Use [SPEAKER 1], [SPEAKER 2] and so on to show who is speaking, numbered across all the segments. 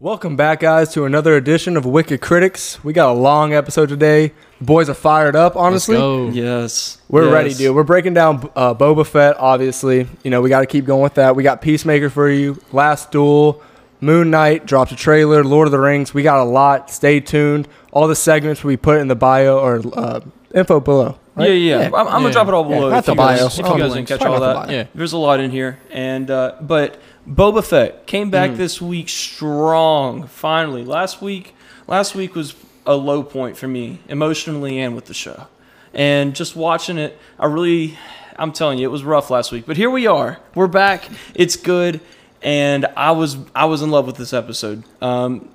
[SPEAKER 1] Welcome back, guys, to another edition of Wicked Critics. We got a long episode today. The boys are fired up, honestly.
[SPEAKER 2] go.
[SPEAKER 3] Yes.
[SPEAKER 1] We're
[SPEAKER 3] Yes.
[SPEAKER 1] ready, dude. We're breaking down uh, Boba Fett, obviously. You know, we got to keep going with that. We got Peacemaker for you, Last Duel, Moon Knight, dropped a trailer, Lord of the Rings. We got a lot. Stay tuned. All the segments we put in the bio or uh, info below. right?
[SPEAKER 3] Yeah, yeah. I'm, I'm
[SPEAKER 2] Yeah.
[SPEAKER 3] gonna drop it all
[SPEAKER 1] Yeah,
[SPEAKER 3] below.
[SPEAKER 1] not
[SPEAKER 3] if
[SPEAKER 1] the
[SPEAKER 3] you guys,
[SPEAKER 1] bio.
[SPEAKER 3] If you
[SPEAKER 1] All the
[SPEAKER 3] guys didn't
[SPEAKER 1] links.
[SPEAKER 3] catch
[SPEAKER 1] Sorry
[SPEAKER 3] all
[SPEAKER 1] about the
[SPEAKER 3] that,
[SPEAKER 1] bio.
[SPEAKER 2] Yeah.
[SPEAKER 3] there's a lot in here. And uh, but Boba Fett came back
[SPEAKER 1] Mm.
[SPEAKER 3] this week strong. Finally, last week, last week was a low point for me emotionally and with the show. And just watching it, I really, I'm telling you, it was rough last week. But here we are. We're back. It's good. And I was I was in love with this episode. Um,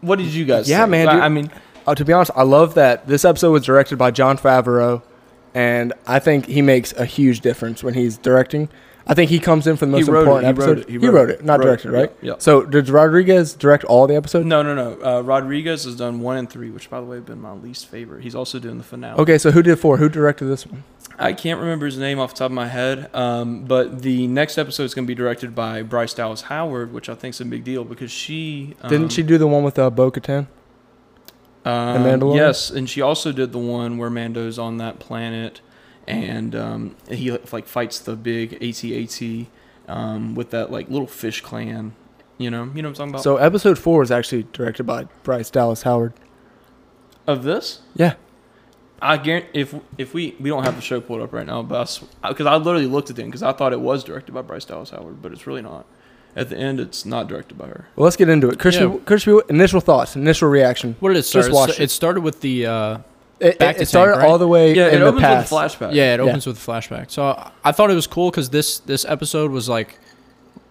[SPEAKER 3] what did you guys?
[SPEAKER 1] Yeah,
[SPEAKER 3] think?
[SPEAKER 1] man,
[SPEAKER 3] I,
[SPEAKER 1] dude.
[SPEAKER 3] I mean,
[SPEAKER 1] Uh, to be honest, I love that this episode was directed by John Favreau, and I think he makes a huge difference when he's directing. I think he comes in for the
[SPEAKER 3] He
[SPEAKER 1] most
[SPEAKER 3] wrote it,
[SPEAKER 1] important
[SPEAKER 3] he wrote
[SPEAKER 1] episode.
[SPEAKER 3] it, he wrote it,
[SPEAKER 1] not
[SPEAKER 3] wrote
[SPEAKER 1] directed,
[SPEAKER 3] it,
[SPEAKER 1] right?
[SPEAKER 3] yeah, yeah.
[SPEAKER 1] So did Rodriguez direct all the episodes?
[SPEAKER 3] No, no, no. Uh, Rodriguez has done one and three, which by the way have been my least favorite. He's also doing the finale.
[SPEAKER 1] Okay, so who did four? Who directed this one?
[SPEAKER 3] I can't remember his name off the top of my head, um, but the next episode is going to be directed by Bryce Dallas Howard, which I think is a big deal because she um,
[SPEAKER 1] Didn't she do the one with uh, Bo Katan?
[SPEAKER 3] um,
[SPEAKER 1] Mandalorian?
[SPEAKER 3] Yes, and she also did the one where Mando's on that planet and um, he like fights the big AT-AT um, with that like little fish clan. You know, you know what I'm talking about.
[SPEAKER 1] So episode four was actually directed by Bryce Dallas Howard.
[SPEAKER 3] of this,
[SPEAKER 1] Yeah.
[SPEAKER 3] I guarantee if if we we don't have the show pulled up right now, but because I, literally looked at it because I thought it was directed by Bryce Dallas Howard, but it's really not. At the end, it's not directed by her.
[SPEAKER 1] Well, let's get into it. Christian,
[SPEAKER 2] Yeah.
[SPEAKER 1] Christian, what- initial thoughts, initial reaction.
[SPEAKER 2] What did it start?
[SPEAKER 1] Just watch
[SPEAKER 2] It sta-
[SPEAKER 1] it.
[SPEAKER 2] it started with the uh,
[SPEAKER 1] It,
[SPEAKER 2] Back
[SPEAKER 1] it-
[SPEAKER 2] to
[SPEAKER 1] it started
[SPEAKER 2] tank, right?
[SPEAKER 1] all the way
[SPEAKER 3] Yeah,
[SPEAKER 1] in
[SPEAKER 3] it
[SPEAKER 1] the
[SPEAKER 3] opens
[SPEAKER 1] past.
[SPEAKER 3] with a flashback.
[SPEAKER 2] yeah, it
[SPEAKER 1] Yeah.
[SPEAKER 2] opens with a flashback. So I, I thought it was cool because this this episode was like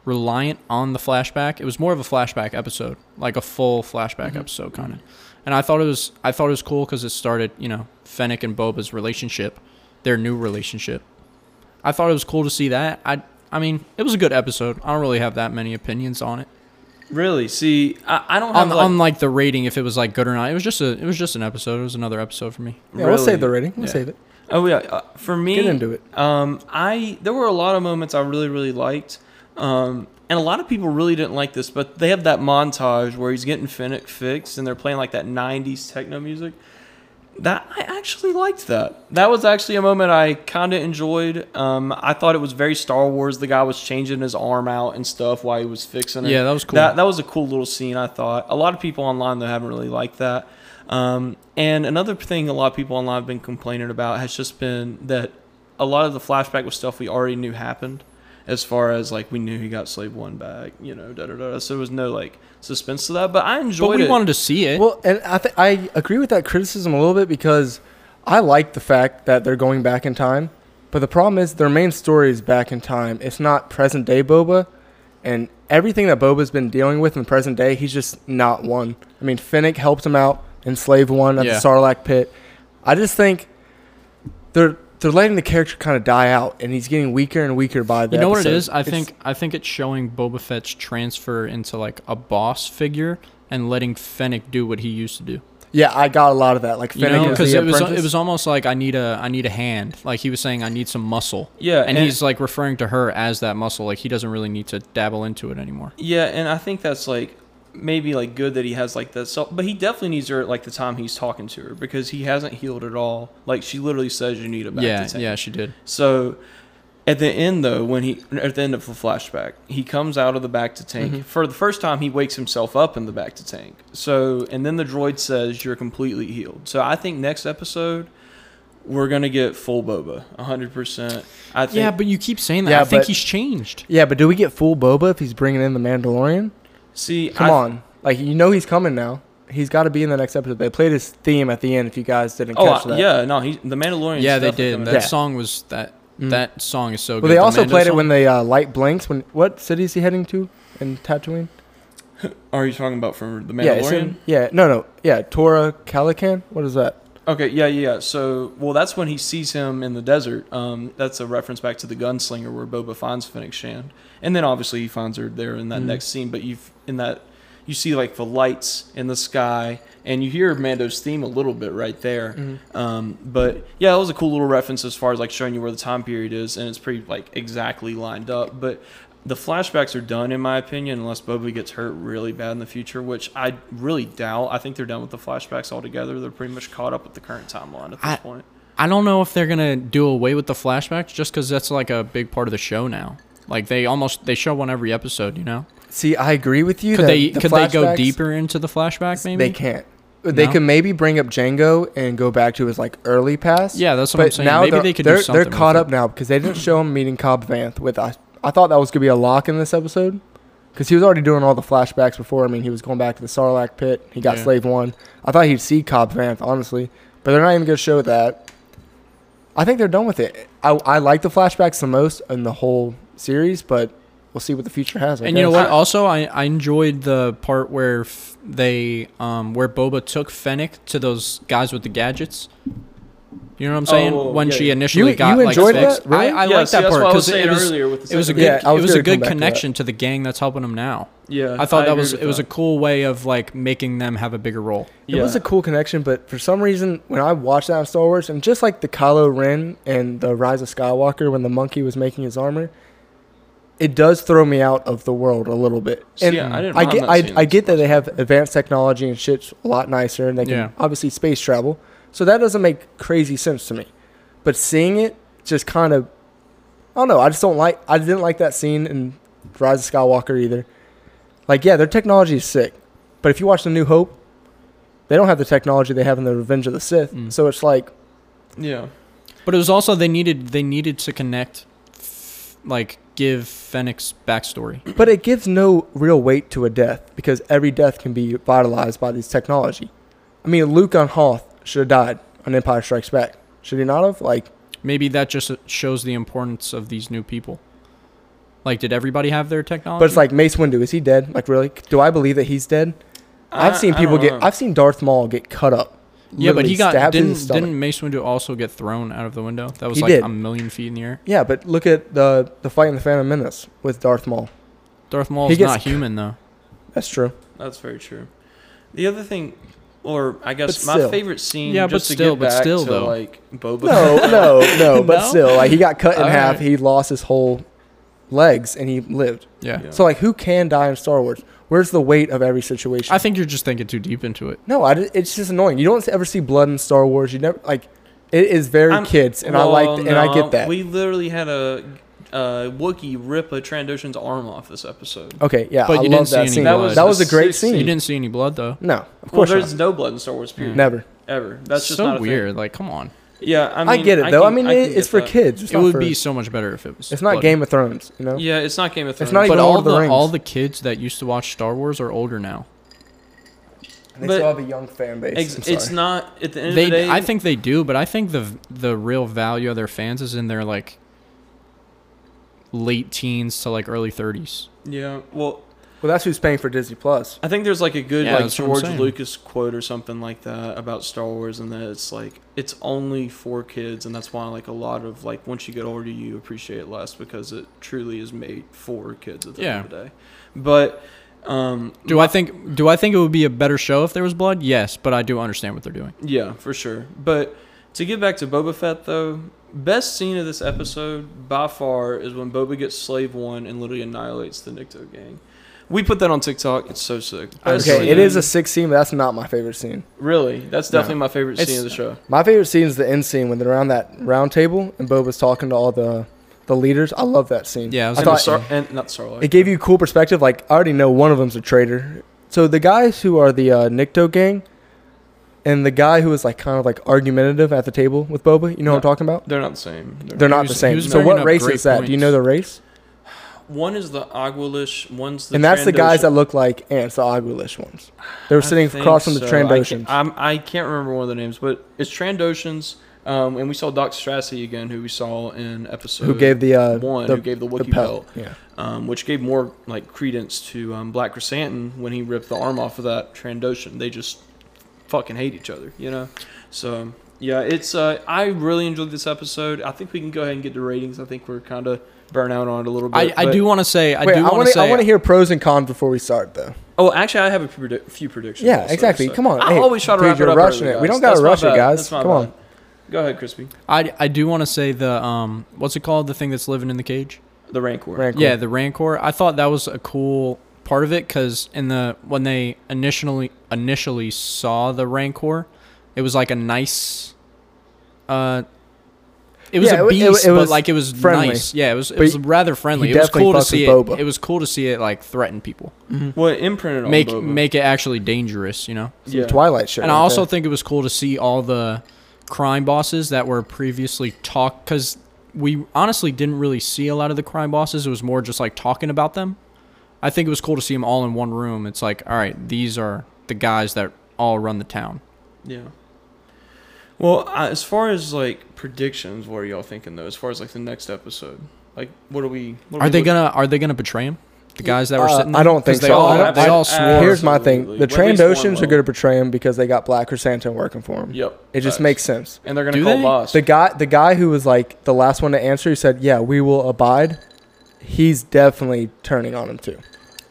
[SPEAKER 2] reliant on the flashback. It was more of a flashback episode, like a full flashback episode kind of. And I thought it was I thought it was cool because it started you know Fennec and Boba's relationship, their new relationship. I thought it was cool to see that. I I mean it was a good episode. I don't really have that many opinions on it.
[SPEAKER 3] Really? See, I, I don't have
[SPEAKER 2] On,
[SPEAKER 3] like,
[SPEAKER 2] on like the rating if it was like good or not. It was just a it was just an episode. It was another episode for me.
[SPEAKER 1] Yeah, we'll save the
[SPEAKER 3] really-
[SPEAKER 1] rating. We'll
[SPEAKER 2] Yeah.
[SPEAKER 1] save it.
[SPEAKER 3] Oh yeah, uh, for me,
[SPEAKER 1] Get into it.
[SPEAKER 3] Um, I there were a lot of moments I really really liked, um, and a lot of people really didn't like this, but they have that montage where he's getting Finnick fixed, and they're playing like that '90s techno music. That I actually liked that. That was actually a moment I kind of enjoyed. Um, I thought it was very Star Wars. The guy was changing his arm out and stuff while he was fixing it.
[SPEAKER 2] Yeah, that was cool.
[SPEAKER 3] That, that was a cool little scene. I thought a lot of people online though haven't really liked that. Um, and another thing a lot of people online have been complaining about has just been that a lot of the flashback was stuff we already knew happened. As far as like we knew he got slave one back, you know, da da da. da. So there was no like suspense to that. But I enjoyed
[SPEAKER 2] But we
[SPEAKER 3] it.
[SPEAKER 2] wanted to see it.
[SPEAKER 1] Well, and I th- I agree with that criticism a little bit because I like the fact that they're going back in time, but the problem is their main story is back in time. It's not present day Boba, and everything that Boba's been dealing with in present day, he's just not one. I mean, Finnick helped him out, enslaved one at the
[SPEAKER 2] Yeah.
[SPEAKER 1] Sarlacc pit. I just think they're they're letting the character kind of die out, and he's getting weaker and weaker by the.
[SPEAKER 2] you know what it
[SPEAKER 1] episode.
[SPEAKER 2] is? I
[SPEAKER 1] It's-
[SPEAKER 2] think I think it's showing Boba Fett's transfer into like a boss figure and letting Fennec do what he used to do.
[SPEAKER 1] Yeah, I got a lot of that. Like
[SPEAKER 2] You
[SPEAKER 1] Finnick, because
[SPEAKER 2] because it was it was almost like I need a I need a hand. Like he was saying, I need some muscle.
[SPEAKER 1] Uh,
[SPEAKER 3] Yeah,
[SPEAKER 2] and,
[SPEAKER 3] and-
[SPEAKER 2] he's like referring to her as that muscle. Like he doesn't really need to dabble into it anymore.
[SPEAKER 3] Yeah, and I think that's like maybe like good that he has like that self, but he definitely needs her at like the time he's talking to her because he hasn't healed at all. Like she literally says, you need a back
[SPEAKER 2] yeah,
[SPEAKER 3] to tank.
[SPEAKER 2] yeah, she did.
[SPEAKER 3] So at the end though, when he at the end of the flashback, he comes out of the back to tank.
[SPEAKER 1] Mm-hmm.
[SPEAKER 3] For the first time he wakes himself up in the back to tank. So and then the droid says you're completely healed. So I think next episode we're gonna get full boba, hundred percent. I think
[SPEAKER 2] Yeah, but you keep saying that.
[SPEAKER 1] Yeah,
[SPEAKER 2] I think
[SPEAKER 1] but-
[SPEAKER 2] he's changed.
[SPEAKER 1] Yeah, but do we get full Boba if he's bringing in the Mandalorian?
[SPEAKER 3] see
[SPEAKER 1] Come
[SPEAKER 3] I-
[SPEAKER 1] on, like you know he's coming now. He's got to be in the next episode. They played his theme at the end. If you guys didn't
[SPEAKER 3] Oh
[SPEAKER 2] uh,
[SPEAKER 1] catch
[SPEAKER 3] I-
[SPEAKER 1] that,
[SPEAKER 3] yeah, no, he, the Mandalorian.
[SPEAKER 2] Yeah, they did. That
[SPEAKER 1] Yeah. Mm.
[SPEAKER 2] song was that that song is so good.
[SPEAKER 1] Well, they
[SPEAKER 2] The
[SPEAKER 1] also
[SPEAKER 2] Mando
[SPEAKER 1] played it
[SPEAKER 2] song.
[SPEAKER 1] when the uh, light blinks. When what city is he heading to in Tatooine?
[SPEAKER 3] Are you talking about from the Mandalorian?
[SPEAKER 1] Yeah, it's in, yeah, no, no, yeah, Tora Calican. What is that?
[SPEAKER 3] Okay, yeah, yeah. yeah. So, well, that's when he sees him in the desert. Um, that's a reference back to the gunslinger where Boba finds Fennec Shand, and then obviously he finds her there in that next scene. But you've in that you see like the lights in the sky, and you hear Mando's theme a little bit right there. Um, but yeah, that was a cool little reference as far as like showing you where the time period is, and it's pretty like exactly lined up. But the flashbacks are done in my opinion, unless Boba gets hurt really bad in the future, which I really doubt. I think they're done with the flashbacks altogether. They're pretty much caught up with the current timeline at this
[SPEAKER 2] I-
[SPEAKER 3] point.
[SPEAKER 2] I don't know if they're gonna do away with the flashbacks just because that's like a big part of the show now. Like they almost they show one every episode. You know,
[SPEAKER 1] See, I agree with you.
[SPEAKER 2] could
[SPEAKER 1] that
[SPEAKER 2] they
[SPEAKER 1] the
[SPEAKER 2] could they go
[SPEAKER 1] flashbacks-
[SPEAKER 2] deeper into the flashback? Maybe
[SPEAKER 1] They can't. They
[SPEAKER 2] No?
[SPEAKER 1] could maybe bring up Django and go back to his like early past.
[SPEAKER 2] Yeah, that's what
[SPEAKER 1] but
[SPEAKER 2] I'm saying.
[SPEAKER 1] Now
[SPEAKER 2] Maybe
[SPEAKER 1] they're,
[SPEAKER 2] they could do
[SPEAKER 1] they're,
[SPEAKER 2] something
[SPEAKER 1] They're
[SPEAKER 2] with
[SPEAKER 1] caught
[SPEAKER 2] it.
[SPEAKER 1] up now because they didn't show him meeting Cobb Vanth with us. I thought that was gonna be a lock in this episode because he was already doing all the flashbacks before. I mean, he was going back to the Sarlacc pit. He got
[SPEAKER 2] Yeah.
[SPEAKER 1] Slave One. I thought he'd see Cobb Vanth honestly, but they're not even gonna show that. I think they're done with it. I, I like the flashbacks the most in the whole series, but we'll see what the future has. I
[SPEAKER 2] And you know
[SPEAKER 1] guess.
[SPEAKER 2] what? Also, I, I enjoyed the part where f- they um where Boba took Fennec to those guys with the gadgets. You know what I'm saying?
[SPEAKER 3] Oh,
[SPEAKER 2] when
[SPEAKER 3] yeah,
[SPEAKER 2] she
[SPEAKER 3] yeah.
[SPEAKER 2] initially
[SPEAKER 1] You-
[SPEAKER 2] got
[SPEAKER 1] you
[SPEAKER 2] like
[SPEAKER 1] enjoyed
[SPEAKER 2] fixed.
[SPEAKER 1] that? Really?
[SPEAKER 2] I, I
[SPEAKER 3] Yeah,
[SPEAKER 2] like
[SPEAKER 3] see,
[SPEAKER 2] that
[SPEAKER 3] that's
[SPEAKER 2] part
[SPEAKER 3] what I was
[SPEAKER 2] because it
[SPEAKER 3] saying
[SPEAKER 2] was
[SPEAKER 3] earlier with the
[SPEAKER 2] it was a
[SPEAKER 3] second
[SPEAKER 2] good
[SPEAKER 1] Yeah, I was
[SPEAKER 2] it was a
[SPEAKER 1] gonna come
[SPEAKER 2] good
[SPEAKER 1] back to that.
[SPEAKER 2] connection to the gang that's helping him now.
[SPEAKER 3] Yeah,
[SPEAKER 2] I thought that
[SPEAKER 3] agree
[SPEAKER 2] was
[SPEAKER 3] with
[SPEAKER 2] it was a
[SPEAKER 3] that.
[SPEAKER 2] cool way of like making them have a bigger role.
[SPEAKER 1] It was a cool connection, but for some reason, when I watched that on Star Wars, and just like the Kylo Ren and the Rise of Skywalker, when the monkey was making his armor, it does throw me out of the world a little bit.
[SPEAKER 3] See,
[SPEAKER 1] And
[SPEAKER 3] yeah, I, didn't,
[SPEAKER 1] I
[SPEAKER 3] I'm
[SPEAKER 1] get,
[SPEAKER 3] not
[SPEAKER 1] I,
[SPEAKER 3] seeing
[SPEAKER 1] I
[SPEAKER 3] this
[SPEAKER 1] get that they
[SPEAKER 3] much.
[SPEAKER 1] have advanced technology and shit's a lot nicer, and they can
[SPEAKER 2] Yeah.
[SPEAKER 1] obviously space travel. So that doesn't make crazy sense to me. But seeing it just kind of, I don't know. I just don't like. I didn't like that scene in Rise of Skywalker either. Like, yeah, their technology is sick, but if you watch the New Hope, they don't have the technology they have in the Revenge of the Sith.
[SPEAKER 2] Mm.
[SPEAKER 1] So it's like,
[SPEAKER 3] Yeah,
[SPEAKER 2] But it was also they needed they needed to connect, f- like give Fennec's backstory.
[SPEAKER 1] but it gives no real weight to a death because every death can be vitalized by this technology. I mean, Luke on Hoth should have died on Empire Strikes Back. Should he not have? Like,
[SPEAKER 2] Maybe that just uh, shows the importance of these new people. Like, did everybody have their technology?
[SPEAKER 1] but it's like Mace Windu. Is he dead? Like, really? Do I believe that he's dead? I've
[SPEAKER 3] I-
[SPEAKER 1] seen
[SPEAKER 3] I don't
[SPEAKER 1] people get.
[SPEAKER 3] know.
[SPEAKER 1] I've seen Darth Maul get cut up.
[SPEAKER 2] yeah, but
[SPEAKER 1] Literally
[SPEAKER 2] he got
[SPEAKER 1] stabbed in the
[SPEAKER 2] didn't
[SPEAKER 1] stomach.
[SPEAKER 2] didn't Mace Windu also get thrown out of the window? That was
[SPEAKER 1] He
[SPEAKER 2] like
[SPEAKER 1] did.
[SPEAKER 2] a million feet in the air.
[SPEAKER 1] Yeah, but look at the the fight in the Phantom Menace with Darth Maul.
[SPEAKER 2] Darth Maul
[SPEAKER 1] He
[SPEAKER 2] is
[SPEAKER 1] gets-
[SPEAKER 2] not human though.
[SPEAKER 1] That's true.
[SPEAKER 3] that's very true. The other thing, or I guess
[SPEAKER 1] But
[SPEAKER 3] my
[SPEAKER 1] still.
[SPEAKER 3] favorite scene.
[SPEAKER 2] Yeah, but
[SPEAKER 3] just to
[SPEAKER 2] still-
[SPEAKER 3] get
[SPEAKER 2] but
[SPEAKER 3] back
[SPEAKER 2] still,
[SPEAKER 3] to,
[SPEAKER 2] though.
[SPEAKER 3] like Boba.
[SPEAKER 1] No, no, no. But
[SPEAKER 2] No?
[SPEAKER 1] still, like he got cut in
[SPEAKER 2] All
[SPEAKER 1] half.
[SPEAKER 2] right.
[SPEAKER 1] He lost his whole legs, and he lived.
[SPEAKER 2] Yeah.
[SPEAKER 3] Yeah.
[SPEAKER 1] So like, who can die in Star Wars? Where's the weight of every situation?
[SPEAKER 2] I think you're just thinking too deep into it.
[SPEAKER 1] no, I, di- it's just annoying. You don't ever see blood in Star Wars. You never like. It is very
[SPEAKER 3] I'm-
[SPEAKER 1] kids, and I
[SPEAKER 3] Well,
[SPEAKER 1] like, and I
[SPEAKER 3] no,
[SPEAKER 1] get that.
[SPEAKER 3] We literally had a uh, Wookiee rip a Trandoshan's arm off this episode.
[SPEAKER 1] okay, yeah,
[SPEAKER 2] But
[SPEAKER 1] I
[SPEAKER 2] you
[SPEAKER 1] love
[SPEAKER 2] didn't see
[SPEAKER 1] that
[SPEAKER 2] any
[SPEAKER 1] scene.
[SPEAKER 2] blood.
[SPEAKER 1] That was, that was a great
[SPEAKER 3] Sixteen.
[SPEAKER 1] scene.
[SPEAKER 2] You didn't see any blood though.
[SPEAKER 1] No, of
[SPEAKER 3] Well,
[SPEAKER 1] course
[SPEAKER 3] there's
[SPEAKER 1] not.
[SPEAKER 3] no blood in Star Wars, period.
[SPEAKER 1] Never.
[SPEAKER 3] Ever. That's just
[SPEAKER 2] so
[SPEAKER 3] not a thing.
[SPEAKER 2] weird. Like, come on.
[SPEAKER 3] Yeah, I
[SPEAKER 1] I,
[SPEAKER 3] mean,
[SPEAKER 1] get it though. I,
[SPEAKER 3] can-
[SPEAKER 1] mean,
[SPEAKER 3] can
[SPEAKER 1] it,
[SPEAKER 3] get
[SPEAKER 1] it's for
[SPEAKER 3] that.
[SPEAKER 1] kids. It's
[SPEAKER 2] It
[SPEAKER 1] not
[SPEAKER 2] would
[SPEAKER 1] for-
[SPEAKER 2] be so much better if it was.
[SPEAKER 1] It's not
[SPEAKER 2] blood.
[SPEAKER 1] Game of Thrones, you know.
[SPEAKER 3] Yeah, it's not Game of Thrones.
[SPEAKER 1] It's not
[SPEAKER 2] But
[SPEAKER 1] even Lord
[SPEAKER 2] all
[SPEAKER 1] of the
[SPEAKER 2] the
[SPEAKER 1] Rings.
[SPEAKER 2] all the kids that used to watch Star Wars are older now.
[SPEAKER 1] And they
[SPEAKER 3] But-
[SPEAKER 1] still have a young fan base.
[SPEAKER 3] Ex-
[SPEAKER 1] I'm sorry.
[SPEAKER 3] it's not at the end
[SPEAKER 2] They,
[SPEAKER 3] of the day.
[SPEAKER 2] I think they do, but I think the the real value of their fans is in their like late teens to like early thirties.
[SPEAKER 3] Yeah. Well,
[SPEAKER 1] well, that's who's paying for Disney Plus.
[SPEAKER 3] I think there's like a good
[SPEAKER 2] Yeah,
[SPEAKER 3] like
[SPEAKER 2] that's what I'm
[SPEAKER 3] George
[SPEAKER 2] saying.
[SPEAKER 3] Lucas quote or something like that about Star Wars, and that it's like it's only for kids, and that's why like a lot of like once you get older, you appreciate it less because it truly is made for kids at the end of the day. But um,
[SPEAKER 2] Do I think do I think it would be a better show if there was blood? Yes, but I do understand what they're doing.
[SPEAKER 3] Yeah, for sure. But to get back to Boba Fett, though, best scene of this episode by far is when Boba gets Slave One and literally annihilates the Nikto gang. We put that on TikTok. It's so sick. Best
[SPEAKER 2] Honestly,
[SPEAKER 1] Okay, it
[SPEAKER 3] scene.
[SPEAKER 1] is a six scene, but that's not my favorite scene.
[SPEAKER 3] really. That's definitely my favorite
[SPEAKER 2] It's-
[SPEAKER 3] scene of the show.
[SPEAKER 1] My favorite scene is the end scene when they're around that round table and Boba's talking to all the the leaders. I love that scene.
[SPEAKER 2] Yeah, I was
[SPEAKER 1] I
[SPEAKER 3] And,
[SPEAKER 2] gonna
[SPEAKER 1] thought
[SPEAKER 2] say-
[SPEAKER 3] Sar- and not Sarlacc.
[SPEAKER 1] it gave you cool perspective. Like I already know one of them's a traitor. So the guys who are the uh, Nikto gang, and the guy who was like kind of like argumentative at the table with Boba. You know what I'm
[SPEAKER 3] No.
[SPEAKER 1] talking about?
[SPEAKER 3] They're not the same. They're-
[SPEAKER 1] They're not
[SPEAKER 2] was-
[SPEAKER 1] the
[SPEAKER 2] he
[SPEAKER 1] same.
[SPEAKER 2] was
[SPEAKER 1] So
[SPEAKER 2] bringing
[SPEAKER 1] what
[SPEAKER 2] up
[SPEAKER 1] race
[SPEAKER 2] great
[SPEAKER 1] is that? Do you
[SPEAKER 2] points.
[SPEAKER 1] know the race?
[SPEAKER 3] One is the Aguilish. One's the.
[SPEAKER 1] and that's the guys that
[SPEAKER 3] Trandoshan.
[SPEAKER 1] look like ants, the Aguilish ones. They were
[SPEAKER 3] I
[SPEAKER 1] sitting
[SPEAKER 3] think
[SPEAKER 1] across from the
[SPEAKER 3] so. I can't-
[SPEAKER 1] Trandoshans.
[SPEAKER 3] I'm- I can't remember one of the names, but it's Trandoshans. Um, and we saw Doc Strassi again, who we saw in episode
[SPEAKER 1] who gave the uh,
[SPEAKER 3] one,
[SPEAKER 1] the,
[SPEAKER 3] who gave the
[SPEAKER 1] the
[SPEAKER 3] Wookiee
[SPEAKER 1] pelt.
[SPEAKER 3] belt.
[SPEAKER 1] Yeah,
[SPEAKER 3] um, which gave more like credence to um, Black Chrysanthemum when he ripped the arm off of that Trandoshan. They just fucking hate each other, you know. So yeah, it's uh, I really enjoyed this episode. I think we can go ahead and get the ratings. I think we're kind of burnt out on it a little bit.
[SPEAKER 2] I, I
[SPEAKER 3] but-
[SPEAKER 2] do want to say I
[SPEAKER 1] Wait,
[SPEAKER 2] do
[SPEAKER 1] I
[SPEAKER 2] want to say
[SPEAKER 1] I want to hear pros and cons before we start, though.
[SPEAKER 3] Oh, actually, I have a few predi- few predictions.
[SPEAKER 1] Yeah,
[SPEAKER 3] also,
[SPEAKER 1] exactly.
[SPEAKER 3] so-
[SPEAKER 1] Come on,
[SPEAKER 3] I
[SPEAKER 1] hey,
[SPEAKER 3] always try to
[SPEAKER 1] dude,
[SPEAKER 3] wrap
[SPEAKER 1] you're
[SPEAKER 3] it up.
[SPEAKER 1] rushing
[SPEAKER 3] early,
[SPEAKER 1] it. We
[SPEAKER 3] guys.
[SPEAKER 1] don't gotta
[SPEAKER 3] That's my
[SPEAKER 1] rush it,
[SPEAKER 3] bad.
[SPEAKER 1] guys.
[SPEAKER 3] That's my
[SPEAKER 1] Come on.
[SPEAKER 3] bad. Go ahead, Crispy.
[SPEAKER 2] I, I do want to say the um what's it called the thing that's living in the cage
[SPEAKER 3] the Rancor.
[SPEAKER 1] Rancor.
[SPEAKER 2] Yeah, the Rancor. I thought that was a cool part of it because in the when they initially initially saw the Rancor, it was like a nice. Uh, it was
[SPEAKER 1] Yeah, it
[SPEAKER 2] a
[SPEAKER 1] wa- it
[SPEAKER 2] beast,
[SPEAKER 1] wa- it
[SPEAKER 2] but
[SPEAKER 1] was
[SPEAKER 2] like it was
[SPEAKER 1] friendly.
[SPEAKER 2] nice. Yeah, it was it
[SPEAKER 1] But
[SPEAKER 2] was
[SPEAKER 1] he-
[SPEAKER 2] rather friendly.
[SPEAKER 1] he
[SPEAKER 2] It was
[SPEAKER 1] definitely
[SPEAKER 2] cool to
[SPEAKER 1] fucks
[SPEAKER 2] see it.
[SPEAKER 1] with Boba.
[SPEAKER 2] It was cool to see it like threaten people,
[SPEAKER 3] Well, it imprinted on
[SPEAKER 2] make
[SPEAKER 3] Boba.
[SPEAKER 2] make it actually dangerous. You know.
[SPEAKER 1] Some
[SPEAKER 3] yeah.
[SPEAKER 1] Twilight shit.
[SPEAKER 2] And I
[SPEAKER 1] right
[SPEAKER 2] also
[SPEAKER 1] there.
[SPEAKER 2] think it was cool to see all the crime bosses that were previously talk because we honestly didn't really see a lot of the crime bosses. It was more just like talking about them. I think it was cool to see them all in one room. It's like, all right, these are the guys that all run the town.
[SPEAKER 3] Yeah. Well, I- as far as like predictions, what are y'all thinking though? As far as like the next episode, like what are we? What
[SPEAKER 2] Are
[SPEAKER 3] we
[SPEAKER 2] they
[SPEAKER 3] look-
[SPEAKER 2] gonna Are they gonna betray him? The guys that were
[SPEAKER 1] Uh,
[SPEAKER 2] sitting.
[SPEAKER 1] I
[SPEAKER 2] there?
[SPEAKER 1] don't think
[SPEAKER 2] 'Cause they
[SPEAKER 1] so.
[SPEAKER 2] All,
[SPEAKER 1] I don't-
[SPEAKER 2] they
[SPEAKER 1] I-
[SPEAKER 2] all swore.
[SPEAKER 3] Well,
[SPEAKER 1] Here's my
[SPEAKER 3] absolutely.
[SPEAKER 1] thing: the
[SPEAKER 3] Well, at least one
[SPEAKER 1] Trandoshans are
[SPEAKER 3] will.
[SPEAKER 1] going to betray him because they got Black Chrysanthemum working for him.
[SPEAKER 3] Yep.
[SPEAKER 1] It just
[SPEAKER 3] facts.
[SPEAKER 1] makes sense.
[SPEAKER 3] And they're gonna
[SPEAKER 2] Do
[SPEAKER 3] call
[SPEAKER 2] they?
[SPEAKER 3] boss.
[SPEAKER 1] The guy, the guy who was like the last one to answer, he said, "Yeah, we will abide." He's definitely turning on him too.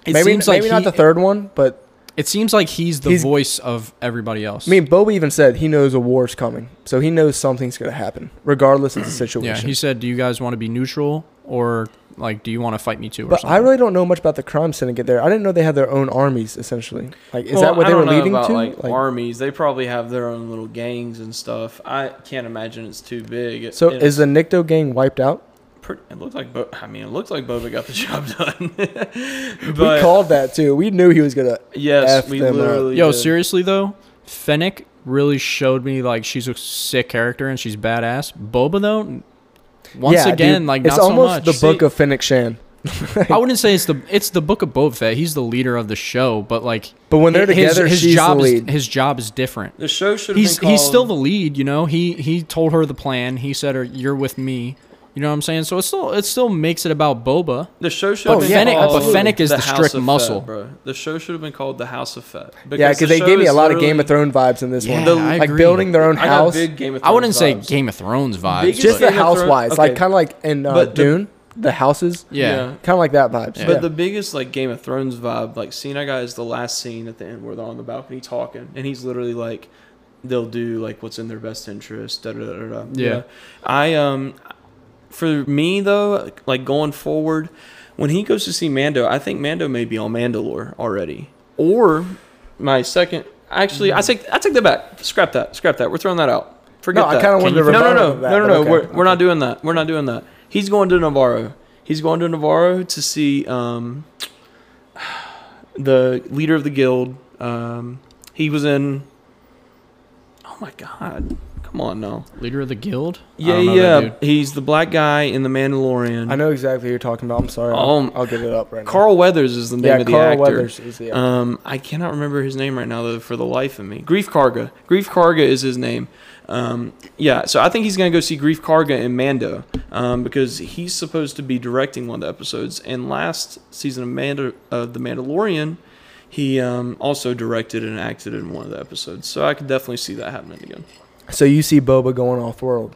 [SPEAKER 2] it
[SPEAKER 1] maybe
[SPEAKER 2] seems like
[SPEAKER 1] maybe
[SPEAKER 2] he,
[SPEAKER 1] not the third one, but
[SPEAKER 2] It seems like he's the
[SPEAKER 1] He's-
[SPEAKER 2] voice of everybody else.
[SPEAKER 1] I mean, Boba even said he knows a war's coming, so he knows something's going to happen, regardless of the
[SPEAKER 2] yeah.
[SPEAKER 1] situation.
[SPEAKER 2] He said, "Do you guys want to be neutral or like, do you want to fight me too?" Or
[SPEAKER 1] but
[SPEAKER 2] something?
[SPEAKER 1] I really don't know much about the crime syndicate there. I didn't know they had their own armies, essentially. Like, is
[SPEAKER 3] Well,
[SPEAKER 1] that what
[SPEAKER 3] I
[SPEAKER 1] they were
[SPEAKER 3] don't know
[SPEAKER 1] leading
[SPEAKER 3] about,
[SPEAKER 1] to?
[SPEAKER 3] Like,
[SPEAKER 1] Like,
[SPEAKER 3] armies, they probably have their own little gangs and stuff. I can't imagine it's too big. It-
[SPEAKER 1] so
[SPEAKER 3] it-
[SPEAKER 1] is the Nikto gang wiped out?
[SPEAKER 3] pretty, it looked like Bo- I mean, it looked like Boba got the job done.
[SPEAKER 1] we
[SPEAKER 3] but
[SPEAKER 1] called that too. We knew he was going to.
[SPEAKER 3] yes,
[SPEAKER 1] F
[SPEAKER 3] we
[SPEAKER 1] them up.
[SPEAKER 3] literally
[SPEAKER 2] Yo,
[SPEAKER 3] did.
[SPEAKER 2] seriously though, Fennec really showed me like she's a sick character and she's badass. Boba though, once
[SPEAKER 1] Yeah,
[SPEAKER 2] again,
[SPEAKER 1] dude,
[SPEAKER 2] like
[SPEAKER 1] it's
[SPEAKER 2] not so
[SPEAKER 1] almost
[SPEAKER 2] much.
[SPEAKER 1] the book
[SPEAKER 3] See-
[SPEAKER 1] of Fennec Shan.
[SPEAKER 2] I wouldn't say it's the it's the book of Boba Fett. He's the leader of the show, but like
[SPEAKER 1] But when they're
[SPEAKER 2] his,
[SPEAKER 1] together,
[SPEAKER 2] his
[SPEAKER 1] she's
[SPEAKER 2] job
[SPEAKER 1] the
[SPEAKER 2] is
[SPEAKER 1] lead.
[SPEAKER 2] his job is different.
[SPEAKER 3] The show should have
[SPEAKER 2] He's
[SPEAKER 3] been called.
[SPEAKER 2] he's still the lead, you know. He he told her the plan. He said, "Are- "You're with me." You know what I'm saying? So it still it still makes it about Boba.
[SPEAKER 3] The show should
[SPEAKER 1] Oh,
[SPEAKER 3] have been
[SPEAKER 1] Fennec-
[SPEAKER 3] called
[SPEAKER 1] but
[SPEAKER 2] Fennec is the
[SPEAKER 3] House
[SPEAKER 2] strict
[SPEAKER 3] of Fett,
[SPEAKER 2] muscle.
[SPEAKER 3] bro. The show should have been called the House of Fett.
[SPEAKER 1] yeah, because
[SPEAKER 3] the
[SPEAKER 1] they
[SPEAKER 3] show
[SPEAKER 1] gave me
[SPEAKER 3] is
[SPEAKER 1] a lot of Game
[SPEAKER 3] literally-
[SPEAKER 1] of Thrones vibes in this
[SPEAKER 2] Yeah,
[SPEAKER 1] one.
[SPEAKER 2] I
[SPEAKER 1] like
[SPEAKER 2] agree.
[SPEAKER 1] building their own
[SPEAKER 3] I got
[SPEAKER 1] house,
[SPEAKER 3] big Game of Thrones
[SPEAKER 2] I wouldn't say
[SPEAKER 3] vibes.
[SPEAKER 2] Game of Thrones vibes.
[SPEAKER 3] Biggest
[SPEAKER 1] just
[SPEAKER 2] but-
[SPEAKER 1] the
[SPEAKER 3] Game of
[SPEAKER 1] house
[SPEAKER 3] Thrones-
[SPEAKER 1] wise, like
[SPEAKER 3] okay.
[SPEAKER 1] kind of like in uh,
[SPEAKER 3] But the-
[SPEAKER 1] Dune, the houses,
[SPEAKER 2] yeah.
[SPEAKER 1] kind of like that vibes.
[SPEAKER 2] Yeah.
[SPEAKER 3] But
[SPEAKER 1] Yeah.
[SPEAKER 3] the biggest like Game of Thrones vibe, like scene I got is the last scene at the end where they're on the balcony talking, and he's literally like, "They'll do like what's in their best interest." Da da da da. da.
[SPEAKER 2] Yeah.
[SPEAKER 3] I um, for me though, like going forward, when he goes to see Mando, I think Mando may be on Mandalore already, or my second. Actually, I take I take that back. Scrap that. Scrap that. We're throwing that out. Forget
[SPEAKER 1] No, I
[SPEAKER 3] that.
[SPEAKER 1] kinda wanted
[SPEAKER 3] Can
[SPEAKER 1] to
[SPEAKER 3] you- No,
[SPEAKER 1] rebut
[SPEAKER 3] no, no,
[SPEAKER 1] with that,
[SPEAKER 3] no, no,
[SPEAKER 1] but
[SPEAKER 3] no.
[SPEAKER 1] okay.
[SPEAKER 3] We're, we're not doing that. We're not doing that. He's going to Navarro. He's going to Navarro to see um, the leader of the guild. Um, he was in. Oh my god! Come on now.
[SPEAKER 2] Leader of the guild. I
[SPEAKER 3] Yeah,
[SPEAKER 2] don't know that
[SPEAKER 3] yeah.
[SPEAKER 2] dude.
[SPEAKER 3] He's the black guy in the Mandalorian.
[SPEAKER 1] I know exactly who you're talking about. I'm sorry.
[SPEAKER 3] Um,
[SPEAKER 1] I'll, I'll get it up right now.
[SPEAKER 3] Carl Weathers is the name
[SPEAKER 1] yeah,
[SPEAKER 3] of the
[SPEAKER 1] Carl
[SPEAKER 3] actor.
[SPEAKER 1] Weathers is the actor.
[SPEAKER 3] Um, I cannot remember his name right now, though, for the life of me. Grief Karga. Grief Karga is his name. Um, yeah, so I think he's going to go see Grief Karga in Mando um, because he's supposed to be directing one of the episodes. And last season of Mando- of The Mandalorian, he um, also directed and acted in one of the episodes. So I could definitely see that happening again.
[SPEAKER 1] so you see Boba going off world.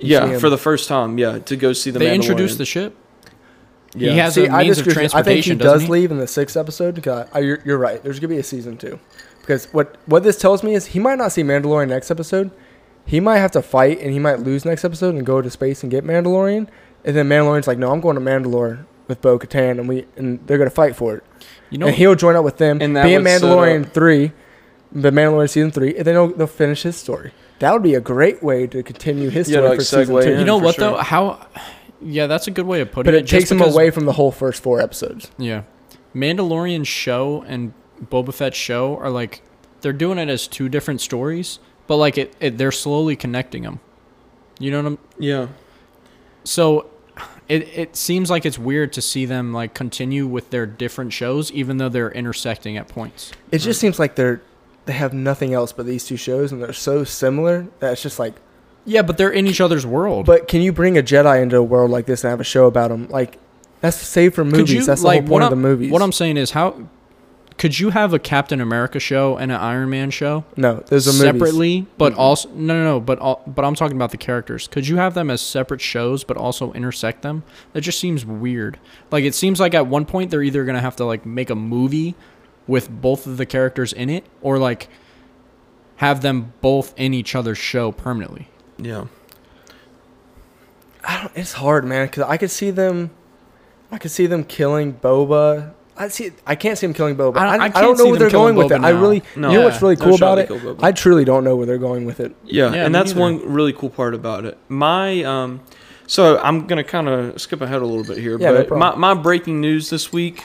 [SPEAKER 1] You see
[SPEAKER 3] Yeah,
[SPEAKER 1] him.
[SPEAKER 3] for the first time, yeah, to go see the
[SPEAKER 2] they
[SPEAKER 3] Mandalorian.
[SPEAKER 2] introduced the ship.
[SPEAKER 3] Yeah.
[SPEAKER 2] He has
[SPEAKER 1] See,
[SPEAKER 2] a
[SPEAKER 1] I
[SPEAKER 2] means of
[SPEAKER 1] disagree with you. I think he
[SPEAKER 2] transportation.
[SPEAKER 1] does
[SPEAKER 2] doesn't he?
[SPEAKER 1] leave in the sixth episode. 'cause I, you're, you're right. There's gonna be a season two, because what what this tells me is he might not see Mandalorian next episode. He might have to fight and he might lose next episode and go to space and get Mandalorian. And then Mandalorian's like, no, I'm going to Mandalore with Bo Katan, and we and they're gonna fight for it.
[SPEAKER 2] You know,
[SPEAKER 1] and he'll join up with them,
[SPEAKER 3] And that
[SPEAKER 1] be in
[SPEAKER 3] would set
[SPEAKER 1] Mandalorian
[SPEAKER 3] up-
[SPEAKER 1] three, the Mandalorian season three, and then he'll, they'll finish his story. That would be a great way to continue his
[SPEAKER 3] Yeah,
[SPEAKER 1] story
[SPEAKER 3] like
[SPEAKER 1] for season
[SPEAKER 3] segue
[SPEAKER 1] two.
[SPEAKER 3] in.
[SPEAKER 2] you know
[SPEAKER 3] for
[SPEAKER 2] what
[SPEAKER 3] sure.
[SPEAKER 2] though? How? Yeah, that's a good way of putting
[SPEAKER 1] but
[SPEAKER 2] it.
[SPEAKER 1] it
[SPEAKER 2] just
[SPEAKER 1] takes him
[SPEAKER 2] because-
[SPEAKER 1] away from the whole first four episodes.
[SPEAKER 2] Yeah, Mandalorian show and Boba Fett show are like they're doing it as two different stories, but like it, it they're slowly connecting them. You know what I'm?
[SPEAKER 3] Yeah.
[SPEAKER 2] So it it seems like it's weird to see them like continue with their different shows, even though they're intersecting at points.
[SPEAKER 1] It just seems like they're they have nothing else but these two shows, and they're so similar that it's just like.
[SPEAKER 2] Yeah, but they're in each other's world.
[SPEAKER 1] But can you bring a Jedi into a world like this and have a show about him? Like, that's saved for movies. that's the whole
[SPEAKER 2] what
[SPEAKER 1] point of the
[SPEAKER 2] I'm-
[SPEAKER 1] movies.
[SPEAKER 2] What I'm saying is, how could you have a Captain America show and an Iron Man show
[SPEAKER 1] no, those are movies.
[SPEAKER 2] separately, but
[SPEAKER 3] Mhm.
[SPEAKER 1] Mm-hmm.
[SPEAKER 2] also no, no, no, but all, but I'm talking about the characters. Could you have them as separate shows, but also intersect them? That just seems weird. Like it seems like at one point they're either gonna have to like make a movie with both of the characters in it, or like have them both in each other's show permanently.
[SPEAKER 3] Yeah.
[SPEAKER 1] I don't, it's hard, man, because I could see them. I could see them killing Boba. I see. I can't see them killing Boba.
[SPEAKER 2] I
[SPEAKER 1] I
[SPEAKER 2] don't-
[SPEAKER 1] don't,
[SPEAKER 2] I
[SPEAKER 1] I,
[SPEAKER 2] can't
[SPEAKER 1] don't know
[SPEAKER 2] see
[SPEAKER 1] where
[SPEAKER 2] them
[SPEAKER 1] they're
[SPEAKER 2] killing
[SPEAKER 1] going with
[SPEAKER 2] Boba
[SPEAKER 1] it. I
[SPEAKER 2] now.
[SPEAKER 1] really.
[SPEAKER 3] No.
[SPEAKER 1] You know
[SPEAKER 2] Yeah.
[SPEAKER 1] what's really
[SPEAKER 3] No
[SPEAKER 1] cool
[SPEAKER 3] shot
[SPEAKER 1] about
[SPEAKER 3] to
[SPEAKER 1] it?
[SPEAKER 3] kill Boba.
[SPEAKER 1] I truly don't know where they're going with it.
[SPEAKER 3] Yeah,
[SPEAKER 2] Yeah,
[SPEAKER 3] and
[SPEAKER 2] me
[SPEAKER 3] that's
[SPEAKER 2] neither.
[SPEAKER 3] one really cool part about it. My um, so I'm gonna kind of skip ahead a little bit here,
[SPEAKER 1] Yeah, no
[SPEAKER 3] but my,
[SPEAKER 1] problem.
[SPEAKER 3] my breaking news this week,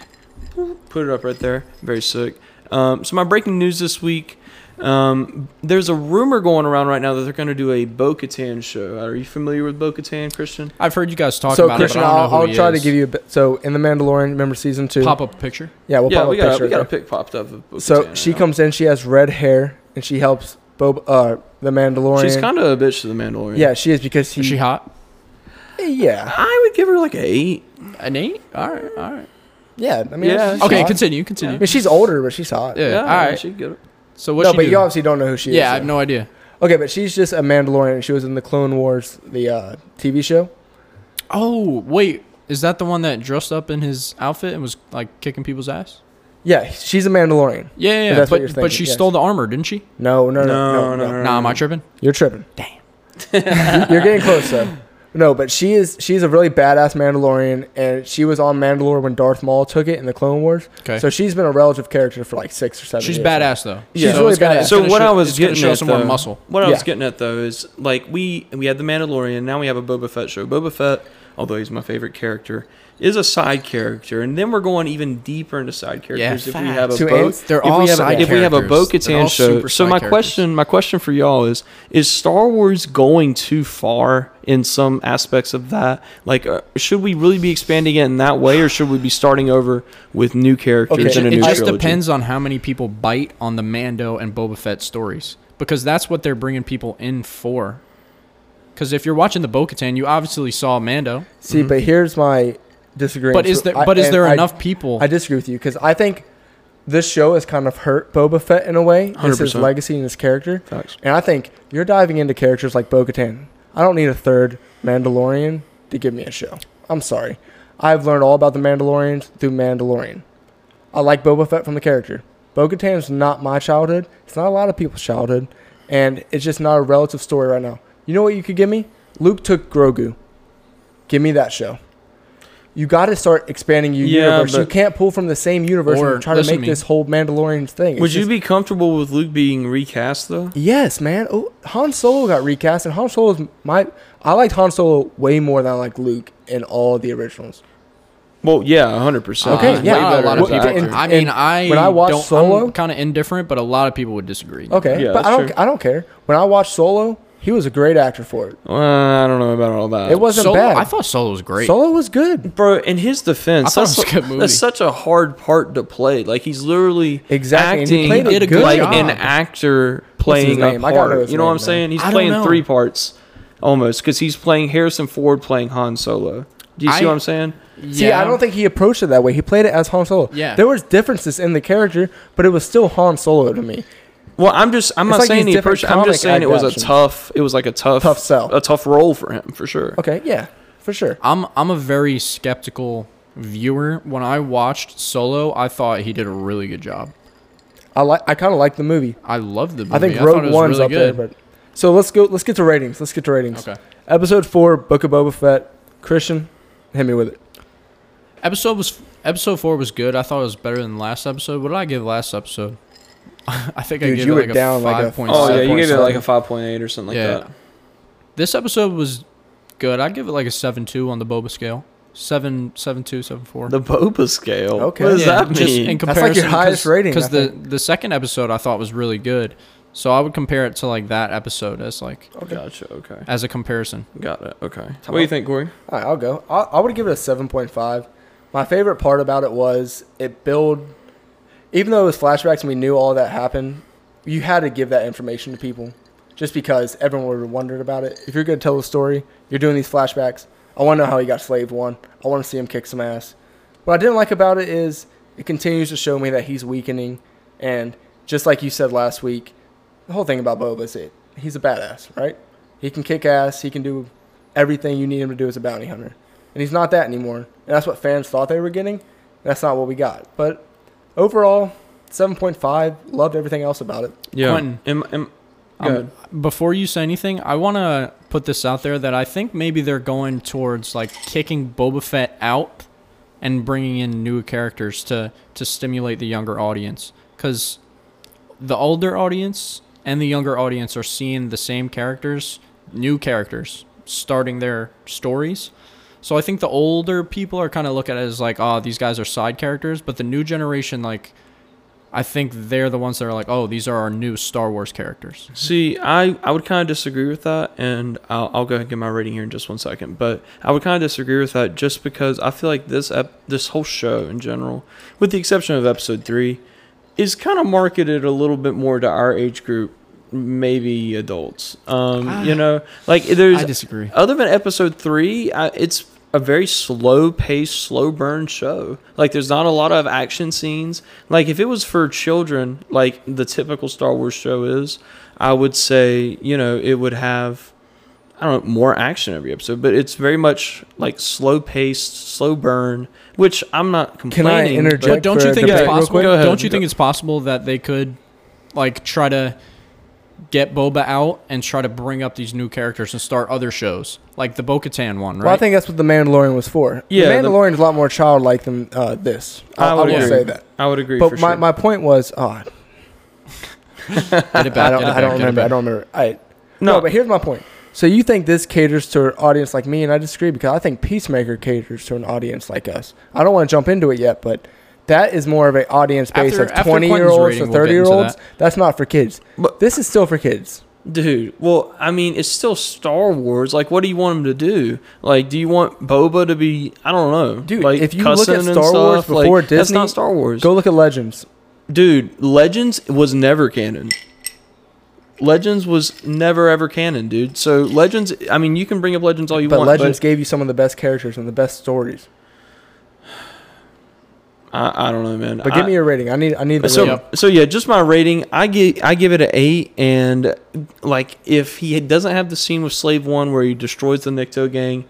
[SPEAKER 3] put it up right there. Very sick. Um, so my breaking news this week, um, there's a rumor going around right now that they're gonna do a Bo-Katan show. Are you familiar with Bo-Katan, Christian?
[SPEAKER 2] I've heard you guys talk
[SPEAKER 1] so
[SPEAKER 2] about
[SPEAKER 1] Christian,
[SPEAKER 2] it. But I don't
[SPEAKER 1] I'll,
[SPEAKER 2] know who
[SPEAKER 1] I'll
[SPEAKER 2] he
[SPEAKER 1] try
[SPEAKER 2] is.
[SPEAKER 1] to give you a bit. So in the Mandalorian, remember season two?
[SPEAKER 2] pop up a picture.
[SPEAKER 1] Yeah, we'll
[SPEAKER 3] yeah,
[SPEAKER 1] pop
[SPEAKER 3] we
[SPEAKER 1] a
[SPEAKER 3] got
[SPEAKER 1] picture.
[SPEAKER 3] we got a
[SPEAKER 1] right
[SPEAKER 3] pic popped up of
[SPEAKER 1] there.
[SPEAKER 3] Bo-Katan.
[SPEAKER 1] So she
[SPEAKER 3] right
[SPEAKER 1] comes in. She has red hair, and she helps Boba, uh, the
[SPEAKER 3] now.
[SPEAKER 1] Mandalorian.
[SPEAKER 3] She's kind of a bitch to the Mandalorian.
[SPEAKER 1] Yeah, she is because he.
[SPEAKER 2] Is she hot?
[SPEAKER 1] yeah,
[SPEAKER 3] I would give her like an eight.
[SPEAKER 2] An eight? All right, all right.
[SPEAKER 1] yeah. I mean,
[SPEAKER 3] Yeah.
[SPEAKER 1] she's
[SPEAKER 2] Okay,
[SPEAKER 1] hot.
[SPEAKER 2] continue,
[SPEAKER 1] I
[SPEAKER 2] continue.
[SPEAKER 1] mean, she's older, but she's hot.
[SPEAKER 2] Yeah, all
[SPEAKER 3] I mean,
[SPEAKER 2] right.
[SPEAKER 3] she'd get it.
[SPEAKER 2] so what?
[SPEAKER 1] no,
[SPEAKER 2] she
[SPEAKER 1] but
[SPEAKER 2] do?
[SPEAKER 1] you obviously don't know who she is.
[SPEAKER 2] yeah, I
[SPEAKER 1] so.
[SPEAKER 2] have no idea.
[SPEAKER 1] Okay, but she's just a Mandalorian. She was in the Clone Wars, the uh, TV show.
[SPEAKER 2] Oh wait, is that the one that dressed up in his outfit and was like kicking people's ass?
[SPEAKER 1] Yeah, she's a Mandalorian.
[SPEAKER 2] Yeah, yeah,
[SPEAKER 1] If
[SPEAKER 2] yeah,
[SPEAKER 1] that's what
[SPEAKER 2] but
[SPEAKER 1] you're
[SPEAKER 2] but she
[SPEAKER 1] thinking, Mm.
[SPEAKER 2] stole the armor, didn't she?
[SPEAKER 1] No, no, no, no, no.
[SPEAKER 2] Nah, am I tripping?
[SPEAKER 1] You're tripping. Damn. You're getting close though. No, but she is she's a really badass Mandalorian, and she was on Mandalore when Darth Maul took it in the Clone Wars.
[SPEAKER 2] Okay,
[SPEAKER 1] So she's been a relative character for like six or seven.
[SPEAKER 2] she's
[SPEAKER 1] years.
[SPEAKER 2] badass though.
[SPEAKER 1] She's
[SPEAKER 2] So
[SPEAKER 1] really
[SPEAKER 2] it's gonna-
[SPEAKER 1] badass.
[SPEAKER 2] it's
[SPEAKER 3] So
[SPEAKER 2] gonna
[SPEAKER 3] what
[SPEAKER 2] show-
[SPEAKER 3] I was
[SPEAKER 2] it's gonna
[SPEAKER 3] getting
[SPEAKER 2] show
[SPEAKER 3] at,
[SPEAKER 2] some more
[SPEAKER 3] though-
[SPEAKER 2] muscle.
[SPEAKER 3] What I was
[SPEAKER 1] Yeah.
[SPEAKER 3] getting at though is like we we had the Mandalorian, now we have a Boba Fett show. Boba Fett, although he's my favorite character, is a side character, and then we're going even deeper into side characters if we have a
[SPEAKER 1] To
[SPEAKER 3] Bo-
[SPEAKER 1] ins-
[SPEAKER 2] They're
[SPEAKER 3] if
[SPEAKER 2] all
[SPEAKER 3] we have,
[SPEAKER 2] side
[SPEAKER 3] if we have a Bo
[SPEAKER 2] characters. They're all
[SPEAKER 3] Katan show.
[SPEAKER 2] super
[SPEAKER 3] So
[SPEAKER 2] side
[SPEAKER 3] my
[SPEAKER 2] characters.
[SPEAKER 3] question my question for y'all is is Star Wars going too far in some aspects of that? Like uh, should we really be expanding it in that way, or should we be starting over with new
[SPEAKER 1] Okay.
[SPEAKER 3] characters and a
[SPEAKER 2] It
[SPEAKER 3] new
[SPEAKER 2] just
[SPEAKER 3] trilogy?
[SPEAKER 2] depends on how many people bite on the Mando and Boba Fett stories because that's what they're bringing people in for. Because if you're watching the Bo-Katan, you obviously saw Mando,
[SPEAKER 1] See, but here's my disagreement.
[SPEAKER 2] Mm-hmm. but is there but is there enough people?
[SPEAKER 1] I disagree with you because I think this show has kind of hurt Boba Fett in a way. It's his
[SPEAKER 3] 100%.
[SPEAKER 1] legacy and his character.
[SPEAKER 3] Facts.
[SPEAKER 1] And I think you're diving into characters like Bo Katan. I don't need a third Mandalorian to give me a show. I'm sorry. I've learned all about the Mandalorians through Mandalorian. I like Boba Fett from the character. Bo Katan's not my childhood. It's not a lot of people's childhood. And it's just not a relative story right now. You know what you could give me? Luke took Grogu. Give me that show. You got to start expanding your
[SPEAKER 3] Yeah,
[SPEAKER 1] universe. You
[SPEAKER 3] but-
[SPEAKER 1] can't pull from the same universe
[SPEAKER 2] Or-
[SPEAKER 1] and try to
[SPEAKER 2] listen to
[SPEAKER 1] make
[SPEAKER 2] me.
[SPEAKER 1] this whole Mandalorian thing. It's
[SPEAKER 3] Would you
[SPEAKER 1] just-
[SPEAKER 3] be comfortable with Luke being recast though?
[SPEAKER 1] Yes, man. Oh, Han Solo got recast, and Han Solo's my. I liked Han Solo way more than I liked Luke in all the originals.
[SPEAKER 3] Well, yeah, hundred percent.
[SPEAKER 1] Okay, yeah.
[SPEAKER 2] not a lot of
[SPEAKER 1] Well,
[SPEAKER 2] people.
[SPEAKER 1] and-
[SPEAKER 2] I mean,
[SPEAKER 1] and
[SPEAKER 2] I
[SPEAKER 1] when I watch
[SPEAKER 2] don't,
[SPEAKER 1] Solo-
[SPEAKER 2] I'm kind of indifferent, but a lot of people would disagree.
[SPEAKER 1] Okay,
[SPEAKER 3] Yeah,
[SPEAKER 1] but I
[SPEAKER 3] that's
[SPEAKER 1] don't.
[SPEAKER 3] true.
[SPEAKER 1] I don't care. When I watched Solo, he was a great actor for it.
[SPEAKER 3] Well, I don't know about all that.
[SPEAKER 1] It wasn't
[SPEAKER 2] Solo,
[SPEAKER 1] bad.
[SPEAKER 2] I thought Solo was great.
[SPEAKER 1] Solo was good.
[SPEAKER 3] bro. In his defense,
[SPEAKER 2] I thought
[SPEAKER 3] that's,
[SPEAKER 2] it was a good movie.
[SPEAKER 3] that's such a hard part to play. Like he's literally
[SPEAKER 1] Exactly, and he
[SPEAKER 3] acting
[SPEAKER 1] played
[SPEAKER 2] a Did a good
[SPEAKER 3] like
[SPEAKER 2] job.
[SPEAKER 3] an actor playing a
[SPEAKER 1] name? I gotta know
[SPEAKER 3] part.
[SPEAKER 1] his
[SPEAKER 3] You know what
[SPEAKER 1] name,
[SPEAKER 3] I'm saying? He's
[SPEAKER 2] I don't
[SPEAKER 3] playing
[SPEAKER 2] know.
[SPEAKER 3] three parts almost because he's playing Harrison Ford playing Han Solo. Do you see
[SPEAKER 2] I-
[SPEAKER 3] what I'm saying?
[SPEAKER 2] yeah,
[SPEAKER 1] See, I don't think he approached it that way. He played it as Han Solo.
[SPEAKER 2] Yeah.
[SPEAKER 1] there was differences in the character, but it was still Han Solo to me.
[SPEAKER 3] Well, I'm just I'm
[SPEAKER 1] It's
[SPEAKER 3] not
[SPEAKER 1] like
[SPEAKER 3] saying
[SPEAKER 1] these
[SPEAKER 3] he
[SPEAKER 1] different
[SPEAKER 3] approached. I'm just
[SPEAKER 1] comic
[SPEAKER 3] saying it was a
[SPEAKER 1] adaptations.
[SPEAKER 3] tough. It was like a tough,
[SPEAKER 1] Tough sell.
[SPEAKER 3] a tough role for him for sure.
[SPEAKER 1] Okay, yeah, for sure.
[SPEAKER 2] I'm I'm a very skeptical viewer. When I watched Solo, I thought he did a really good job.
[SPEAKER 1] I like. I kind of like the movie.
[SPEAKER 2] I loved the movie.
[SPEAKER 1] I think
[SPEAKER 2] thought it
[SPEAKER 1] Rogue
[SPEAKER 2] was
[SPEAKER 1] One's
[SPEAKER 2] really
[SPEAKER 1] up
[SPEAKER 2] good.
[SPEAKER 1] there, but. So let's go. Let's get to ratings. Let's get to ratings.
[SPEAKER 2] okay.
[SPEAKER 1] Episode four, Book of Boba Fett. Christian, hit me with it.
[SPEAKER 2] Episode was episode four was good. I thought it was better than last episode. What did I give last episode? I think I
[SPEAKER 1] Dude,
[SPEAKER 2] gave
[SPEAKER 1] you
[SPEAKER 2] it
[SPEAKER 1] were
[SPEAKER 2] like a
[SPEAKER 1] down like a-
[SPEAKER 2] five point.
[SPEAKER 3] Oh yeah, you gave it like
[SPEAKER 1] 7.7.
[SPEAKER 3] a five point eight or something like
[SPEAKER 2] Yeah.
[SPEAKER 3] that.
[SPEAKER 2] This episode was good. I give it like a seven two on the Boba scale. Seven seven two seven four.
[SPEAKER 3] The Boba scale.
[SPEAKER 1] Okay.
[SPEAKER 3] What does
[SPEAKER 1] Yeah,
[SPEAKER 3] that mean?
[SPEAKER 2] in
[SPEAKER 1] That's like your highest rating, I
[SPEAKER 2] Because the the second episode I thought was really good, so I would compare it to like that episode as like
[SPEAKER 1] Okay.
[SPEAKER 3] Gotcha. Okay.
[SPEAKER 2] as a comparison.
[SPEAKER 3] Got it. Okay.
[SPEAKER 1] Tom.
[SPEAKER 3] What do you think, Corey?
[SPEAKER 1] All right, I'll go. I, I would give it a 7.5. My favorite part about it was it build, even though it was flashbacks and we knew all that happened, you had to give that information to people just because everyone would have wondered about it. If you're going to tell the story, you're doing these flashbacks. I want to know how he got slaved one. I want to see him kick some ass. What I didn't like about it is it continues to show me that he's weakening. And just like you said last week, the whole thing about Boba is it, he's a badass, right? He can kick ass. He can do everything you need him to do as a bounty hunter. And he's not that anymore. And that's what fans thought they were getting. and that's not what we got. But overall, 7.5. Loved everything else about it.
[SPEAKER 3] Yeah.
[SPEAKER 2] Quentin.
[SPEAKER 3] Am, am,
[SPEAKER 2] Um,
[SPEAKER 3] Good.
[SPEAKER 2] before you say anything, I want to put this out there that I think maybe they're going towards like kicking Boba Fett out and bringing in new characters to to stimulate the younger audience because the older audience and the younger audience are seeing the same characters, new characters starting their stories. So I think the older people are kind of look at it as like, oh, these guys are side characters, but the new generation, like, I think they're the ones that are like, oh, these are our new Star Wars characters.
[SPEAKER 3] See, I, I would kind of disagree with that, and I'll, I'll go ahead and get my rating here in just one second. But I would kind of disagree with that just because I feel like this ep- this whole show in general, with the exception of episode three, is kind of marketed a little bit more to our age group, maybe adults. Um, you know, like
[SPEAKER 2] I
[SPEAKER 3] there's
[SPEAKER 2] disagree.
[SPEAKER 3] other than episode three, I, it's a very slow paced, slow burn show. Like, there's not a lot of action scenes. Like, if it was for children, like the typical Star Wars show is, I would say, you know, it would have, I don't know, more action every episode, but it's very much like slow paced, slow burn, which I'm not
[SPEAKER 1] Can I
[SPEAKER 3] complaining. but-
[SPEAKER 1] interject?
[SPEAKER 2] But don't
[SPEAKER 1] for
[SPEAKER 2] you
[SPEAKER 1] a
[SPEAKER 2] think it's
[SPEAKER 1] debate real
[SPEAKER 2] possible?
[SPEAKER 1] quick?
[SPEAKER 3] Go ahead.
[SPEAKER 2] Don't you think it's possible that they could, like, try to get Boba out and try to bring up these new characters and start other shows, like the Bo-Katan one, right?
[SPEAKER 1] Well, I think that's what the Mandalorian was for.
[SPEAKER 3] Yeah,
[SPEAKER 1] the
[SPEAKER 3] the-
[SPEAKER 1] Mandalorian is a lot more childlike than uh, this. I, I,
[SPEAKER 3] would
[SPEAKER 1] will
[SPEAKER 3] agree.
[SPEAKER 1] say that.
[SPEAKER 3] I would agree. for
[SPEAKER 1] But my,
[SPEAKER 3] sure.
[SPEAKER 1] my point was, oh,
[SPEAKER 2] Get it
[SPEAKER 1] I
[SPEAKER 2] back,
[SPEAKER 1] don't,
[SPEAKER 2] get it
[SPEAKER 1] I
[SPEAKER 2] back,
[SPEAKER 1] don't
[SPEAKER 2] get it
[SPEAKER 1] remember. I
[SPEAKER 2] back.
[SPEAKER 1] don't remember. I,
[SPEAKER 3] no,
[SPEAKER 1] no, but here's my point. So you think this caters to an audience like me, and I disagree because I think Peacemaker caters to an audience like us. I don't want to jump into it yet, but that is more of an audience base
[SPEAKER 2] After-
[SPEAKER 1] of
[SPEAKER 2] after
[SPEAKER 1] 20 year
[SPEAKER 2] Quentin's
[SPEAKER 1] olds
[SPEAKER 2] rating,
[SPEAKER 1] to
[SPEAKER 2] we'll get
[SPEAKER 1] 30 year
[SPEAKER 2] into
[SPEAKER 1] olds.
[SPEAKER 2] that.
[SPEAKER 1] That's not for kids.
[SPEAKER 3] But-
[SPEAKER 1] this is still for kids.
[SPEAKER 3] Dude, well, I mean, it's still Star Wars. Like, what do you want him to do? Like, do you want Boba to be? I don't know,
[SPEAKER 1] Dude,
[SPEAKER 3] Like,
[SPEAKER 1] if you look at
[SPEAKER 3] cussing and
[SPEAKER 1] Star Wars
[SPEAKER 3] stuff? Like,
[SPEAKER 1] before
[SPEAKER 3] that's
[SPEAKER 1] Disney,
[SPEAKER 3] not Star Wars.
[SPEAKER 1] Go look at Legends.
[SPEAKER 3] Dude, Legends was never canon. Legends was never ever canon, dude. So Legends, I mean, you can bring up Legends all you
[SPEAKER 1] but
[SPEAKER 3] want,
[SPEAKER 1] Legends gave you some of the best characters and the best stories.
[SPEAKER 3] but I, I don't know, man.
[SPEAKER 1] But give
[SPEAKER 3] I-
[SPEAKER 1] me your rating. I need I need the
[SPEAKER 3] so
[SPEAKER 1] rating.
[SPEAKER 3] so yeah, just my rating. I give I give it an eight, and like if he doesn't have the scene with Slave One where he destroys the Nikto gang,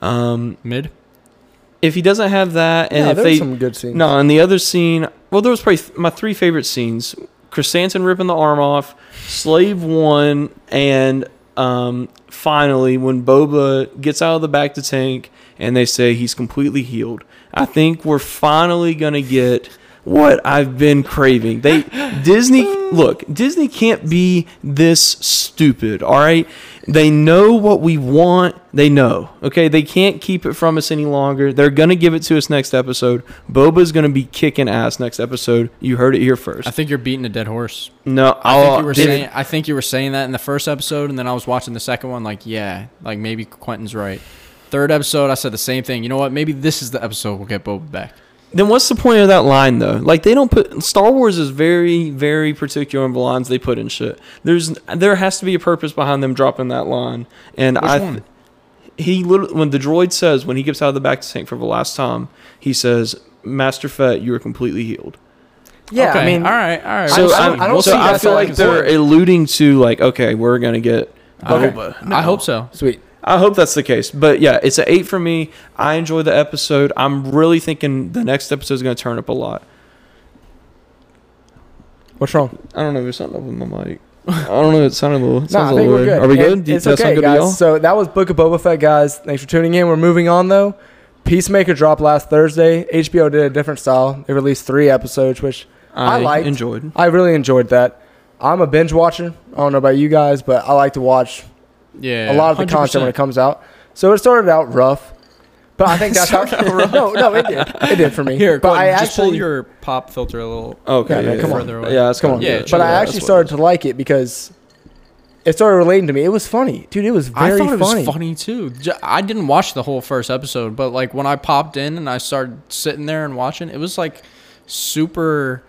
[SPEAKER 3] um,
[SPEAKER 2] Mid.
[SPEAKER 3] if he doesn't have that, and
[SPEAKER 1] yeah,
[SPEAKER 3] if
[SPEAKER 1] there
[SPEAKER 3] they
[SPEAKER 1] were some good scenes.
[SPEAKER 3] No, and the other scene, well, there was probably th- my three favorite scenes: Chrysanthemum ripping the arm off, Slave One, and um, finally when Boba gets out of the back to tank, and they say he's completely healed. I think we're finally gonna get what I've been craving. They Disney look, Disney can't be this stupid, all right? They know what we want. They know. Okay? They can't keep it from us any longer. They're going to give it to us next episode. Boba's going to be kicking ass next episode. You heard it here first.
[SPEAKER 2] I think you're beating a dead horse.
[SPEAKER 3] no,
[SPEAKER 2] I think
[SPEAKER 3] I'll,
[SPEAKER 2] you were
[SPEAKER 3] did-
[SPEAKER 2] saying. I think you were saying that in the first episode, and then I was watching the second one. Like, yeah, like maybe Quentin's right. Third episode, I said the same thing. You know what? Maybe this is the episode we'll get Boba back.
[SPEAKER 3] Then what's the point of that line though? Like they don't put Star Wars is very very particular in the lines they put in shit. There's there has to be a purpose behind them dropping that line. And
[SPEAKER 2] Which
[SPEAKER 3] I
[SPEAKER 2] one?
[SPEAKER 3] he literally when the droid says when he gets out of the back tank for the last time, he says, "Master Fett, you are completely healed."
[SPEAKER 1] yeah,
[SPEAKER 2] Okay,
[SPEAKER 1] I mean,
[SPEAKER 2] all right, all right.
[SPEAKER 1] So,
[SPEAKER 2] we'll
[SPEAKER 1] I-
[SPEAKER 2] see.
[SPEAKER 1] I don't
[SPEAKER 2] We'll
[SPEAKER 1] see
[SPEAKER 3] so
[SPEAKER 2] see.
[SPEAKER 3] I
[SPEAKER 1] that's
[SPEAKER 3] feel
[SPEAKER 1] all I
[SPEAKER 3] like
[SPEAKER 1] can
[SPEAKER 3] they're alluding to like, okay, we're gonna get
[SPEAKER 2] Okay.
[SPEAKER 3] Boba.
[SPEAKER 2] I hope so.
[SPEAKER 1] sweet.
[SPEAKER 3] I hope that's the case. But yeah, it's an eight for me. I enjoy the episode. I'm really thinking the next episode is gonna turn up a lot.
[SPEAKER 1] What's wrong?
[SPEAKER 3] I don't know. There's something up with my mic. I don't know. It sounded a little. it
[SPEAKER 1] No, I
[SPEAKER 3] sounds a
[SPEAKER 1] think
[SPEAKER 3] little
[SPEAKER 1] we're
[SPEAKER 3] weird.
[SPEAKER 1] good.
[SPEAKER 3] Are we
[SPEAKER 1] And
[SPEAKER 3] good? Does
[SPEAKER 1] It's
[SPEAKER 3] that
[SPEAKER 1] okay,
[SPEAKER 3] sound good to y'all?
[SPEAKER 1] guys. So that was Book of Boba Fett, guys. Thanks for tuning in. We're moving on though. Peacemaker dropped last Thursday. HBO did a different style. They released three episodes, which I liked.
[SPEAKER 3] enjoyed.
[SPEAKER 1] I really enjoyed. That I'm a binge watcher. I don't know about you guys, but I like to watch
[SPEAKER 2] Yeah,
[SPEAKER 1] a lot of the content when it comes out. So it started out rough, but I think that's how. no, no, it did. It did for me.
[SPEAKER 2] Here,
[SPEAKER 1] but I
[SPEAKER 2] just pull
[SPEAKER 1] actually
[SPEAKER 2] your pop filter a little.
[SPEAKER 3] Okay,
[SPEAKER 1] Yeah, man,
[SPEAKER 3] yeah,
[SPEAKER 1] come
[SPEAKER 3] yeah.
[SPEAKER 1] on.
[SPEAKER 3] Yeah, that's
[SPEAKER 1] Come
[SPEAKER 3] gonna
[SPEAKER 1] on.
[SPEAKER 3] be
[SPEAKER 2] Yeah,
[SPEAKER 3] good.
[SPEAKER 1] but I
[SPEAKER 2] that's
[SPEAKER 1] actually started to like it because it started relating to me. It was funny, dude. It was
[SPEAKER 2] I
[SPEAKER 1] very
[SPEAKER 2] thought it
[SPEAKER 1] funny.
[SPEAKER 2] was funny too. J- I didn't watch the whole first episode, but like when I popped in and I started sitting there and watching, it was like super.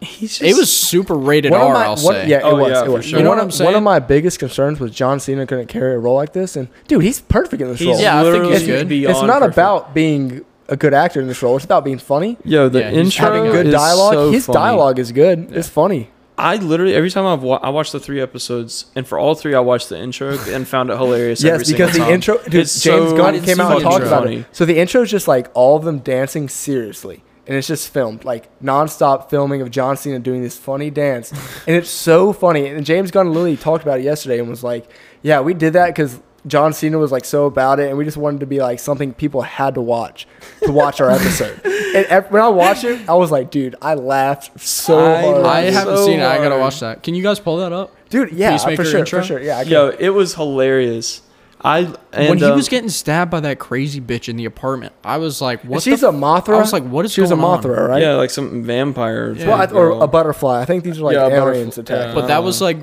[SPEAKER 3] He's
[SPEAKER 2] It was super rated
[SPEAKER 1] One of
[SPEAKER 2] R.
[SPEAKER 1] my-
[SPEAKER 2] I'll
[SPEAKER 1] one-
[SPEAKER 2] say.
[SPEAKER 1] Yeah, it
[SPEAKER 3] Oh,
[SPEAKER 1] was.
[SPEAKER 3] yeah,
[SPEAKER 1] it
[SPEAKER 3] for
[SPEAKER 1] was.
[SPEAKER 3] sure.
[SPEAKER 2] You know
[SPEAKER 1] one,
[SPEAKER 2] what
[SPEAKER 1] of,
[SPEAKER 2] I'm
[SPEAKER 1] one of
[SPEAKER 2] saying?
[SPEAKER 1] my biggest concerns was John Cena couldn't carry a role like this, and dude, he's perfect in this role.
[SPEAKER 2] yeah, I think he's
[SPEAKER 1] it's,
[SPEAKER 2] good.
[SPEAKER 1] it's not about being a good actor in this role. It's about being funny,
[SPEAKER 3] Yo, the
[SPEAKER 2] Yeah, he's
[SPEAKER 3] intro
[SPEAKER 1] having good
[SPEAKER 3] is
[SPEAKER 1] dialogue.
[SPEAKER 3] so
[SPEAKER 1] His
[SPEAKER 3] funny.
[SPEAKER 1] dialogue is good. It's funny.
[SPEAKER 3] I literally every time I've wa- I watched the three episodes, and for all three, I watched the intro and found it hilarious.
[SPEAKER 1] Yes,
[SPEAKER 3] every single
[SPEAKER 1] because the
[SPEAKER 3] time.
[SPEAKER 1] intro, dude,
[SPEAKER 3] It's
[SPEAKER 1] James
[SPEAKER 3] so
[SPEAKER 1] Gunn came out and
[SPEAKER 3] fucking
[SPEAKER 1] talked about
[SPEAKER 3] funny.
[SPEAKER 1] it. So the intro is just like all of them dancing seriously, and it's just filmed like nonstop filming of John Cena doing this funny dance, and it's so funny. And James Gunn literally talked about it yesterday and was like, "Yeah, we did that because John Cena was like so about it, and we just wanted to be like something people had to watch to watch our episode. and ev- when I watched it, I was like, dude, I laughed so
[SPEAKER 3] I
[SPEAKER 1] hard,
[SPEAKER 2] I haven't
[SPEAKER 3] so
[SPEAKER 2] seen it. I gotta
[SPEAKER 3] hard.
[SPEAKER 2] watch that. Can you guys pull that up?
[SPEAKER 1] dude. Yeah, for
[SPEAKER 2] Peacemaker
[SPEAKER 1] sure,
[SPEAKER 2] intro?
[SPEAKER 1] for sure. Yeah, I can-
[SPEAKER 3] Yo, it was hilarious. I and
[SPEAKER 2] when he
[SPEAKER 1] uh,
[SPEAKER 3] um,
[SPEAKER 2] was getting stabbed by that crazy bitch in the apartment, I was like,
[SPEAKER 1] And
[SPEAKER 2] "What?"
[SPEAKER 1] she's
[SPEAKER 2] the
[SPEAKER 1] a Mothra.
[SPEAKER 2] I was like, what is
[SPEAKER 1] she was a
[SPEAKER 2] going on?
[SPEAKER 1] Mothra, right?
[SPEAKER 3] yeah, like some vampire.
[SPEAKER 2] Yeah.
[SPEAKER 1] Well, I-
[SPEAKER 3] type
[SPEAKER 1] or
[SPEAKER 3] girl.
[SPEAKER 1] a butterfly. I think these are like
[SPEAKER 3] Yeah, a butterfl-
[SPEAKER 1] aliens attacking.
[SPEAKER 3] yeah.
[SPEAKER 2] But that
[SPEAKER 1] Uh.
[SPEAKER 2] was like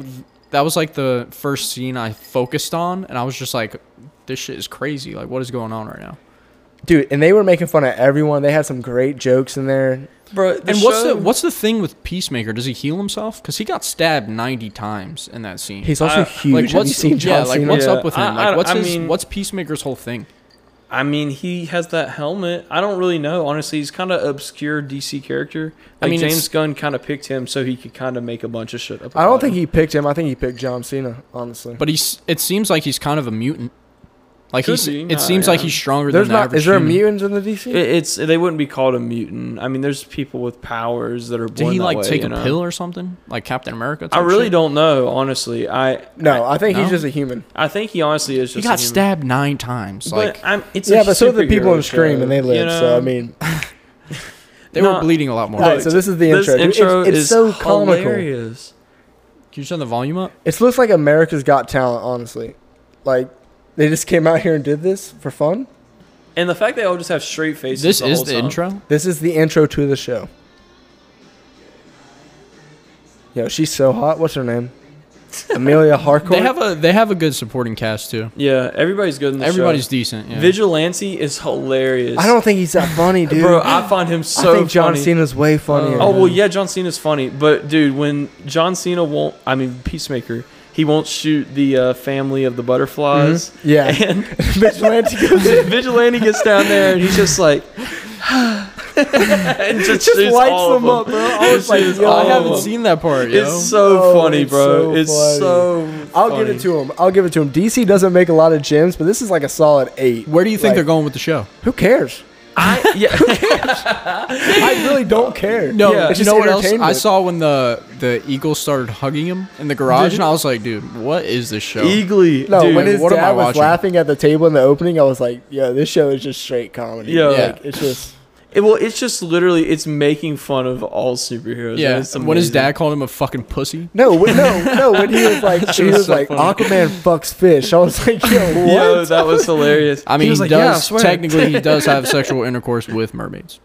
[SPEAKER 2] that was like the first scene I focused on, and I was just like, "This shit is crazy! Like, what is going on right now?"
[SPEAKER 1] dude. And they were making fun of everyone. They had some great jokes in there.
[SPEAKER 3] Bro, the
[SPEAKER 2] and what's
[SPEAKER 3] show-
[SPEAKER 2] the what's the thing with Peacemaker? Does he heal himself? Because he got stabbed ninety times in that scene.
[SPEAKER 1] He's also
[SPEAKER 3] I-
[SPEAKER 1] huge.
[SPEAKER 2] like,
[SPEAKER 1] Have you
[SPEAKER 2] what's
[SPEAKER 1] seen John
[SPEAKER 2] yeah, like
[SPEAKER 1] Cena?
[SPEAKER 2] what's
[SPEAKER 3] Yeah,
[SPEAKER 2] up with him?
[SPEAKER 3] I-
[SPEAKER 2] like,
[SPEAKER 3] I-
[SPEAKER 2] what's
[SPEAKER 3] I
[SPEAKER 2] his
[SPEAKER 3] mean-
[SPEAKER 2] what's Peacemaker's whole thing?
[SPEAKER 3] I mean, he has that helmet. I don't really know. Honestly, he's kind of obscure DC character.
[SPEAKER 2] I
[SPEAKER 3] Like
[SPEAKER 2] mean, it's-
[SPEAKER 3] James Gunn kind of picked him so he could kind of make a bunch of shit up.
[SPEAKER 1] I don't
[SPEAKER 3] about
[SPEAKER 1] think
[SPEAKER 3] him.
[SPEAKER 1] he picked him. I think he picked John Cena. Honestly,
[SPEAKER 2] But he's it seems like he's kind of a mutant. Like
[SPEAKER 3] Could
[SPEAKER 2] he's
[SPEAKER 3] be.
[SPEAKER 2] it
[SPEAKER 3] Nah,
[SPEAKER 2] seems
[SPEAKER 3] yeah.
[SPEAKER 2] like he's stronger
[SPEAKER 1] there's
[SPEAKER 2] than the
[SPEAKER 1] not.
[SPEAKER 2] average
[SPEAKER 1] Is there a
[SPEAKER 2] human.
[SPEAKER 1] mutants in the DC?
[SPEAKER 3] It- It's they wouldn't be called a mutant. I mean, there's people with powers that are.
[SPEAKER 2] Did
[SPEAKER 3] Born
[SPEAKER 2] he
[SPEAKER 3] that
[SPEAKER 2] like
[SPEAKER 3] way,
[SPEAKER 2] take
[SPEAKER 3] you
[SPEAKER 2] a
[SPEAKER 3] know?
[SPEAKER 2] pill or something? Like Captain America?
[SPEAKER 3] I
[SPEAKER 2] type
[SPEAKER 3] really
[SPEAKER 2] shit?
[SPEAKER 3] don't know. Honestly, I
[SPEAKER 1] no, I think he's
[SPEAKER 2] No?
[SPEAKER 1] just a human.
[SPEAKER 3] I think he honestly is.
[SPEAKER 2] He
[SPEAKER 3] Just
[SPEAKER 2] got
[SPEAKER 3] a human.
[SPEAKER 2] stabbed nine times.
[SPEAKER 3] But
[SPEAKER 2] like
[SPEAKER 3] I'm, it's
[SPEAKER 1] yeah,
[SPEAKER 3] a
[SPEAKER 1] but so did the people in
[SPEAKER 3] superhero
[SPEAKER 1] Scream,
[SPEAKER 3] show,
[SPEAKER 1] and they
[SPEAKER 3] you
[SPEAKER 1] live.
[SPEAKER 3] know?
[SPEAKER 1] So I mean,
[SPEAKER 2] they
[SPEAKER 3] no.
[SPEAKER 2] were bleeding a lot more.
[SPEAKER 1] All right, so this is the
[SPEAKER 3] this
[SPEAKER 1] intro. dude. It's-
[SPEAKER 3] intro
[SPEAKER 1] it's,
[SPEAKER 3] is
[SPEAKER 1] so comical.
[SPEAKER 3] hilarious.
[SPEAKER 2] Can you turn the volume up?
[SPEAKER 1] It looks like America's Got Talent. Honestly, like they just came out here and did this for fun.
[SPEAKER 3] And the fact they all just have straight faces.
[SPEAKER 2] This is
[SPEAKER 3] whole
[SPEAKER 2] the
[SPEAKER 3] time.
[SPEAKER 2] intro.
[SPEAKER 1] This is the intro to the show. Yo, she's so hot. What's her name? Amelia Harcourt.
[SPEAKER 2] They have a they have a good supporting cast too.
[SPEAKER 3] Yeah, everybody's good in the
[SPEAKER 2] Everybody's decent. Yeah.
[SPEAKER 3] Vigilante is hilarious.
[SPEAKER 1] I don't think he's that funny, dude.
[SPEAKER 3] Bro, I find him
[SPEAKER 1] I
[SPEAKER 3] so
[SPEAKER 1] think John
[SPEAKER 3] funny.
[SPEAKER 1] Cena's way funnier.
[SPEAKER 3] Oh well, yeah, John Cena's funny, but dude, when John Cena won't, I mean Peacemaker, he won't shoot the uh, family of the butterflies.
[SPEAKER 1] Mm-hmm. Yeah.
[SPEAKER 3] And
[SPEAKER 1] Vigilante goes
[SPEAKER 3] Vigilante gets down there and he's just like, and
[SPEAKER 1] just
[SPEAKER 3] just, shoots
[SPEAKER 1] lights
[SPEAKER 3] all of
[SPEAKER 1] them up, bro. I was
[SPEAKER 3] Just
[SPEAKER 1] like,
[SPEAKER 3] shoots
[SPEAKER 1] yo,
[SPEAKER 2] I
[SPEAKER 3] all
[SPEAKER 2] haven't
[SPEAKER 3] of them.
[SPEAKER 2] seen that part. Yo.
[SPEAKER 3] It's so
[SPEAKER 1] Oh,
[SPEAKER 3] funny,
[SPEAKER 1] it's
[SPEAKER 3] bro.
[SPEAKER 1] so
[SPEAKER 3] it's
[SPEAKER 1] funny.
[SPEAKER 3] so.
[SPEAKER 1] I'll give it to him. I'll give it to him. DC doesn't make a lot of gems, but this is like a solid eight.
[SPEAKER 2] Where do you think
[SPEAKER 1] Like,
[SPEAKER 2] they're going with the show?
[SPEAKER 1] Who cares?
[SPEAKER 3] I, yeah,
[SPEAKER 1] I really don't care.
[SPEAKER 2] No,
[SPEAKER 3] Yeah.
[SPEAKER 1] It's
[SPEAKER 2] you
[SPEAKER 1] just
[SPEAKER 2] know what else? I
[SPEAKER 1] entertainment.
[SPEAKER 2] saw when the the Eagles started hugging him in the garage, and I was like, dude, what is this show?
[SPEAKER 3] Eagly.
[SPEAKER 1] No,
[SPEAKER 3] dude,
[SPEAKER 1] when his
[SPEAKER 2] what am
[SPEAKER 1] dad
[SPEAKER 2] I
[SPEAKER 1] was
[SPEAKER 2] watching?
[SPEAKER 1] laughing at the table in the opening, I was like, "Yo, this show is just straight comedy.
[SPEAKER 3] Yo.
[SPEAKER 1] Like,
[SPEAKER 2] Yeah.
[SPEAKER 1] it's just
[SPEAKER 3] It, well, it's just literally it's making fun of all superheroes.
[SPEAKER 2] yeah,
[SPEAKER 3] and it's
[SPEAKER 2] when his
[SPEAKER 3] amazing.
[SPEAKER 2] dad called him a fucking pussy.
[SPEAKER 1] no, when, no, no." When he was like, he
[SPEAKER 2] was
[SPEAKER 1] was
[SPEAKER 2] so
[SPEAKER 1] like,
[SPEAKER 2] funny.
[SPEAKER 1] "Aquaman fucks fish." I was like, "Yo, what?"
[SPEAKER 3] Yo, that was hilarious.
[SPEAKER 2] I mean, he,
[SPEAKER 3] was like, "Yeah, I
[SPEAKER 2] does
[SPEAKER 3] swear."
[SPEAKER 2] technically he does have sexual intercourse with mermaids.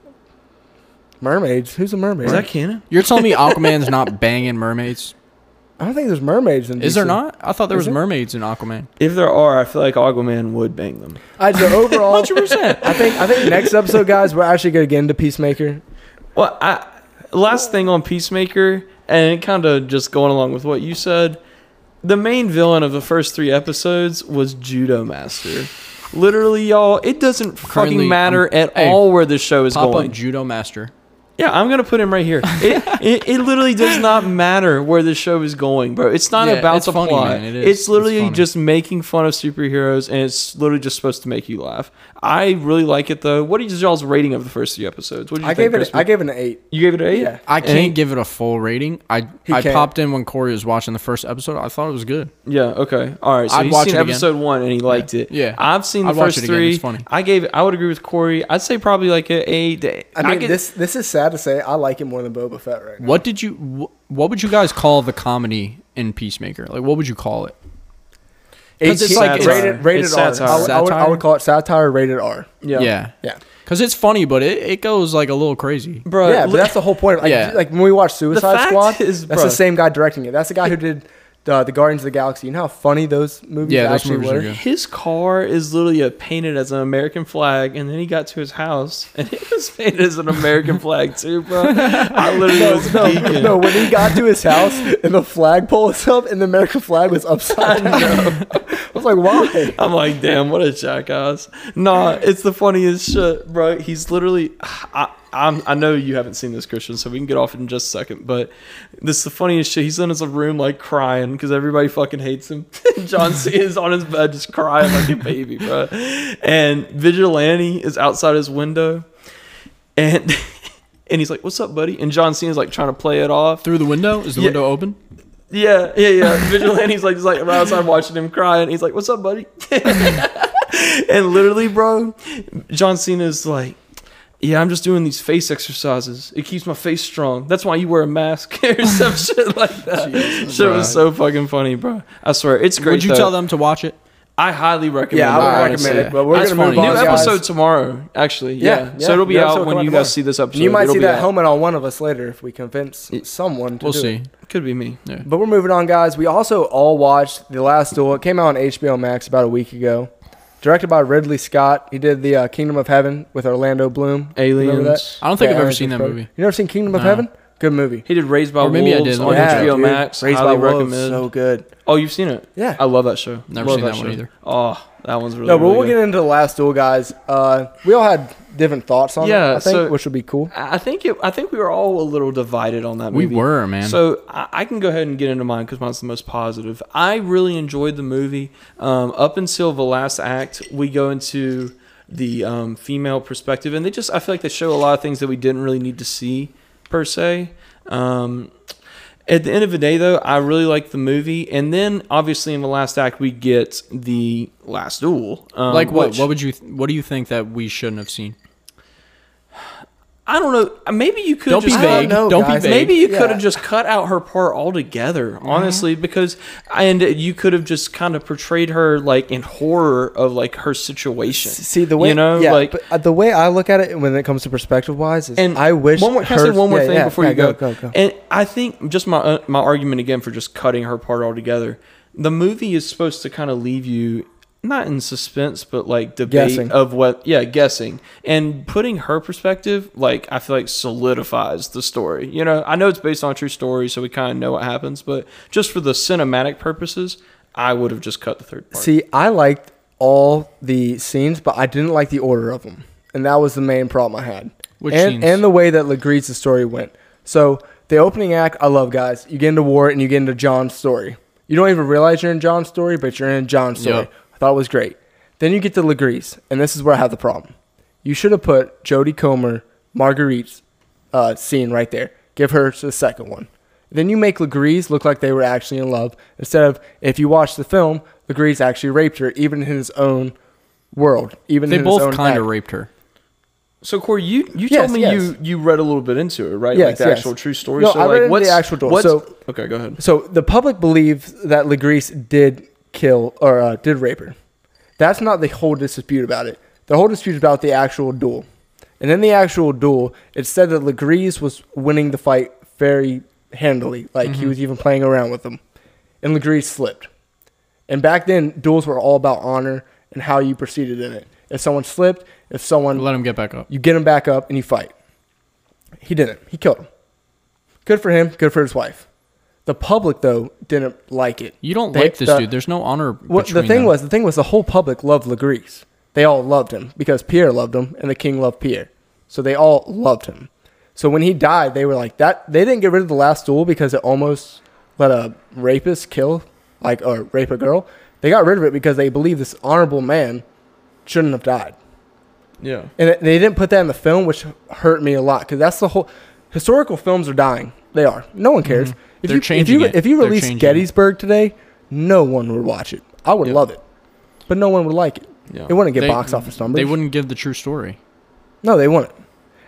[SPEAKER 1] mermaids? Who's a mermaid?
[SPEAKER 3] Is that canon?
[SPEAKER 2] You're telling me Aquaman's not banging mermaids?
[SPEAKER 1] I don't think there's mermaids in.
[SPEAKER 2] Is
[SPEAKER 1] DC.
[SPEAKER 2] there not? I thought there
[SPEAKER 1] Is
[SPEAKER 2] was
[SPEAKER 1] there?
[SPEAKER 2] mermaids in Aquaman.
[SPEAKER 3] If there are, I feel like Aquaman would bang them.
[SPEAKER 1] I, so overall,
[SPEAKER 2] Hundred percent.
[SPEAKER 1] I think I think next episode, guys, we're actually gonna get into Peacemaker.
[SPEAKER 3] Well, I last thing on Peacemaker, and kind of just going along with what you said, the main villain of the first three episodes was Judo Master. Literally, y'all, it doesn't
[SPEAKER 2] Currently,
[SPEAKER 3] fucking matter
[SPEAKER 2] I'm-
[SPEAKER 3] at
[SPEAKER 2] hey,
[SPEAKER 3] all where this show is
[SPEAKER 2] Pop
[SPEAKER 3] going.
[SPEAKER 2] up judo master.
[SPEAKER 3] yeah, I'm gonna put him right here. It, it, it literally does not matter where this show is going, bro. It's not
[SPEAKER 2] Yeah,
[SPEAKER 3] about
[SPEAKER 2] it's
[SPEAKER 3] the
[SPEAKER 2] funny,
[SPEAKER 3] plot.
[SPEAKER 2] man. It is.
[SPEAKER 3] It's literally
[SPEAKER 2] It's funny.
[SPEAKER 3] just making fun of superheroes, and it's literally just supposed to make you laugh. I really like it though. What is y'all's rating of the first three episodes? What did you
[SPEAKER 1] I
[SPEAKER 3] think,
[SPEAKER 1] gave it.
[SPEAKER 3] Crispin?
[SPEAKER 1] I gave it an eight.
[SPEAKER 3] You gave it an eight.
[SPEAKER 1] Yeah.
[SPEAKER 2] I can't
[SPEAKER 3] Ain't-
[SPEAKER 2] give it a full rating. I
[SPEAKER 1] He
[SPEAKER 2] I
[SPEAKER 1] can't.
[SPEAKER 2] popped in when Corey was watching the first episode. I thought it was good.
[SPEAKER 3] Yeah. Okay. All right. So
[SPEAKER 2] I'd
[SPEAKER 3] he's
[SPEAKER 2] watch
[SPEAKER 3] seen
[SPEAKER 2] it again.
[SPEAKER 3] episode one and he liked it.
[SPEAKER 2] Yeah.
[SPEAKER 3] I've seen the
[SPEAKER 2] I'd watch
[SPEAKER 3] first
[SPEAKER 2] it again.
[SPEAKER 3] three.
[SPEAKER 2] It's funny.
[SPEAKER 3] I gave. I would agree with Corey. I'd say probably like a eight. I,
[SPEAKER 1] I mean,
[SPEAKER 3] could-
[SPEAKER 1] this this is sad to say. I like it more than Boba Fett right now.
[SPEAKER 2] What did you? wh- What would you guys call the comedy in Peacemaker? Like, what would you call it? 'Cause it's like- it's-
[SPEAKER 1] rated, rated
[SPEAKER 3] it's
[SPEAKER 1] R. I
[SPEAKER 3] satire.
[SPEAKER 1] would- I would, I
[SPEAKER 2] Satire?
[SPEAKER 1] would call it satire rated R.
[SPEAKER 3] Yeah.
[SPEAKER 2] Yeah,
[SPEAKER 1] Yeah.
[SPEAKER 2] because it's funny, but it, it goes like a little crazy.
[SPEAKER 3] Bro.
[SPEAKER 1] yeah, but
[SPEAKER 3] li-
[SPEAKER 1] that's the whole point. Like,
[SPEAKER 2] Yeah.
[SPEAKER 1] like when we watch Suicide
[SPEAKER 3] fact
[SPEAKER 1] Squad,
[SPEAKER 3] is,
[SPEAKER 1] that's
[SPEAKER 3] bro-
[SPEAKER 1] the same guy directing it. That's the guy who did uh, the Guardians of the Galaxy. You know how funny those movies
[SPEAKER 2] Yeah, those
[SPEAKER 1] actually
[SPEAKER 2] movies are
[SPEAKER 1] were.
[SPEAKER 2] good.
[SPEAKER 3] his car is literally uh painted as an American flag, and then he got to his house and it was painted as an American flag too, bro. I literally was
[SPEAKER 1] No,
[SPEAKER 3] geeking.
[SPEAKER 1] no, when he got to his house and the flagpole was up and the American flag was upside down, I was like, why?
[SPEAKER 3] I'm like, damn, what a jackass. Nah, it's the funniest shit, bro. He's literally. I, I'm, I know you haven't seen this, Christian, so we can get off in just a second, but this is the funniest shit. He's in his room, like, crying because everybody fucking hates him. John C is on his bed just crying like a baby, bro. And Vigilante is outside his window, and. And he's like, "What's up, buddy?" And John Cena's like trying to play it off.
[SPEAKER 2] Through the window is the
[SPEAKER 3] Yeah.
[SPEAKER 2] window open?
[SPEAKER 3] Yeah, yeah, yeah. Vigilante's like, just like right outside watching him cry, and he's like, "What's up, buddy?" and literally, bro, John Cena's like, "Yeah, I'm just doing these face exercises. It keeps my face strong. That's why you wear a mask or some shit like that." shit
[SPEAKER 2] bro.
[SPEAKER 3] was so fucking funny, bro. I swear, it's great.
[SPEAKER 2] Would you
[SPEAKER 3] though.
[SPEAKER 2] tell them to watch it?
[SPEAKER 3] I highly recommend.
[SPEAKER 1] Yeah, I
[SPEAKER 3] it,
[SPEAKER 1] would
[SPEAKER 3] honestly.
[SPEAKER 1] recommend it. But we're
[SPEAKER 2] That's
[SPEAKER 1] gonna move
[SPEAKER 2] funny.
[SPEAKER 1] on.
[SPEAKER 3] New
[SPEAKER 2] Bonds,
[SPEAKER 1] guys.
[SPEAKER 3] episode tomorrow, actually. Yeah.
[SPEAKER 1] Yeah, yeah.
[SPEAKER 3] So it'll be
[SPEAKER 1] New
[SPEAKER 3] out
[SPEAKER 1] episode
[SPEAKER 3] when
[SPEAKER 1] come out
[SPEAKER 3] you
[SPEAKER 1] tomorrow.
[SPEAKER 3] guys see this episode.
[SPEAKER 1] you might
[SPEAKER 3] It'll
[SPEAKER 1] see
[SPEAKER 3] be
[SPEAKER 1] that
[SPEAKER 3] out.
[SPEAKER 1] helmet on one of us later if we convince someone to
[SPEAKER 2] We'll
[SPEAKER 1] do
[SPEAKER 2] see.
[SPEAKER 1] it.
[SPEAKER 3] Could be me. Yeah.
[SPEAKER 1] But we're moving on, guys. We also all watched The Last Duel. It came out on HBO Max about a week ago. Directed by Ridley Scott. He did the uh, Kingdom of Heaven with Orlando Bloom. Remember that?
[SPEAKER 3] Aliens.
[SPEAKER 2] I don't think
[SPEAKER 1] Yeah,
[SPEAKER 2] I've ever
[SPEAKER 1] Orange
[SPEAKER 2] seen
[SPEAKER 1] is
[SPEAKER 2] that
[SPEAKER 1] Broken.
[SPEAKER 2] movie.
[SPEAKER 1] You never seen Kingdom of
[SPEAKER 2] No.
[SPEAKER 1] Heaven? Good movie.
[SPEAKER 3] He did Raised by
[SPEAKER 2] Or maybe I
[SPEAKER 3] Wolves
[SPEAKER 2] did.
[SPEAKER 3] on
[SPEAKER 2] Yeah,
[SPEAKER 3] HBO
[SPEAKER 1] dude.
[SPEAKER 3] Max.
[SPEAKER 1] Raised
[SPEAKER 3] highly
[SPEAKER 1] by Wolves,
[SPEAKER 3] recommend.
[SPEAKER 1] So good.
[SPEAKER 3] Oh, you've seen it?
[SPEAKER 1] Yeah.
[SPEAKER 3] I love that show.
[SPEAKER 2] Never
[SPEAKER 3] Love
[SPEAKER 2] seen that one
[SPEAKER 3] show.
[SPEAKER 2] either.
[SPEAKER 3] Oh, that one's really
[SPEAKER 1] no, but
[SPEAKER 3] really
[SPEAKER 1] we'll
[SPEAKER 3] good.
[SPEAKER 1] get into The Last Duel, guys. Uh, we all had different thoughts on
[SPEAKER 3] Yeah,
[SPEAKER 1] it, I think,
[SPEAKER 3] so-
[SPEAKER 1] which would be cool.
[SPEAKER 3] I I think it, I think we were all a little divided on that
[SPEAKER 2] We
[SPEAKER 3] movie.
[SPEAKER 2] were, man.
[SPEAKER 3] So I, I can go ahead and get into mine because mine's the most positive. I really enjoyed the movie. Um, up until the last act, we go into the um, female perspective, and they just I feel like they show a lot of things that we didn't really need to see per se. Um, at the end of the day, though, I really liked the movie, and then obviously in the last act we get the last duel. Um,
[SPEAKER 2] like what?
[SPEAKER 3] which-
[SPEAKER 2] what would you? Th- what do you think that we shouldn't have seen?
[SPEAKER 3] I don't know. Maybe you could
[SPEAKER 2] Don't be
[SPEAKER 3] just
[SPEAKER 1] I don't
[SPEAKER 2] vague.
[SPEAKER 1] know,
[SPEAKER 2] don't
[SPEAKER 1] guys.
[SPEAKER 2] be Mm-hmm. vague.
[SPEAKER 3] Maybe you
[SPEAKER 1] Yeah.
[SPEAKER 3] could have just cut out her part altogether, honestly, because and you could have just kind of portrayed her like in horror of like her situation.
[SPEAKER 1] See the way
[SPEAKER 3] you know,
[SPEAKER 1] yeah,
[SPEAKER 3] like
[SPEAKER 1] but, uh, the way I look at it when it comes to perspective wise is
[SPEAKER 3] and
[SPEAKER 1] I wish
[SPEAKER 3] One more, can I say
[SPEAKER 1] her-
[SPEAKER 3] one more
[SPEAKER 1] yeah,
[SPEAKER 3] thing
[SPEAKER 1] yeah,
[SPEAKER 3] before
[SPEAKER 1] yeah,
[SPEAKER 3] you go?
[SPEAKER 1] go go.
[SPEAKER 3] And I think just my uh, my argument again for just cutting her part altogether. The movie is supposed to kind of leave you not in suspense, but like debate
[SPEAKER 1] Guessing.
[SPEAKER 3] of what, yeah, guessing and putting her perspective. Like I feel like solidifies the story. You know, I know it's based on a true story, so we kind of know what happens, but just for the cinematic purposes, I would have just cut the third part.
[SPEAKER 1] See, I liked all the scenes, but I didn't like the order of them, and that was the main problem I had.
[SPEAKER 2] Which
[SPEAKER 1] and,
[SPEAKER 2] scenes?
[SPEAKER 1] and the way that Legree's story went. So the opening act, I love guys. You get into war and you get into John's story. You don't even realize you're in John's story, but you're in John's story.
[SPEAKER 2] Yep.
[SPEAKER 1] I thought it was great. Then you get to Legree's, and this is where I have the problem. You should have put Jodie Comer, Marguerite's uh, scene right there. Give her the second one. Then you make Legree's look like they were actually in love instead of if you watch the film, Legree's actually raped her, even in his own world. Even
[SPEAKER 2] They
[SPEAKER 1] in his
[SPEAKER 2] both
[SPEAKER 1] own
[SPEAKER 2] kind
[SPEAKER 1] act.
[SPEAKER 2] of raped her.
[SPEAKER 3] So Corey, you you
[SPEAKER 1] Yes,
[SPEAKER 3] told me
[SPEAKER 1] yes.
[SPEAKER 3] you you read a little bit into it, right? like
[SPEAKER 1] Yes,
[SPEAKER 3] the
[SPEAKER 1] yes.
[SPEAKER 3] actual true story.
[SPEAKER 1] No,
[SPEAKER 3] so
[SPEAKER 1] I
[SPEAKER 3] like
[SPEAKER 1] read into the
[SPEAKER 3] what's
[SPEAKER 1] actual story.
[SPEAKER 3] what's-
[SPEAKER 1] So-
[SPEAKER 3] okay, go ahead.
[SPEAKER 1] So the public believes that Legreese did kill or uh, did rape her. That's not the whole dispute about it. The whole dispute is about the actual duel. And in the actual duel, it said that Legreese was winning the fight very handily. Like he was even playing around with them. And Legreese slipped. And back then, duels were all about honor and how you proceeded in it. If someone slipped, if someone
[SPEAKER 2] Let him get back up.
[SPEAKER 1] you get him back up and you fight. He didn't. He killed him. Good for him. Good for his wife. The public though didn't like it.
[SPEAKER 2] You don't
[SPEAKER 1] They-
[SPEAKER 2] like this
[SPEAKER 1] the-
[SPEAKER 2] dude. There's no honor.
[SPEAKER 1] What the
[SPEAKER 2] between
[SPEAKER 1] thing
[SPEAKER 2] them.
[SPEAKER 1] was, the thing was, the whole public loved Legreese. They all loved him because Pierre loved him and the king loved Pierre. So they all loved him. So when he died, they were like that. They didn't get rid of the last duel because it almost let a rapist kill, like or rape a girl. They got rid of it because they believed this honorable man shouldn't have died.
[SPEAKER 3] Yeah.
[SPEAKER 1] And it- they didn't put that in the film, which hurt me a lot because that's the whole. Historical films are dying. They are. No one cares. If
[SPEAKER 2] They're
[SPEAKER 1] you,
[SPEAKER 2] changing
[SPEAKER 1] if you,
[SPEAKER 2] it.
[SPEAKER 1] If you
[SPEAKER 2] They're
[SPEAKER 1] released
[SPEAKER 2] changing it.
[SPEAKER 1] Gettysburg today, no one would watch it. I would
[SPEAKER 3] Yeah.
[SPEAKER 1] love it, but no one would like it.
[SPEAKER 3] Yeah.
[SPEAKER 1] It wouldn't get
[SPEAKER 2] They-
[SPEAKER 1] box office numbers.
[SPEAKER 2] They wouldn't give the true story.
[SPEAKER 1] No, they wouldn't.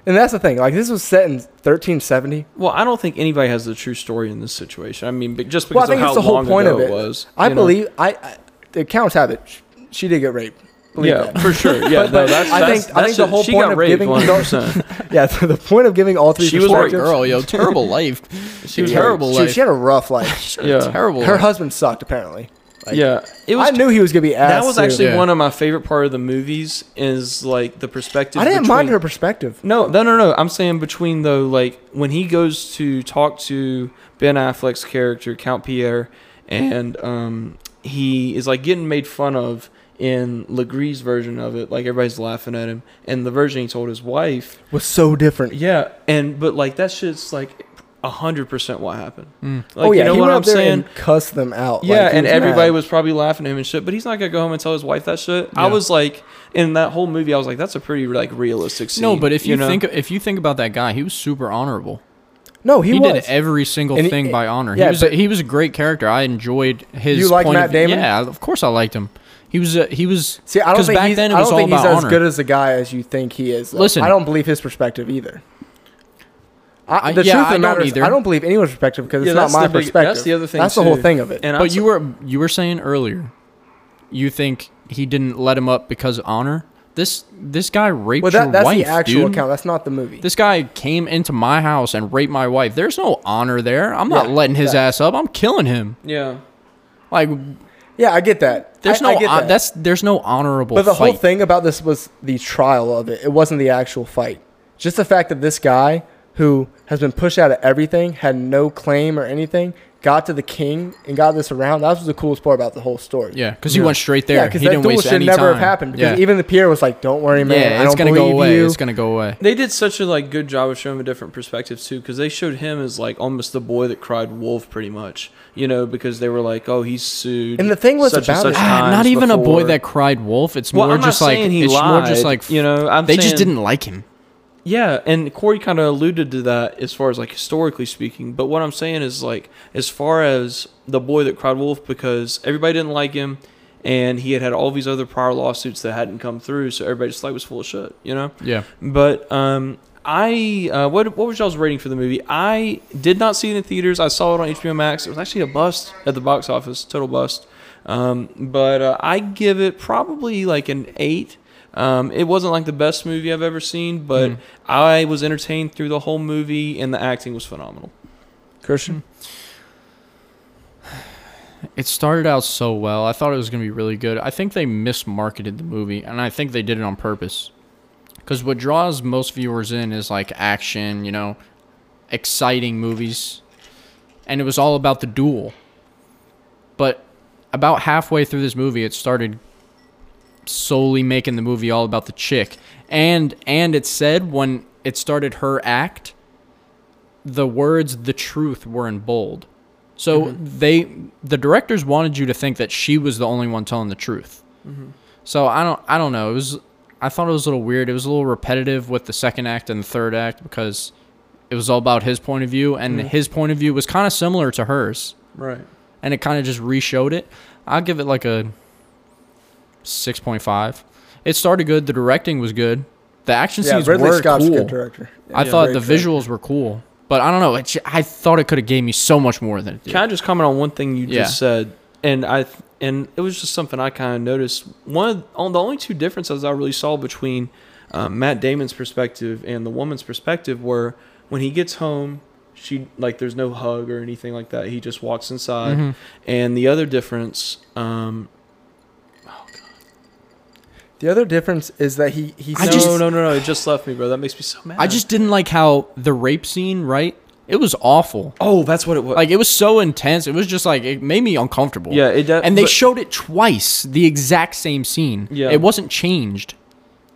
[SPEAKER 1] And that's the thing. Like this was set in 1370.
[SPEAKER 3] Well, I don't think anybody has the true story in this situation. I mean, but just
[SPEAKER 1] Well, I
[SPEAKER 3] because
[SPEAKER 1] think
[SPEAKER 3] of how
[SPEAKER 1] it's the whole
[SPEAKER 3] long
[SPEAKER 1] point
[SPEAKER 3] ago
[SPEAKER 1] of it.
[SPEAKER 3] was.
[SPEAKER 1] I
[SPEAKER 3] you know?
[SPEAKER 1] believe I, I. The accounts have it. She, she did get raped. Believe
[SPEAKER 3] Yeah,
[SPEAKER 1] that.
[SPEAKER 3] for sure. Yeah,
[SPEAKER 1] But-
[SPEAKER 3] no,
[SPEAKER 1] but
[SPEAKER 3] that's,
[SPEAKER 1] I
[SPEAKER 3] that's-
[SPEAKER 1] think- I
[SPEAKER 3] that
[SPEAKER 1] think the
[SPEAKER 3] shit-
[SPEAKER 1] whole
[SPEAKER 3] she
[SPEAKER 1] point
[SPEAKER 3] got
[SPEAKER 1] of
[SPEAKER 3] raped
[SPEAKER 1] giving-
[SPEAKER 3] 100%.
[SPEAKER 1] yeah. So the point of giving all three.
[SPEAKER 3] She was a great
[SPEAKER 1] perspectives-
[SPEAKER 2] girl, yo, terrible life. She was
[SPEAKER 1] Yeah.
[SPEAKER 2] terrible
[SPEAKER 1] She,
[SPEAKER 2] life.
[SPEAKER 1] she had a rough life.
[SPEAKER 3] yeah,
[SPEAKER 2] terrible.
[SPEAKER 1] Her
[SPEAKER 2] life.
[SPEAKER 1] husband sucked apparently. Like,
[SPEAKER 3] yeah. It was.
[SPEAKER 1] I knew he was gonna be ass.
[SPEAKER 3] that was
[SPEAKER 1] too.
[SPEAKER 3] actually
[SPEAKER 2] Yeah.
[SPEAKER 3] one of my favorite part of the movies is like the perspective.
[SPEAKER 1] I didn't mind
[SPEAKER 3] between-
[SPEAKER 1] her perspective.
[SPEAKER 3] No, no, no, no. I'm saying between though, like when he goes to talk to Ben Affleck's character Count Pierre, and um, he is like getting made fun of in Legree's version of it. Like everybody's laughing at him, and the version he told his wife.
[SPEAKER 1] Was so different.
[SPEAKER 3] Yeah, and but like that shit's like hundred percent what happened.
[SPEAKER 2] Mm.
[SPEAKER 3] Like,
[SPEAKER 1] oh yeah,
[SPEAKER 3] you know
[SPEAKER 1] he
[SPEAKER 3] what
[SPEAKER 1] went
[SPEAKER 3] I'm
[SPEAKER 1] up there
[SPEAKER 3] saying.
[SPEAKER 1] and cussed them out. like,
[SPEAKER 3] Yeah,
[SPEAKER 1] he
[SPEAKER 3] and
[SPEAKER 1] was
[SPEAKER 3] everybody
[SPEAKER 1] mad.
[SPEAKER 3] was probably laughing at him and shit. But he's not gonna go home and tell his wife that shit. I
[SPEAKER 2] Yeah.
[SPEAKER 3] was like, in that whole movie, I was like, that's a pretty like realistic scene.
[SPEAKER 2] no, but if you,
[SPEAKER 3] know?
[SPEAKER 2] think if you think about that guy, he was super honorable.
[SPEAKER 1] No, he,
[SPEAKER 2] He,
[SPEAKER 1] was.
[SPEAKER 3] e
[SPEAKER 2] did every single
[SPEAKER 1] And he-
[SPEAKER 2] thing by honor.
[SPEAKER 1] yeah,
[SPEAKER 2] he was a,
[SPEAKER 1] but-
[SPEAKER 2] he was a great character. I enjoyed his.
[SPEAKER 1] You like
[SPEAKER 2] point
[SPEAKER 1] Matt
[SPEAKER 2] of,
[SPEAKER 1] Damon?
[SPEAKER 2] Yeah, of course I liked him. He was a, he was
[SPEAKER 1] See, I don't
[SPEAKER 2] 'cause
[SPEAKER 1] think
[SPEAKER 2] back
[SPEAKER 1] he's,
[SPEAKER 2] then it
[SPEAKER 1] I
[SPEAKER 2] was
[SPEAKER 1] don't
[SPEAKER 2] all
[SPEAKER 1] think he's
[SPEAKER 2] about
[SPEAKER 1] as
[SPEAKER 2] honor.
[SPEAKER 1] good as the guy as you think he is. though.
[SPEAKER 2] Listen.
[SPEAKER 1] I don't believe his perspective either. I,
[SPEAKER 2] I-
[SPEAKER 1] the
[SPEAKER 2] yeah,
[SPEAKER 1] truth of
[SPEAKER 2] I
[SPEAKER 1] the
[SPEAKER 2] don't
[SPEAKER 1] matter is,
[SPEAKER 2] either.
[SPEAKER 1] I don't believe anyone's perspective because
[SPEAKER 3] Yeah,
[SPEAKER 1] it's not
[SPEAKER 3] that's
[SPEAKER 1] my
[SPEAKER 3] the big- that's
[SPEAKER 1] perspective.
[SPEAKER 3] the other thing,
[SPEAKER 1] That's the whole
[SPEAKER 3] too.
[SPEAKER 1] thing of it.
[SPEAKER 3] And I
[SPEAKER 2] but
[SPEAKER 3] saw-
[SPEAKER 2] you were you were saying earlier, you think he didn't let him up because of honor. This this guy raped
[SPEAKER 1] well, that,
[SPEAKER 2] your
[SPEAKER 1] that's
[SPEAKER 2] wife,
[SPEAKER 1] the actual
[SPEAKER 2] dude.
[SPEAKER 1] account. That's not the movie.
[SPEAKER 2] This guy came into my house and raped my wife. There's no honor there. I'm not
[SPEAKER 1] Yeah,
[SPEAKER 2] letting his
[SPEAKER 1] yeah.
[SPEAKER 2] ass up. I'm killing him.
[SPEAKER 3] Yeah.
[SPEAKER 2] Like
[SPEAKER 1] yeah, I get that.
[SPEAKER 2] there's
[SPEAKER 1] I- I
[SPEAKER 2] no
[SPEAKER 1] get
[SPEAKER 2] hon-
[SPEAKER 1] that.
[SPEAKER 2] that's there's no honorable.
[SPEAKER 1] But the
[SPEAKER 2] fight.
[SPEAKER 1] whole thing about this was the trial of it. It wasn't the actual fight. Just the fact that this guy who has been pushed out of everything, had no claim or anything, got to the king and got this around. That was the coolest part about the whole story.
[SPEAKER 2] Yeah, because he
[SPEAKER 3] Yeah.
[SPEAKER 2] went straight there.
[SPEAKER 1] Yeah,
[SPEAKER 2] he
[SPEAKER 1] because that
[SPEAKER 2] didn't
[SPEAKER 1] duel
[SPEAKER 2] waste
[SPEAKER 1] should
[SPEAKER 2] any
[SPEAKER 1] never
[SPEAKER 2] time.
[SPEAKER 1] have happened. Because
[SPEAKER 2] yeah.
[SPEAKER 1] even the Pierre was like, "Don't worry, man.
[SPEAKER 2] yeah,
[SPEAKER 1] I
[SPEAKER 2] it's
[SPEAKER 1] don't
[SPEAKER 2] gonna
[SPEAKER 1] believe
[SPEAKER 2] go away.
[SPEAKER 1] you."
[SPEAKER 2] It's gonna go away.
[SPEAKER 3] They did such a like good job of showing a different perspective too, because they showed him as like almost the boy that cried wolf, pretty much. You know, because they were like, "Oh, he's sued."
[SPEAKER 1] And the thing was
[SPEAKER 3] such and
[SPEAKER 1] about
[SPEAKER 3] such
[SPEAKER 1] it-
[SPEAKER 2] Ah,
[SPEAKER 3] times
[SPEAKER 2] not even a boy
[SPEAKER 3] before."
[SPEAKER 2] that cried wolf. It's
[SPEAKER 3] Well,
[SPEAKER 2] more
[SPEAKER 3] I'm not
[SPEAKER 2] just like
[SPEAKER 3] saying he
[SPEAKER 2] it's more just
[SPEAKER 3] lied,
[SPEAKER 2] like
[SPEAKER 3] you know, I'm
[SPEAKER 2] they just
[SPEAKER 3] saying-
[SPEAKER 2] didn't like him.
[SPEAKER 3] Yeah, and Corey kind of alluded to that as far as like historically speaking. But what I'm saying is like as far as the boy that cried wolf because everybody didn't like him, and he had had all these other prior lawsuits that hadn't come through, so everybody just like was full of shit, you know.
[SPEAKER 2] Yeah,
[SPEAKER 3] But um, I uh, what what was y'all's rating for the movie? I did not see it in theaters. I saw it on HBO Max. It was actually a bust at the box office, total bust. Um, but uh, I give it probably like an eight. Um, it wasn't like the best movie I've ever seen, but
[SPEAKER 2] Mhm.
[SPEAKER 3] I was entertained through the whole movie, and the acting was phenomenal.
[SPEAKER 1] Christian.
[SPEAKER 2] it started out so well. I thought it was gonna be really good. I think they mismarketed the movie, and I think they did it on purpose. Because what draws most viewers in is like action, you know, exciting movies, and it was all about the duel. But about halfway through this movie, it started solely making the movie all about the chick, and and it said when it started her act, the words "the truth" were in bold. So
[SPEAKER 1] Mm-hmm.
[SPEAKER 2] they the directors wanted you to think that she was the only one telling the truth.
[SPEAKER 1] Mm-hmm.
[SPEAKER 2] So I don't I don't know. It was I thought it was a little weird. It was a little repetitive with the second act and the third act because it was all about his point of view and
[SPEAKER 1] Mm-hmm.
[SPEAKER 2] his point of view was kind of similar to hers
[SPEAKER 3] Right.
[SPEAKER 2] and it kind of just reshowed it. I'll give it like a 6.5. It started good, the directing was good. The action
[SPEAKER 1] Yeah,
[SPEAKER 2] scenes
[SPEAKER 1] Ridley
[SPEAKER 2] were
[SPEAKER 1] Scott's a
[SPEAKER 2] cool.
[SPEAKER 1] good director.
[SPEAKER 2] I
[SPEAKER 1] Yeah,
[SPEAKER 2] thought
[SPEAKER 1] great
[SPEAKER 2] the
[SPEAKER 1] director.
[SPEAKER 2] visuals were cool, but I don't know. It, j- I thought it could have gave me so much more than it did.
[SPEAKER 3] Can I just comment on one thing you
[SPEAKER 2] Yeah.
[SPEAKER 3] just said? And I th- and it was just something I kind of noticed. One of, on the only two differences I really saw between um, Matt Damon's perspective and the woman's perspective were when he gets home, she like there's no hug or anything like that. He just walks inside. And the other difference, um,
[SPEAKER 1] The other difference is that he he
[SPEAKER 2] I
[SPEAKER 3] no,
[SPEAKER 1] said-
[SPEAKER 2] just-
[SPEAKER 3] no, no, no, it just left me, bro. That makes me so mad.
[SPEAKER 2] I just didn't like how the rape scene, right? It was awful.
[SPEAKER 3] oh, that's what it was.
[SPEAKER 2] Like it was so intense. It was just like it made me uncomfortable.
[SPEAKER 3] Yeah, it does-
[SPEAKER 2] And they
[SPEAKER 3] but-
[SPEAKER 2] showed it twice, the exact same scene.
[SPEAKER 3] Yeah.
[SPEAKER 2] It wasn't changed.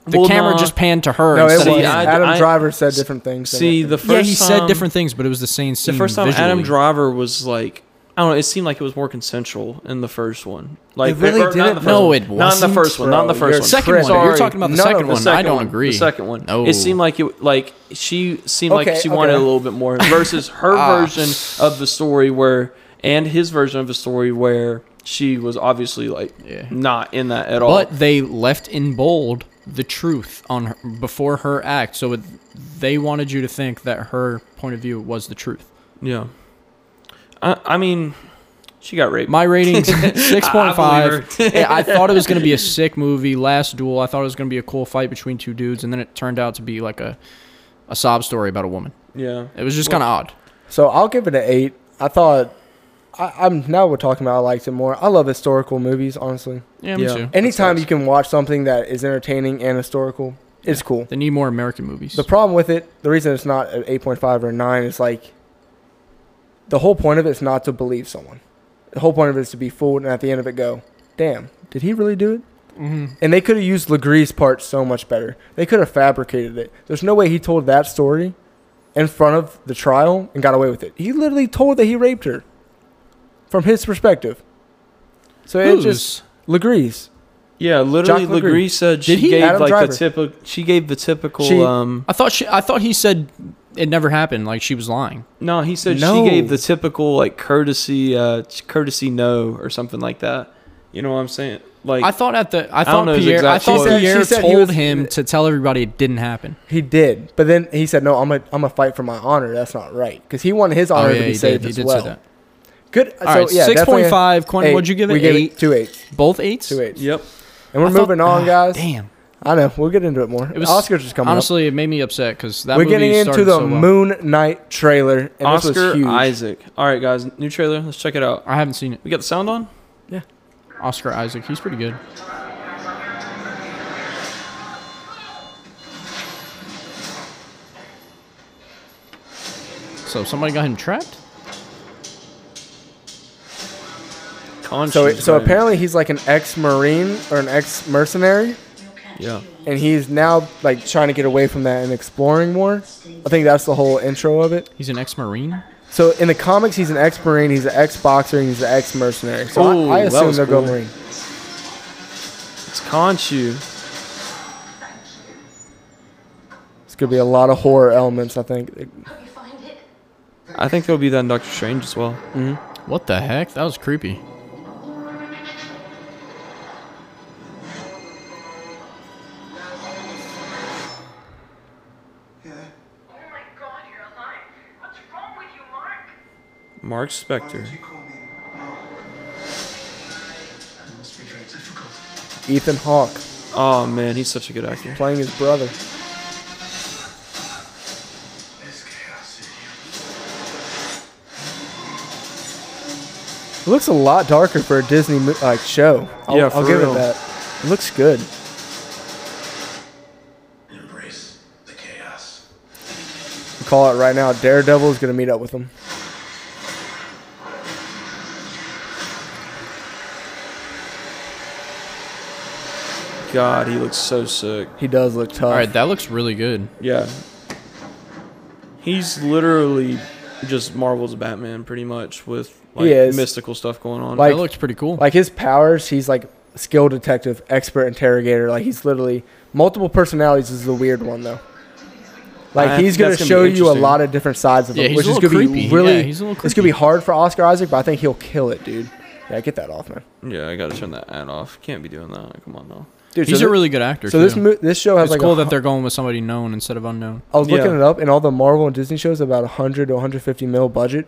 [SPEAKER 2] The
[SPEAKER 3] Well,
[SPEAKER 2] camera
[SPEAKER 3] nah.
[SPEAKER 2] just panned to her.
[SPEAKER 1] no, it
[SPEAKER 2] instead
[SPEAKER 1] was.
[SPEAKER 2] of
[SPEAKER 3] See,
[SPEAKER 2] him.
[SPEAKER 3] I-
[SPEAKER 1] Adam
[SPEAKER 3] I-
[SPEAKER 1] Driver said different things. in
[SPEAKER 3] see
[SPEAKER 1] it.
[SPEAKER 3] the first.
[SPEAKER 2] yeah, he said
[SPEAKER 3] time-
[SPEAKER 2] different things, but it was the same scene.
[SPEAKER 3] The first time
[SPEAKER 2] visually.
[SPEAKER 3] Adam Driver was like, I don't know. It seemed like it was more consensual in the first one. Like
[SPEAKER 1] It really
[SPEAKER 3] or- or not in the
[SPEAKER 1] didn't.
[SPEAKER 3] first
[SPEAKER 2] No,
[SPEAKER 3] one.
[SPEAKER 2] it
[SPEAKER 3] Not in the
[SPEAKER 2] wasn't,
[SPEAKER 3] first one. Not in the
[SPEAKER 1] bro.
[SPEAKER 3] 1st
[SPEAKER 1] You're
[SPEAKER 3] one.
[SPEAKER 2] Second one. You're
[SPEAKER 3] Sorry.
[SPEAKER 2] talking about the
[SPEAKER 1] None of
[SPEAKER 2] second
[SPEAKER 1] the
[SPEAKER 2] one. I
[SPEAKER 3] second
[SPEAKER 2] don't
[SPEAKER 3] one.
[SPEAKER 2] agree.
[SPEAKER 3] The second one.
[SPEAKER 2] No.
[SPEAKER 3] It seemed like it like she seemed like
[SPEAKER 1] Okay,
[SPEAKER 3] she wanted
[SPEAKER 1] okay.
[SPEAKER 3] a little bit more. Versus her
[SPEAKER 2] Ah.
[SPEAKER 3] version of the story where and his version of the story where she was obviously like
[SPEAKER 2] Yeah.
[SPEAKER 3] not in that at all.
[SPEAKER 2] But they left in bold the truth on her, before her act, so it, they wanted you to think that her point of view was the truth.
[SPEAKER 3] Yeah. I, I mean she got raped.
[SPEAKER 2] My rating's six point
[SPEAKER 3] I
[SPEAKER 2] five. I thought it was gonna be a sick movie. Last Duel. I thought it was gonna be a cool fight between two dudes, and then it turned out to be like a, a sob story about a woman.
[SPEAKER 3] yeah.
[SPEAKER 2] It was just kind of odd.
[SPEAKER 1] So I'll give it an eight. I thought. I, I'm now we're talking about. I liked it more. I love historical movies, honestly.
[SPEAKER 2] Yeah, me
[SPEAKER 3] Yeah.
[SPEAKER 2] too.
[SPEAKER 1] Anytime you can watch something that is entertaining and historical, it's cool.
[SPEAKER 2] They need more American movies.
[SPEAKER 1] The problem with it, the reason it's not an 8.5 or a 9 is like the whole point of it is not to believe someone. The whole point of it is to be fooled and at the end of it go, damn, did he really do it?
[SPEAKER 2] Mhm.
[SPEAKER 1] And they could have used Legree's part so much better. They could have fabricated it. There's no way he told that story in front of the trial and got away with it. He literally told that he raped her from his perspective. So it
[SPEAKER 2] Who's-
[SPEAKER 1] just Legree's.
[SPEAKER 3] Yeah, literally,
[SPEAKER 1] Jacques Legree.
[SPEAKER 3] Legree said she
[SPEAKER 2] Did he?
[SPEAKER 3] gave
[SPEAKER 1] Adam
[SPEAKER 3] like
[SPEAKER 1] Driver.
[SPEAKER 3] the typical. She gave the typical.
[SPEAKER 1] She-
[SPEAKER 3] um,
[SPEAKER 2] I thought she. I thought he said it never happened. Like she was lying.
[SPEAKER 3] No, he said
[SPEAKER 1] No.
[SPEAKER 3] she gave the typical like courtesy, uh, courtesy no or something like that. You know what I'm saying? Like
[SPEAKER 2] I thought at the I
[SPEAKER 3] don't
[SPEAKER 2] thought
[SPEAKER 3] know his
[SPEAKER 2] Pierre I
[SPEAKER 3] exact
[SPEAKER 2] thought
[SPEAKER 1] quote. She said-
[SPEAKER 2] Pierre
[SPEAKER 1] she said he
[SPEAKER 2] told
[SPEAKER 1] was-
[SPEAKER 2] him to tell everybody it didn't happen.
[SPEAKER 1] He did, but then he said, "No, I'm a I'm a fight for my honor. That's not right because Oh, he wanted his honor to be
[SPEAKER 2] Oh, he
[SPEAKER 1] saved
[SPEAKER 2] did. He
[SPEAKER 1] as
[SPEAKER 2] did
[SPEAKER 1] well."
[SPEAKER 2] say that.
[SPEAKER 1] Good.
[SPEAKER 2] All
[SPEAKER 1] so
[SPEAKER 2] right,
[SPEAKER 1] yeah,
[SPEAKER 2] six
[SPEAKER 1] definitely
[SPEAKER 2] point
[SPEAKER 1] a
[SPEAKER 2] five. Quinn,
[SPEAKER 1] eight.
[SPEAKER 2] what'd you give it?
[SPEAKER 1] We gave
[SPEAKER 2] eight.
[SPEAKER 1] it two eights.
[SPEAKER 2] Both eights.
[SPEAKER 1] Two eights.
[SPEAKER 3] yep.
[SPEAKER 1] And we're
[SPEAKER 2] I thought-
[SPEAKER 1] moving on,
[SPEAKER 2] ah,
[SPEAKER 1] guys.
[SPEAKER 2] Damn.
[SPEAKER 1] I know we'll get into it more.
[SPEAKER 2] It was
[SPEAKER 1] Oscars is coming
[SPEAKER 2] Honestly, it made me upset because that
[SPEAKER 1] up. We're
[SPEAKER 2] movie
[SPEAKER 1] getting into
[SPEAKER 2] started
[SPEAKER 1] the
[SPEAKER 2] so well.
[SPEAKER 1] Moon Knight trailer, and this was
[SPEAKER 3] Oscar
[SPEAKER 1] huge.
[SPEAKER 3] Isaac. All right, guys, new trailer. Let's check it out.
[SPEAKER 2] I haven't seen it.
[SPEAKER 3] We got the sound on.
[SPEAKER 2] Oscar Isaac. He's pretty good. So somebody got him trapped.
[SPEAKER 3] Conscious,
[SPEAKER 1] So so
[SPEAKER 3] man.
[SPEAKER 1] apparently he's like an ex-marine or an ex-mercenary,
[SPEAKER 3] yeah.
[SPEAKER 1] and he's now like trying to get away from that and exploring more. I think that's the whole intro of it.
[SPEAKER 2] He's an ex-marine.
[SPEAKER 1] So in the comics, he's an ex-marine, he's an ex-boxer, and he's an ex-mercenary. So I-
[SPEAKER 3] Ooh,
[SPEAKER 1] I,
[SPEAKER 3] that
[SPEAKER 1] assume
[SPEAKER 3] was
[SPEAKER 1] they'll
[SPEAKER 3] cool.
[SPEAKER 1] go marine.
[SPEAKER 3] It's Conchu.
[SPEAKER 1] It's gonna be a lot of horror elements, I think.
[SPEAKER 4] You find it?
[SPEAKER 3] I think there'll be that in Doctor Strange as well.
[SPEAKER 2] What the heck? That was creepy.
[SPEAKER 4] Oh my god, you're alive. What's wrong with you, Mark?
[SPEAKER 3] Mark Spector.
[SPEAKER 1] Ethan Hawke
[SPEAKER 3] Oh man, he's such a good actor.
[SPEAKER 1] playing his brother. It looks a lot darker for a Disney mo- like show. I'll,
[SPEAKER 3] Yeah, for
[SPEAKER 1] I'll give
[SPEAKER 3] real.
[SPEAKER 1] it that. It looks good.
[SPEAKER 5] Embrace the chaos.
[SPEAKER 1] Call it right now. Daredevil is gonna meet up with him.
[SPEAKER 3] God, he looks so sick.
[SPEAKER 1] He does look tough.
[SPEAKER 2] All right, that looks really good.
[SPEAKER 3] Yeah. He's literally just Marvel's Batman, pretty much, with like
[SPEAKER 1] He is.
[SPEAKER 3] mystical stuff going on.
[SPEAKER 1] Like-
[SPEAKER 2] that looks pretty cool.
[SPEAKER 1] like his powers, he's like skill detective, expert interrogator. Like he's literally multiple personalities is the weird one though.
[SPEAKER 3] I
[SPEAKER 1] Like
[SPEAKER 3] think
[SPEAKER 1] he's gonna
[SPEAKER 3] that's gonna be
[SPEAKER 1] show you a
[SPEAKER 3] interesting.
[SPEAKER 1] lot of different sides of
[SPEAKER 2] Yeah,
[SPEAKER 1] him,
[SPEAKER 2] he's
[SPEAKER 1] which
[SPEAKER 2] a
[SPEAKER 1] is
[SPEAKER 2] little
[SPEAKER 1] gonna
[SPEAKER 2] creepy.
[SPEAKER 1] be really.
[SPEAKER 2] Yeah, he's a little
[SPEAKER 1] It's gonna be
[SPEAKER 2] creepy.
[SPEAKER 1] hard for Oscar Isaac, but I think he'll kill it, dude. Yeah, get that off, man.
[SPEAKER 3] yeah, I gotta turn that ad off. Can't be doing that. Come on now.
[SPEAKER 1] Dude,
[SPEAKER 2] He's
[SPEAKER 1] so
[SPEAKER 2] a
[SPEAKER 1] thi-
[SPEAKER 2] really good actor.
[SPEAKER 1] So
[SPEAKER 2] too.
[SPEAKER 1] this mo- this show has
[SPEAKER 2] it's
[SPEAKER 1] like
[SPEAKER 2] cool
[SPEAKER 1] a,
[SPEAKER 2] that
[SPEAKER 1] hu- Oh,
[SPEAKER 2] they're going with somebody known instead of unknown.
[SPEAKER 1] I was
[SPEAKER 3] Yeah.
[SPEAKER 1] looking it up, and all the Marvel and Disney shows about 100 to 150 mil budget.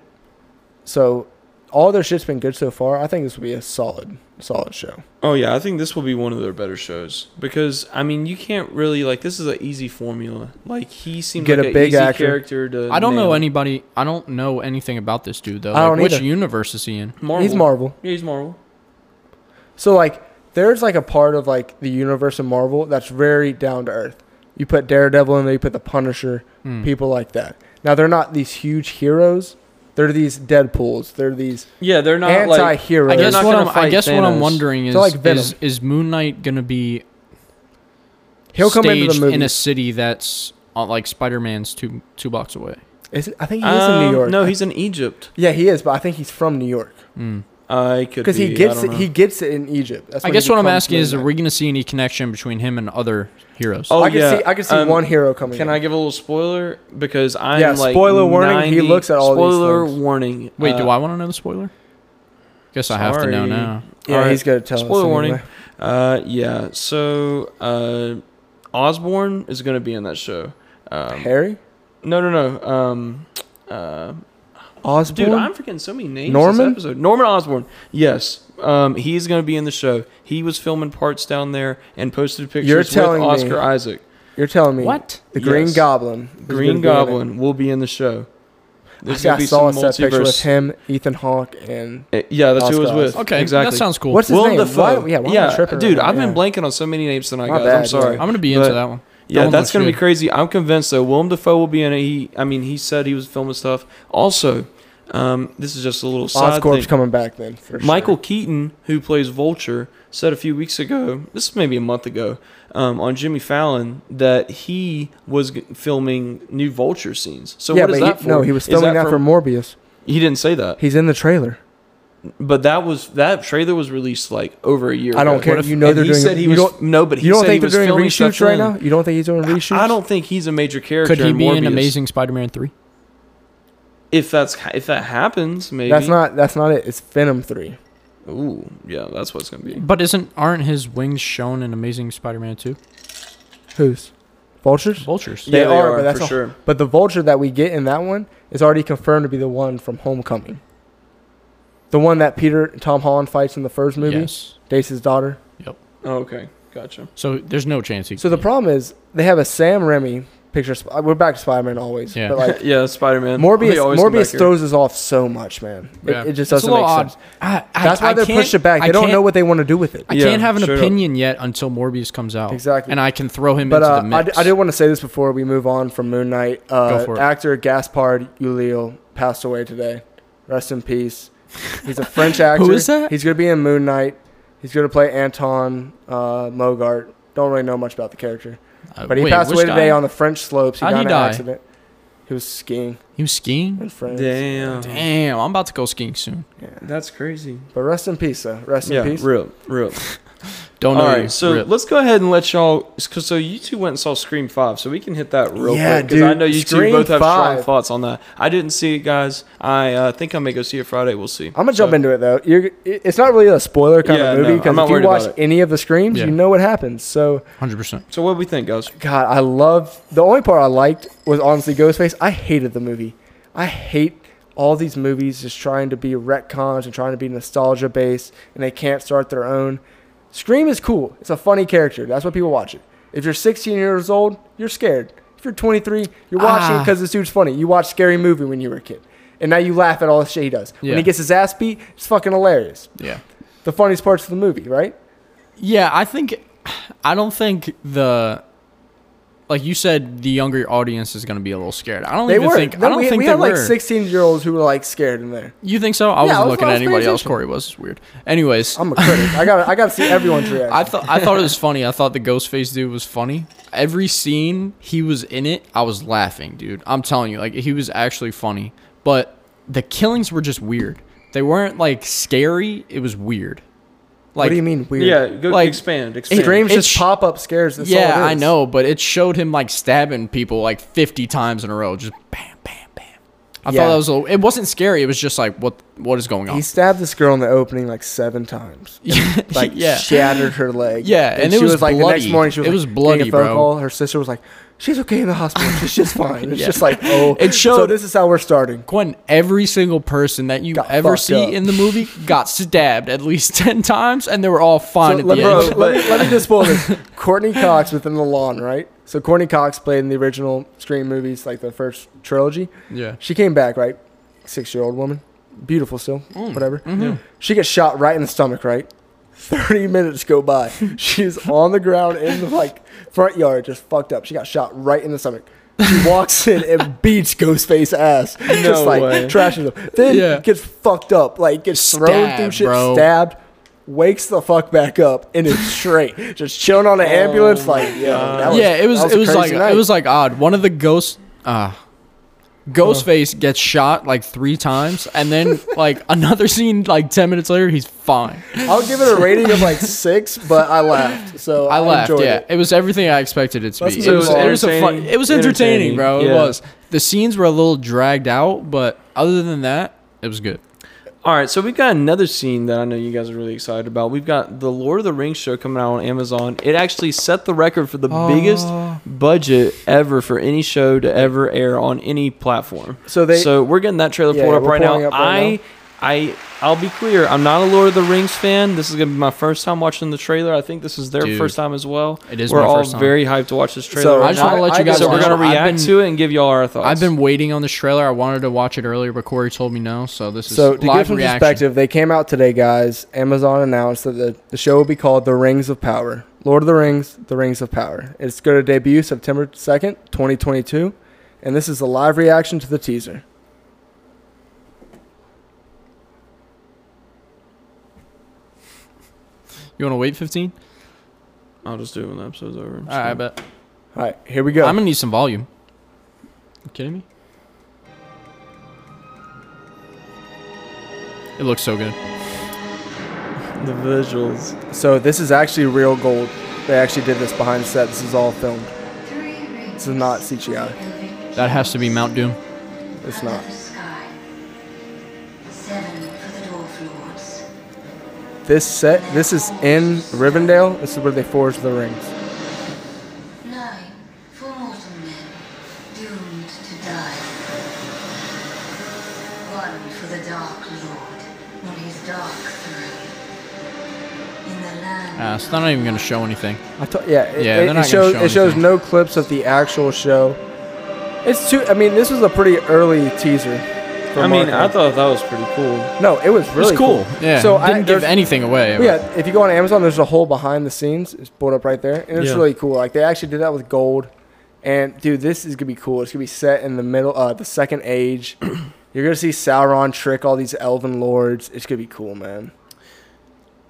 [SPEAKER 1] So all their shit's been good so far. I think this will be a solid, solid show.
[SPEAKER 3] Oh yeah, I think this will be one of their better shows because I mean you can't really like this is an easy formula. Like he seems
[SPEAKER 1] Get
[SPEAKER 3] like
[SPEAKER 1] a big
[SPEAKER 3] easy
[SPEAKER 1] actor.
[SPEAKER 3] character to.
[SPEAKER 2] I don't know
[SPEAKER 3] nail.
[SPEAKER 2] anybody. I don't know anything about this dude though.
[SPEAKER 1] I
[SPEAKER 2] Like,
[SPEAKER 1] don't
[SPEAKER 2] which
[SPEAKER 1] either.
[SPEAKER 2] universe is he in?
[SPEAKER 3] Marvel.
[SPEAKER 1] He's Marvel.
[SPEAKER 3] Yeah, he's Marvel.
[SPEAKER 1] So like there's like a part of like the universe of Marvel that's very down to earth. You put Daredevil in there, you put the Punisher,
[SPEAKER 2] Hmm.
[SPEAKER 1] people like that. Now they're not these huge heroes. They're these Deadpools. They're these
[SPEAKER 3] Yeah, they're not like.
[SPEAKER 1] anti-heroes.
[SPEAKER 2] I
[SPEAKER 3] They're
[SPEAKER 2] guess
[SPEAKER 3] not
[SPEAKER 2] what I'm.
[SPEAKER 3] gonna
[SPEAKER 2] I
[SPEAKER 3] fight
[SPEAKER 2] guess what I'm
[SPEAKER 3] Thanos.
[SPEAKER 2] wondering is
[SPEAKER 1] So, like, Venom.
[SPEAKER 2] is is Moon Knight gonna be
[SPEAKER 1] He'll come into the
[SPEAKER 2] staged in a
[SPEAKER 1] movies.
[SPEAKER 2] city that's uh, like Spider-Man's two two blocks away.
[SPEAKER 1] Is it- I think he is
[SPEAKER 3] Um,
[SPEAKER 1] in New York.
[SPEAKER 3] No, he's in Egypt.
[SPEAKER 1] yeah, he is, but I think he's from New York
[SPEAKER 2] Mm.
[SPEAKER 3] I could
[SPEAKER 1] because he
[SPEAKER 3] be, I
[SPEAKER 1] gets
[SPEAKER 3] don't
[SPEAKER 1] it.
[SPEAKER 3] know.
[SPEAKER 1] He gets it in Egypt. That's
[SPEAKER 2] I
[SPEAKER 1] when
[SPEAKER 2] guess
[SPEAKER 1] he
[SPEAKER 2] what I'm
[SPEAKER 1] becomes
[SPEAKER 2] asking is, are
[SPEAKER 1] Moon
[SPEAKER 2] we gonna see any connection between him and other heroes?
[SPEAKER 1] Knight.
[SPEAKER 3] Oh,
[SPEAKER 1] I can
[SPEAKER 3] yeah,
[SPEAKER 1] see. I can see
[SPEAKER 3] um,
[SPEAKER 1] one hero coming.
[SPEAKER 3] Can
[SPEAKER 1] in.
[SPEAKER 3] I give a little spoiler? Because I'm
[SPEAKER 1] Yeah,
[SPEAKER 3] like
[SPEAKER 1] spoiler warning, he
[SPEAKER 3] 90
[SPEAKER 1] looks at all these
[SPEAKER 3] spoiler
[SPEAKER 1] things.
[SPEAKER 3] warning.
[SPEAKER 2] Wait, do
[SPEAKER 3] uh,
[SPEAKER 2] I want to know the spoiler? Guess I have to know
[SPEAKER 3] sorry.
[SPEAKER 2] now.
[SPEAKER 1] Yeah,
[SPEAKER 3] Alright,
[SPEAKER 1] he's gonna tell us.
[SPEAKER 3] Spoiler warning.
[SPEAKER 1] anyway.
[SPEAKER 3] Uh, yeah. So, uh, Osborne is gonna be in that show. Um,
[SPEAKER 1] Harry
[SPEAKER 3] no, no, no. Um, uh,
[SPEAKER 1] Osborn.
[SPEAKER 3] dude, I'm forgetting so many names.
[SPEAKER 1] Norman?
[SPEAKER 3] This episode. Norman Osborne. Yes. Um, he's gonna be in the show. He was filming parts down there and posted pictures
[SPEAKER 1] telling me-
[SPEAKER 3] with Oscar Isaac.
[SPEAKER 1] You're telling me
[SPEAKER 2] What?
[SPEAKER 1] The Green
[SPEAKER 3] Yes.
[SPEAKER 1] Goblin. is gonna be
[SPEAKER 3] Green
[SPEAKER 1] in it.
[SPEAKER 3] Goblin will be in the show.
[SPEAKER 1] I,
[SPEAKER 3] There's
[SPEAKER 1] see,
[SPEAKER 3] gonna
[SPEAKER 1] I
[SPEAKER 3] be
[SPEAKER 1] saw a
[SPEAKER 3] some
[SPEAKER 1] set picture with
[SPEAKER 3] multiverse-
[SPEAKER 1] him, Ethan Hawke, and
[SPEAKER 3] Eh, Yeah, that's who it was
[SPEAKER 1] Oscar
[SPEAKER 3] with.
[SPEAKER 1] Isaac.
[SPEAKER 2] Okay,
[SPEAKER 3] exactly.
[SPEAKER 2] that sounds cool.
[SPEAKER 1] what's his
[SPEAKER 3] Willem
[SPEAKER 1] name?
[SPEAKER 3] Dafoe.
[SPEAKER 1] Why- yeah, why am I tripping
[SPEAKER 3] dude,
[SPEAKER 1] right
[SPEAKER 3] I've
[SPEAKER 1] now?
[SPEAKER 3] been blanking on so many names tonight,
[SPEAKER 1] My
[SPEAKER 3] guys.
[SPEAKER 1] bad,
[SPEAKER 3] I'm sorry.
[SPEAKER 1] yeah.
[SPEAKER 2] I'm gonna be into
[SPEAKER 3] But-
[SPEAKER 2] that one.
[SPEAKER 3] Yeah,
[SPEAKER 2] one
[SPEAKER 3] that's
[SPEAKER 2] looks
[SPEAKER 3] gonna be
[SPEAKER 2] good.
[SPEAKER 3] crazy. I'm convinced though. Willem Dafoe will be in it. He, I mean, he said he was filming stuff. Also, um, this is just a little side
[SPEAKER 1] Oscorp's
[SPEAKER 3] thing.
[SPEAKER 1] coming back then. For sure.
[SPEAKER 3] Michael Keaton, who plays Vulture, said a few weeks ago, this is maybe a month ago, um, on Jimmy Fallon that he was g- filming new Vulture scenes. So
[SPEAKER 1] yeah,
[SPEAKER 3] what is
[SPEAKER 1] but
[SPEAKER 3] that
[SPEAKER 1] he,
[SPEAKER 3] for?
[SPEAKER 1] No, he was
[SPEAKER 3] Is
[SPEAKER 1] filming that, for
[SPEAKER 3] from-
[SPEAKER 1] Morbius.
[SPEAKER 3] He didn't say that.
[SPEAKER 1] He's in the trailer.
[SPEAKER 3] But that was that trailer was released like over a year.
[SPEAKER 1] I don't
[SPEAKER 3] ago.
[SPEAKER 1] care.
[SPEAKER 3] What if-
[SPEAKER 1] you know
[SPEAKER 3] and
[SPEAKER 1] they're
[SPEAKER 3] he
[SPEAKER 1] doing.
[SPEAKER 3] Said he
[SPEAKER 1] you
[SPEAKER 3] was,
[SPEAKER 1] don't,
[SPEAKER 3] no, but he
[SPEAKER 1] you don't
[SPEAKER 3] said
[SPEAKER 1] think
[SPEAKER 3] he was
[SPEAKER 1] they're doing
[SPEAKER 3] filming stuff
[SPEAKER 1] reshoots right
[SPEAKER 3] in.
[SPEAKER 1] now? You don't think he's doing reshoots?
[SPEAKER 3] I don't think he's a major character.
[SPEAKER 2] Could he
[SPEAKER 3] in
[SPEAKER 2] be an
[SPEAKER 3] Morbius.
[SPEAKER 2] Amazing Spider-Man three?
[SPEAKER 3] If that's if that happens, maybe
[SPEAKER 1] That's not. That's not it. It's Venom three.
[SPEAKER 3] Ooh, yeah, that's what it's gonna be.
[SPEAKER 2] But isn't aren't his wings shown in Amazing Spider-Man two?
[SPEAKER 1] Who's? Vultures.
[SPEAKER 2] Vultures.
[SPEAKER 3] Yeah, they are, for
[SPEAKER 1] a-
[SPEAKER 3] sure.
[SPEAKER 1] But the vulture that we get in that one is already confirmed to be the one from Homecoming. The one that Peter Tom Holland fights in the first movie,
[SPEAKER 2] Yes.
[SPEAKER 1] Daisy's daughter.
[SPEAKER 3] Oh, okay, gotcha.
[SPEAKER 2] So there's no chance he.
[SPEAKER 1] So
[SPEAKER 2] could
[SPEAKER 1] the
[SPEAKER 2] be.
[SPEAKER 1] problem is they have a Sam Raimi picture. Sp- We're back to Spider-Man always,
[SPEAKER 2] Yeah.
[SPEAKER 1] but like
[SPEAKER 3] yeah, Spider Man.
[SPEAKER 1] Morbius, Morbius throws us off so much, man. It,
[SPEAKER 2] Yeah.
[SPEAKER 1] it just
[SPEAKER 2] It's a
[SPEAKER 1] doesn't make
[SPEAKER 2] little odd.
[SPEAKER 1] sense.
[SPEAKER 2] I, I,
[SPEAKER 1] That's why
[SPEAKER 2] I
[SPEAKER 1] they
[SPEAKER 2] can't-
[SPEAKER 1] pushed it back.
[SPEAKER 2] I
[SPEAKER 1] They don't
[SPEAKER 2] can't-
[SPEAKER 1] know what they want to do with it.
[SPEAKER 2] I
[SPEAKER 3] Yeah,
[SPEAKER 2] can't have an
[SPEAKER 3] straight up.
[SPEAKER 2] opinion yet until Morbius comes out.
[SPEAKER 1] Exactly.
[SPEAKER 2] And I can throw him
[SPEAKER 1] But
[SPEAKER 2] into
[SPEAKER 1] uh,
[SPEAKER 2] the
[SPEAKER 1] I,
[SPEAKER 2] mix.
[SPEAKER 1] d- I did want to say this before we move on from Moon Knight. Uh,
[SPEAKER 2] Go for it.
[SPEAKER 1] Actor Gaspard Ulil passed away today. Rest in peace. He's a French actor.
[SPEAKER 2] is that?
[SPEAKER 1] He's going to be in Moon Knight. He's going to play Anton uh, Mogart. Don't really know much about the character.
[SPEAKER 2] Uh,
[SPEAKER 1] But he
[SPEAKER 2] wait,
[SPEAKER 1] passed
[SPEAKER 2] which
[SPEAKER 1] away
[SPEAKER 2] guy?
[SPEAKER 1] today on the French slopes. He
[SPEAKER 2] How'd
[SPEAKER 1] got
[SPEAKER 2] he
[SPEAKER 1] in
[SPEAKER 2] die?
[SPEAKER 1] an accident. He was skiing
[SPEAKER 2] He was skiing.
[SPEAKER 1] in France.
[SPEAKER 3] Damn,
[SPEAKER 2] Damn, I'm about to go skiing soon.
[SPEAKER 3] that's crazy.
[SPEAKER 1] But rest in peace, though. Rest
[SPEAKER 3] Yeah,
[SPEAKER 1] in peace.
[SPEAKER 3] real, real.
[SPEAKER 2] Don't know.
[SPEAKER 3] All right,
[SPEAKER 2] you.
[SPEAKER 3] so
[SPEAKER 2] Rip.
[SPEAKER 3] let's go ahead and let y'all. Cause so you two went and saw Scream Five, so we can hit that real
[SPEAKER 1] Yeah,
[SPEAKER 3] quick. Because I
[SPEAKER 1] dude,
[SPEAKER 3] know you
[SPEAKER 1] Scream
[SPEAKER 3] two both have strong
[SPEAKER 1] 5.
[SPEAKER 3] thoughts on that. I didn't see it, guys. I uh, think I may go see it Friday. We'll see.
[SPEAKER 1] I'm gonna jump into it though. You're, it- it's not really a spoiler kind
[SPEAKER 3] Yeah,
[SPEAKER 1] of
[SPEAKER 3] no,
[SPEAKER 1] movie
[SPEAKER 3] I'm
[SPEAKER 1] because
[SPEAKER 3] not
[SPEAKER 1] if you
[SPEAKER 3] worried about
[SPEAKER 1] watch
[SPEAKER 3] it.
[SPEAKER 1] any of the screams,
[SPEAKER 2] Yeah.
[SPEAKER 1] you know what happens. So
[SPEAKER 2] 100%.
[SPEAKER 3] So what do we think, guys?
[SPEAKER 1] God, I love the only part I liked was honestly Ghostface. I hated the movie. I hate all these movies just trying to be retcons and trying to be nostalgia based, and they can't start their own. Scream is cool. It's a funny character. That's why people watch it. If you're 16 years old, you're scared. If you're 23, you're watching it
[SPEAKER 2] Ah.
[SPEAKER 1] because this dude's funny. You watched Scary Movie when you were a kid, and now you laugh at all the shit he does. When
[SPEAKER 2] Yeah.
[SPEAKER 1] he gets his ass beat, it's fucking hilarious.
[SPEAKER 2] Yeah.
[SPEAKER 1] The funniest parts of the movie, right?
[SPEAKER 2] Yeah, I think I don't think the like you said the younger audience is going to be a little scared. I don't
[SPEAKER 1] They
[SPEAKER 2] even
[SPEAKER 1] were.
[SPEAKER 2] think I
[SPEAKER 1] No,
[SPEAKER 2] don't
[SPEAKER 1] we,
[SPEAKER 2] think
[SPEAKER 1] we
[SPEAKER 2] they
[SPEAKER 1] had
[SPEAKER 2] were.
[SPEAKER 1] like 16 year olds who were like scared in there.
[SPEAKER 2] You think so? I
[SPEAKER 1] I
[SPEAKER 2] wasn't
[SPEAKER 1] was-
[SPEAKER 2] looking
[SPEAKER 1] I
[SPEAKER 2] at
[SPEAKER 1] was paying
[SPEAKER 2] anybody else.
[SPEAKER 1] attention.
[SPEAKER 2] Corey was. It's weird. Anyways,
[SPEAKER 1] I'm a critic. I got I got to see everyone's reaction.
[SPEAKER 2] I thought I thought it was funny. I thought the Ghostface dude was funny. Every scene he was in it, I was laughing, dude. I'm telling you, like he was actually funny. But the killings were just weird. They weren't like scary. It was weird. Like
[SPEAKER 1] what do you mean weird?
[SPEAKER 3] Yeah, go
[SPEAKER 2] Like,
[SPEAKER 3] expand. Expand.
[SPEAKER 1] Screams
[SPEAKER 2] It
[SPEAKER 1] just
[SPEAKER 2] sh-
[SPEAKER 1] pop up scares. That's
[SPEAKER 2] yeah,
[SPEAKER 1] all it
[SPEAKER 2] I
[SPEAKER 1] is.
[SPEAKER 2] know, but it showed him like stabbing people like 50 times in a row, just bam, bam, bam. I
[SPEAKER 1] Yeah.
[SPEAKER 2] thought that was a little, it wasn't scary. It was just like what what is going on?
[SPEAKER 1] He stabbed this girl in the opening like seven times. Like
[SPEAKER 2] yeah.
[SPEAKER 1] shattered her leg.
[SPEAKER 2] Yeah, and it
[SPEAKER 1] she
[SPEAKER 2] was
[SPEAKER 1] like the next
[SPEAKER 2] bloody.
[SPEAKER 1] morning she was
[SPEAKER 2] It
[SPEAKER 1] like,
[SPEAKER 2] was
[SPEAKER 1] getting
[SPEAKER 2] bloody,
[SPEAKER 1] a phone
[SPEAKER 2] bro.
[SPEAKER 1] call. Her sister was like, "She's okay in the hospital. She's just fine." It's
[SPEAKER 2] Yeah.
[SPEAKER 1] just like, oh,
[SPEAKER 2] It
[SPEAKER 1] So
[SPEAKER 2] showed-
[SPEAKER 1] this is how we're starting.
[SPEAKER 2] Quentin, every single person that you
[SPEAKER 1] Got
[SPEAKER 2] ever
[SPEAKER 1] fucked
[SPEAKER 2] see
[SPEAKER 1] up.
[SPEAKER 2] in the movie got stabbed at least 10 times, and they were all fine
[SPEAKER 1] So
[SPEAKER 2] at
[SPEAKER 1] let,
[SPEAKER 2] the
[SPEAKER 1] bro,
[SPEAKER 2] end.
[SPEAKER 1] let me, let me just spoil this. Courtney Cox within the lawn, right? So Courtney Cox played in the original Scream movies, like the first trilogy.
[SPEAKER 2] Yeah.
[SPEAKER 1] She came back, right? Six year old woman, beautiful still,
[SPEAKER 2] Mm.
[SPEAKER 1] whatever.
[SPEAKER 2] Mm-hmm.
[SPEAKER 1] She gets shot right in the stomach, right? Thirty minutes go by. She's on the ground in the like front yard, just fucked up. She got shot right in the stomach. She walks in and beats Ghostface ass, just like
[SPEAKER 3] way.
[SPEAKER 1] trashes him. Then
[SPEAKER 2] Yeah.
[SPEAKER 1] gets fucked up, like gets thrown through
[SPEAKER 2] Stabbed,
[SPEAKER 1] shit,
[SPEAKER 2] bro.
[SPEAKER 1] stabbed, wakes the fuck back up, and is straight, just chilling on an ambulance. Like, yeah, that
[SPEAKER 2] Oh yeah, it was,
[SPEAKER 1] that
[SPEAKER 2] it was
[SPEAKER 1] a
[SPEAKER 2] like
[SPEAKER 1] crazy night.
[SPEAKER 2] it was like odd. One of the ghosts, uh, Ghostface gets shot like three times, and then like another scene like ten minutes later, he's fine.
[SPEAKER 1] I'll give it a rating of like six, but I laughed, so I,
[SPEAKER 2] I laughed.
[SPEAKER 1] enjoyed
[SPEAKER 2] Yeah,
[SPEAKER 1] it.
[SPEAKER 2] it. was everything I expected it to
[SPEAKER 1] Let's
[SPEAKER 2] be.
[SPEAKER 1] move
[SPEAKER 2] It was,
[SPEAKER 1] on.
[SPEAKER 2] it was a fun.
[SPEAKER 3] Entertaining.
[SPEAKER 2] It was entertaining,
[SPEAKER 3] Entertaining,
[SPEAKER 2] bro.
[SPEAKER 3] yeah.
[SPEAKER 2] It was. The scenes were a little dragged out, but other than that, it was good.
[SPEAKER 3] All right, so we've got another scene that I know you guys are really excited about. We've got the Lord of the Rings show coming out on Amazon. It actually set the record for the biggest budget ever for any show to ever air on any platform.
[SPEAKER 1] So they-
[SPEAKER 3] so we're getting that trailer
[SPEAKER 1] Yeah,
[SPEAKER 3] pulled up
[SPEAKER 1] we're
[SPEAKER 3] right
[SPEAKER 1] pulling
[SPEAKER 3] now.
[SPEAKER 1] up right now.
[SPEAKER 3] I I I'll be clear. I'm not a Lord of the Rings fan. This is gonna be my first time watching the trailer. I think this is their
[SPEAKER 2] Dude,
[SPEAKER 3] first time as well.
[SPEAKER 2] it is
[SPEAKER 3] We're
[SPEAKER 2] my
[SPEAKER 3] all
[SPEAKER 2] first time.
[SPEAKER 3] very hyped to watch this trailer.
[SPEAKER 1] I
[SPEAKER 2] I just want
[SPEAKER 1] I-
[SPEAKER 2] to let
[SPEAKER 1] I
[SPEAKER 2] you guys.
[SPEAKER 1] just-
[SPEAKER 3] so we're
[SPEAKER 2] know.
[SPEAKER 3] gonna
[SPEAKER 2] I've
[SPEAKER 3] react
[SPEAKER 2] been-
[SPEAKER 3] to it and give y'all our thoughts.
[SPEAKER 2] I've been waiting on this trailer. I wanted to watch it earlier, but Corey told me no. So this is
[SPEAKER 1] So to give
[SPEAKER 2] live
[SPEAKER 1] some
[SPEAKER 2] reaction.
[SPEAKER 1] perspective, they came out today, guys. Amazon announced that the, the show will be called The Rings of Power. Lord of the Rings, The Rings of Power. It's going to debut September 2nd, 2022. And this is a live reaction to the teaser.
[SPEAKER 2] You want to wait 15?
[SPEAKER 3] I'll just do it when the episode's over.
[SPEAKER 2] All right, I bet.
[SPEAKER 1] All right, here we go.
[SPEAKER 2] I'm gonna need some volume. You kidding me? It looks so good.
[SPEAKER 3] The visuals.
[SPEAKER 1] So this is actually real gold. They actually did this behind the set. This is all filmed. This is not CGI.
[SPEAKER 2] That has to be Mount Doom.
[SPEAKER 1] It's not.
[SPEAKER 6] Sky. Seven for the Dwarf Lords.
[SPEAKER 1] This set, this is in Rivendell. This is where they forged the rings.
[SPEAKER 6] Nine for mortal men, doomed to die. One for the Dark Lord, on his dark throne. In the land.
[SPEAKER 2] Uh, so they're not even going to show anything.
[SPEAKER 1] I thought, yeah, it,
[SPEAKER 2] Yeah,
[SPEAKER 1] it-
[SPEAKER 2] they're
[SPEAKER 1] it
[SPEAKER 2] not gonna
[SPEAKER 1] shows
[SPEAKER 2] show
[SPEAKER 1] it shows
[SPEAKER 2] anything.
[SPEAKER 1] no clips of the actual show. It's too. I mean, this was a pretty early teaser. for
[SPEAKER 3] I mean, I
[SPEAKER 1] marketing.
[SPEAKER 3] thought that was pretty cool.
[SPEAKER 1] no, it was really
[SPEAKER 2] it's cool. Yeah.
[SPEAKER 1] So
[SPEAKER 2] So
[SPEAKER 1] I-
[SPEAKER 2] didn't give
[SPEAKER 1] there's-
[SPEAKER 2] anything away.
[SPEAKER 1] But yeah, if you go on Amazon, there's a whole behind the scenes. It's pulled up right there, and it's
[SPEAKER 3] Yeah.
[SPEAKER 1] really cool. Like they actually did that with gold, and dude, this is gonna be cool. It's gonna be set in the middle, uh, the Second Age. You're gonna see Sauron trick all these Elven lords. It's gonna be cool, man.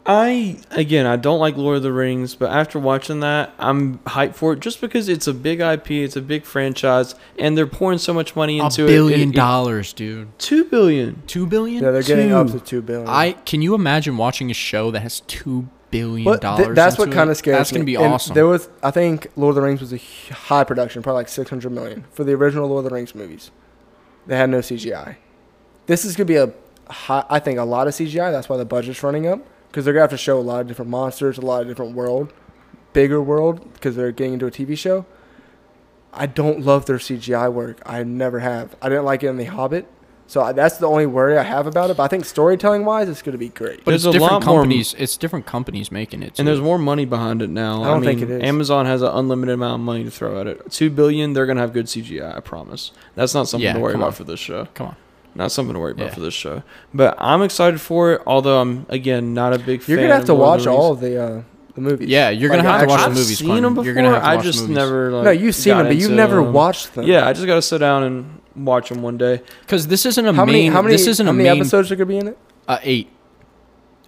[SPEAKER 3] I again, I don't like Lord of the Rings, but after watching that, I'm hyped for it just because it's a big IP, it's a big franchise, and they're pouring so much money
[SPEAKER 2] A
[SPEAKER 3] into it.
[SPEAKER 2] billion
[SPEAKER 3] It- it-
[SPEAKER 2] dollars, dude.
[SPEAKER 3] Two billion.
[SPEAKER 2] Two billion.
[SPEAKER 1] Yeah, they're getting up
[SPEAKER 3] Two.
[SPEAKER 1] to two billion.
[SPEAKER 2] I can you imagine watching a show that has two billion
[SPEAKER 1] But th-
[SPEAKER 2] dollars?
[SPEAKER 1] that's what
[SPEAKER 2] into
[SPEAKER 1] kind
[SPEAKER 2] it?
[SPEAKER 1] of scares
[SPEAKER 2] That's gonna
[SPEAKER 1] me.
[SPEAKER 2] be
[SPEAKER 1] And
[SPEAKER 2] awesome.
[SPEAKER 1] There was, I think, Lord of the Rings was a hu- high production, probably like 600 million for the original Lord of the Rings movies. They had no CGI. This is gonna be a high, I think, a lot of CGI. That's why the budget's running up because they're gonna have to show a lot of different monsters, a lot of different world, bigger world because they're getting into a TV show. I don't love their CGI work. I never have. I didn't like it in The Hobbit. So I, that's the only worry I have about it. But I think storytelling wise, it's going to be great.
[SPEAKER 2] but
[SPEAKER 3] There's
[SPEAKER 2] it's
[SPEAKER 3] a
[SPEAKER 2] different
[SPEAKER 3] lot more-
[SPEAKER 2] companies. It's different companies making it.
[SPEAKER 3] And
[SPEAKER 2] too.
[SPEAKER 3] there's more money behind it now.
[SPEAKER 1] I don't think it is.
[SPEAKER 3] Amazon has an unlimited amount of money to throw at it. Two billion, they're gonna have good CGI. I promise. That's not something
[SPEAKER 2] Yeah,
[SPEAKER 3] to worry
[SPEAKER 2] come
[SPEAKER 3] about
[SPEAKER 2] on.
[SPEAKER 3] for this show.
[SPEAKER 2] come on.
[SPEAKER 3] Not something to worry about
[SPEAKER 2] Yeah.
[SPEAKER 3] for this show. But I'm excited for it. Although I'm again not a big.
[SPEAKER 1] You're
[SPEAKER 3] fan
[SPEAKER 1] gonna have
[SPEAKER 3] of
[SPEAKER 1] to
[SPEAKER 3] Lord of
[SPEAKER 1] watch
[SPEAKER 3] the Rings.
[SPEAKER 1] all of the uh, the movies.
[SPEAKER 2] Yeah, you're gonna
[SPEAKER 1] Like,
[SPEAKER 2] have to watch
[SPEAKER 1] actually-
[SPEAKER 2] the
[SPEAKER 3] I've
[SPEAKER 2] movies.
[SPEAKER 3] seen
[SPEAKER 2] Quinn.
[SPEAKER 3] them before.
[SPEAKER 2] You're gonna have to
[SPEAKER 3] I
[SPEAKER 2] watch the
[SPEAKER 3] just
[SPEAKER 2] movies.
[SPEAKER 3] never. Like,
[SPEAKER 1] No, you've seen
[SPEAKER 3] got
[SPEAKER 1] them, but you've
[SPEAKER 3] into
[SPEAKER 1] never
[SPEAKER 3] them.
[SPEAKER 1] watched them.
[SPEAKER 3] Yeah, I just gotta sit down and watch them one day.
[SPEAKER 2] Because this isn't a
[SPEAKER 1] How
[SPEAKER 2] main.
[SPEAKER 1] many? How many?
[SPEAKER 2] this isn't
[SPEAKER 1] how
[SPEAKER 2] a
[SPEAKER 1] many
[SPEAKER 2] main.
[SPEAKER 1] episodes are gonna be in it?
[SPEAKER 2] Uh, eight,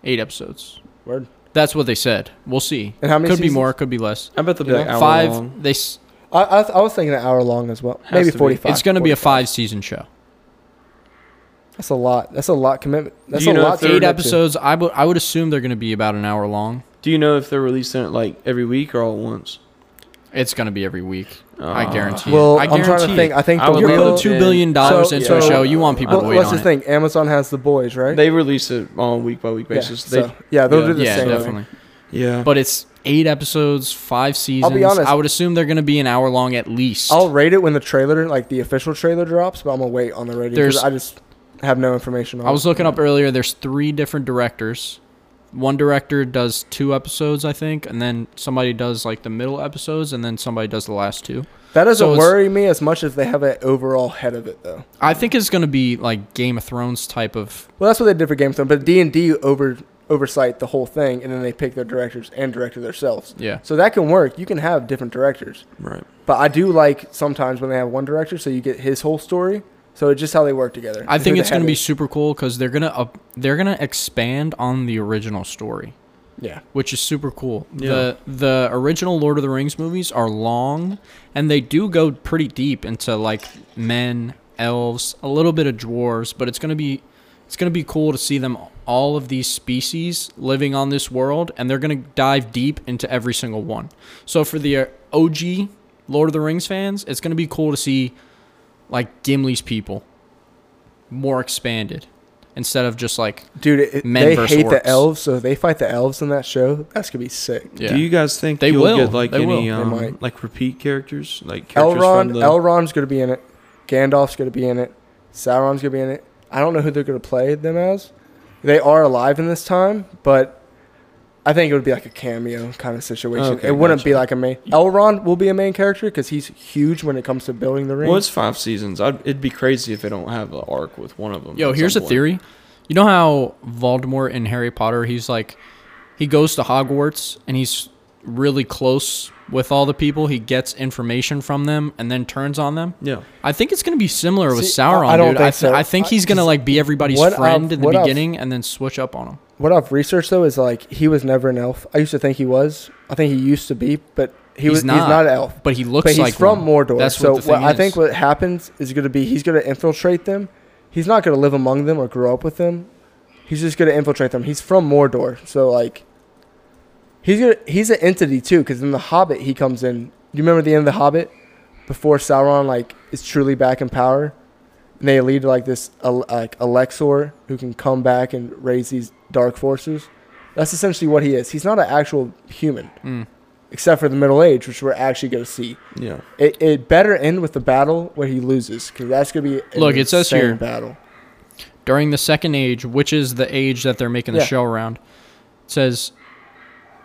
[SPEAKER 2] eight episodes.
[SPEAKER 1] Word.
[SPEAKER 2] That's what they said. We'll see.
[SPEAKER 1] And how many
[SPEAKER 2] Could
[SPEAKER 1] seasons?
[SPEAKER 2] be more. Could be less.
[SPEAKER 3] I bet they'll be
[SPEAKER 1] You
[SPEAKER 3] like
[SPEAKER 1] know,
[SPEAKER 3] hour
[SPEAKER 2] five.
[SPEAKER 3] long.
[SPEAKER 2] They. s-
[SPEAKER 1] I, I, I was thinking an hour long as well.
[SPEAKER 3] Has
[SPEAKER 1] Maybe
[SPEAKER 3] to be.
[SPEAKER 1] forty-five.
[SPEAKER 2] It's gonna be a
[SPEAKER 1] 45.
[SPEAKER 2] five-season show.
[SPEAKER 1] That's a lot. That's a lot commitment. That's
[SPEAKER 3] you
[SPEAKER 1] a
[SPEAKER 3] know
[SPEAKER 1] lot.
[SPEAKER 3] if
[SPEAKER 1] to
[SPEAKER 3] they're
[SPEAKER 1] live
[SPEAKER 2] Eight
[SPEAKER 1] up to.
[SPEAKER 2] episodes. I would. I would assume they're gonna be about an hour long.
[SPEAKER 3] Do you know if they're releasing it like every week or all at once?
[SPEAKER 2] It's gonna be every week. I guarantee. it.
[SPEAKER 1] Oh. Well,
[SPEAKER 2] I
[SPEAKER 1] I'm
[SPEAKER 2] guarantee
[SPEAKER 1] trying to
[SPEAKER 2] it.
[SPEAKER 1] think. I think
[SPEAKER 3] I
[SPEAKER 1] the
[SPEAKER 3] would
[SPEAKER 2] You're
[SPEAKER 3] love
[SPEAKER 1] real.
[SPEAKER 2] putting
[SPEAKER 3] to
[SPEAKER 2] two billion dollars
[SPEAKER 1] So-
[SPEAKER 2] into
[SPEAKER 1] so-
[SPEAKER 2] a show. You want people
[SPEAKER 1] Well,
[SPEAKER 2] to wait
[SPEAKER 1] what's
[SPEAKER 2] on
[SPEAKER 1] the thing?
[SPEAKER 2] it.
[SPEAKER 1] Amazon has the boys, right?
[SPEAKER 3] They release it on a week by week
[SPEAKER 1] Yeah,
[SPEAKER 3] basis.
[SPEAKER 1] so-
[SPEAKER 3] They,
[SPEAKER 1] yeah, they'll do the
[SPEAKER 2] Yeah,
[SPEAKER 1] same. thing.
[SPEAKER 2] definitely.
[SPEAKER 3] Yeah.
[SPEAKER 2] But it's eight episodes, five seasons.
[SPEAKER 1] honest. Oh.
[SPEAKER 2] I would assume they're gonna be an hour long at least.
[SPEAKER 1] I'll rate it when the trailer, like the official trailer, drops. But I'm gonna wait on the rating because
[SPEAKER 2] There's-
[SPEAKER 1] I just have no information on.
[SPEAKER 2] I was
[SPEAKER 1] it.
[SPEAKER 2] looking up earlier. There's three different directors. One director does two episodes, I think, and then somebody does like the middle episodes, and then somebody does the last two.
[SPEAKER 1] That doesn't
[SPEAKER 2] so it's-
[SPEAKER 1] worry me as much as they have an overall head of it, though.
[SPEAKER 2] I think it's gonna be like Game of Thrones type of.
[SPEAKER 1] Well, that's what they did for Game of Thrones, but D and D over oversight the whole thing, and then they pick their directors and director themselves.
[SPEAKER 2] Yeah.
[SPEAKER 1] So that can work. You can have different directors,
[SPEAKER 3] right.
[SPEAKER 1] but I do like sometimes when they have one director, so you get his whole story. So it's just how they work together.
[SPEAKER 2] I
[SPEAKER 1] and
[SPEAKER 2] think
[SPEAKER 1] who
[SPEAKER 2] it's
[SPEAKER 1] the
[SPEAKER 2] gonna be
[SPEAKER 1] head
[SPEAKER 2] super cool because they're gonna up, they're gonna expand on the original story,
[SPEAKER 1] is. yeah.
[SPEAKER 2] which is super cool.
[SPEAKER 3] Yeah.
[SPEAKER 2] The the original Lord of the Rings movies are long, and they do go pretty deep into like men, elves, a little bit of dwarves, but it's gonna be it's gonna be cool to see them all of these species living on this world, and they're gonna dive deep into every single one. So for the uh, OG Lord of the Rings fans, it's gonna be cool to see like Gimli's people more expanded instead of just like
[SPEAKER 1] Dude, it, it-
[SPEAKER 2] Men
[SPEAKER 1] they
[SPEAKER 2] versus
[SPEAKER 1] hate the
[SPEAKER 2] orcs.
[SPEAKER 1] elves, so if they fight the elves in that show, that's gonna be sick.
[SPEAKER 2] yeah.
[SPEAKER 3] Do you guys think
[SPEAKER 2] They
[SPEAKER 3] you'll
[SPEAKER 2] will.
[SPEAKER 3] get like
[SPEAKER 2] They
[SPEAKER 3] any
[SPEAKER 2] will.
[SPEAKER 1] They
[SPEAKER 3] um,
[SPEAKER 1] might.
[SPEAKER 3] like repeat characters? Like characters
[SPEAKER 1] Elrond,
[SPEAKER 3] from the
[SPEAKER 1] Elrond's gonna be in it. Gandalf's gonna be in it. Sauron's gonna be in it. I don't know who they're gonna play them as. They are alive in this time, but I think it would be like a cameo kind of situation.
[SPEAKER 3] Okay,
[SPEAKER 1] it wouldn't
[SPEAKER 3] gotcha.
[SPEAKER 1] be like a main. Elrond will be a main character because he's huge when it comes to building the ring.
[SPEAKER 3] Well, it's five seasons. I'd, it'd be crazy if they don't have an arc with one of them.
[SPEAKER 2] Yo,
[SPEAKER 3] at
[SPEAKER 2] here's a
[SPEAKER 3] some point.
[SPEAKER 2] theory. You know how Voldemort in Harry Potter, he's like, he goes to Hogwarts and he's really close with all the people. He gets information from them and then turns on them.
[SPEAKER 3] Yeah.
[SPEAKER 2] I think it's gonna be similar with
[SPEAKER 1] See,
[SPEAKER 2] Sauron,
[SPEAKER 1] I- I don't
[SPEAKER 2] dude. I,
[SPEAKER 1] think
[SPEAKER 2] th-
[SPEAKER 1] so.
[SPEAKER 2] I think
[SPEAKER 1] I-
[SPEAKER 2] he's gonna like be everybody's
[SPEAKER 1] what I've-
[SPEAKER 2] friend in the
[SPEAKER 1] what I've-
[SPEAKER 2] beginning and then switch up on him.
[SPEAKER 1] what I've researched though is like he was never an elf. I used to think he was. I think he used to be, but he was. He's not an elf.
[SPEAKER 2] but he looks
[SPEAKER 1] but he's
[SPEAKER 2] like
[SPEAKER 1] from
[SPEAKER 2] one.
[SPEAKER 1] Mordor.
[SPEAKER 2] That's
[SPEAKER 1] so
[SPEAKER 2] what, the thing
[SPEAKER 1] I
[SPEAKER 2] is.
[SPEAKER 1] think what happens is going to be he's going to infiltrate them. He's not going to live among them or grow up with them. He's just gonna infiltrate them. He's from Mordor, so like, he's gonna, he's an entity too. Because in the Hobbit, he comes in. You remember the end of the Hobbit, before Sauron like is truly back in power, and they lead to like this El- like Elexor who can come back and raise these dark forces. That's essentially what he is. He's not an actual human,
[SPEAKER 2] Mm.
[SPEAKER 1] except for the Middle Age, which we're actually gonna see.
[SPEAKER 3] Yeah.
[SPEAKER 1] It, it better end with the battle where he loses because that's gonna be an
[SPEAKER 2] Look, it says
[SPEAKER 1] insane
[SPEAKER 2] here-
[SPEAKER 1] battle.
[SPEAKER 2] during the second age, which is the age that they're making the
[SPEAKER 1] Yeah.
[SPEAKER 2] show around, it says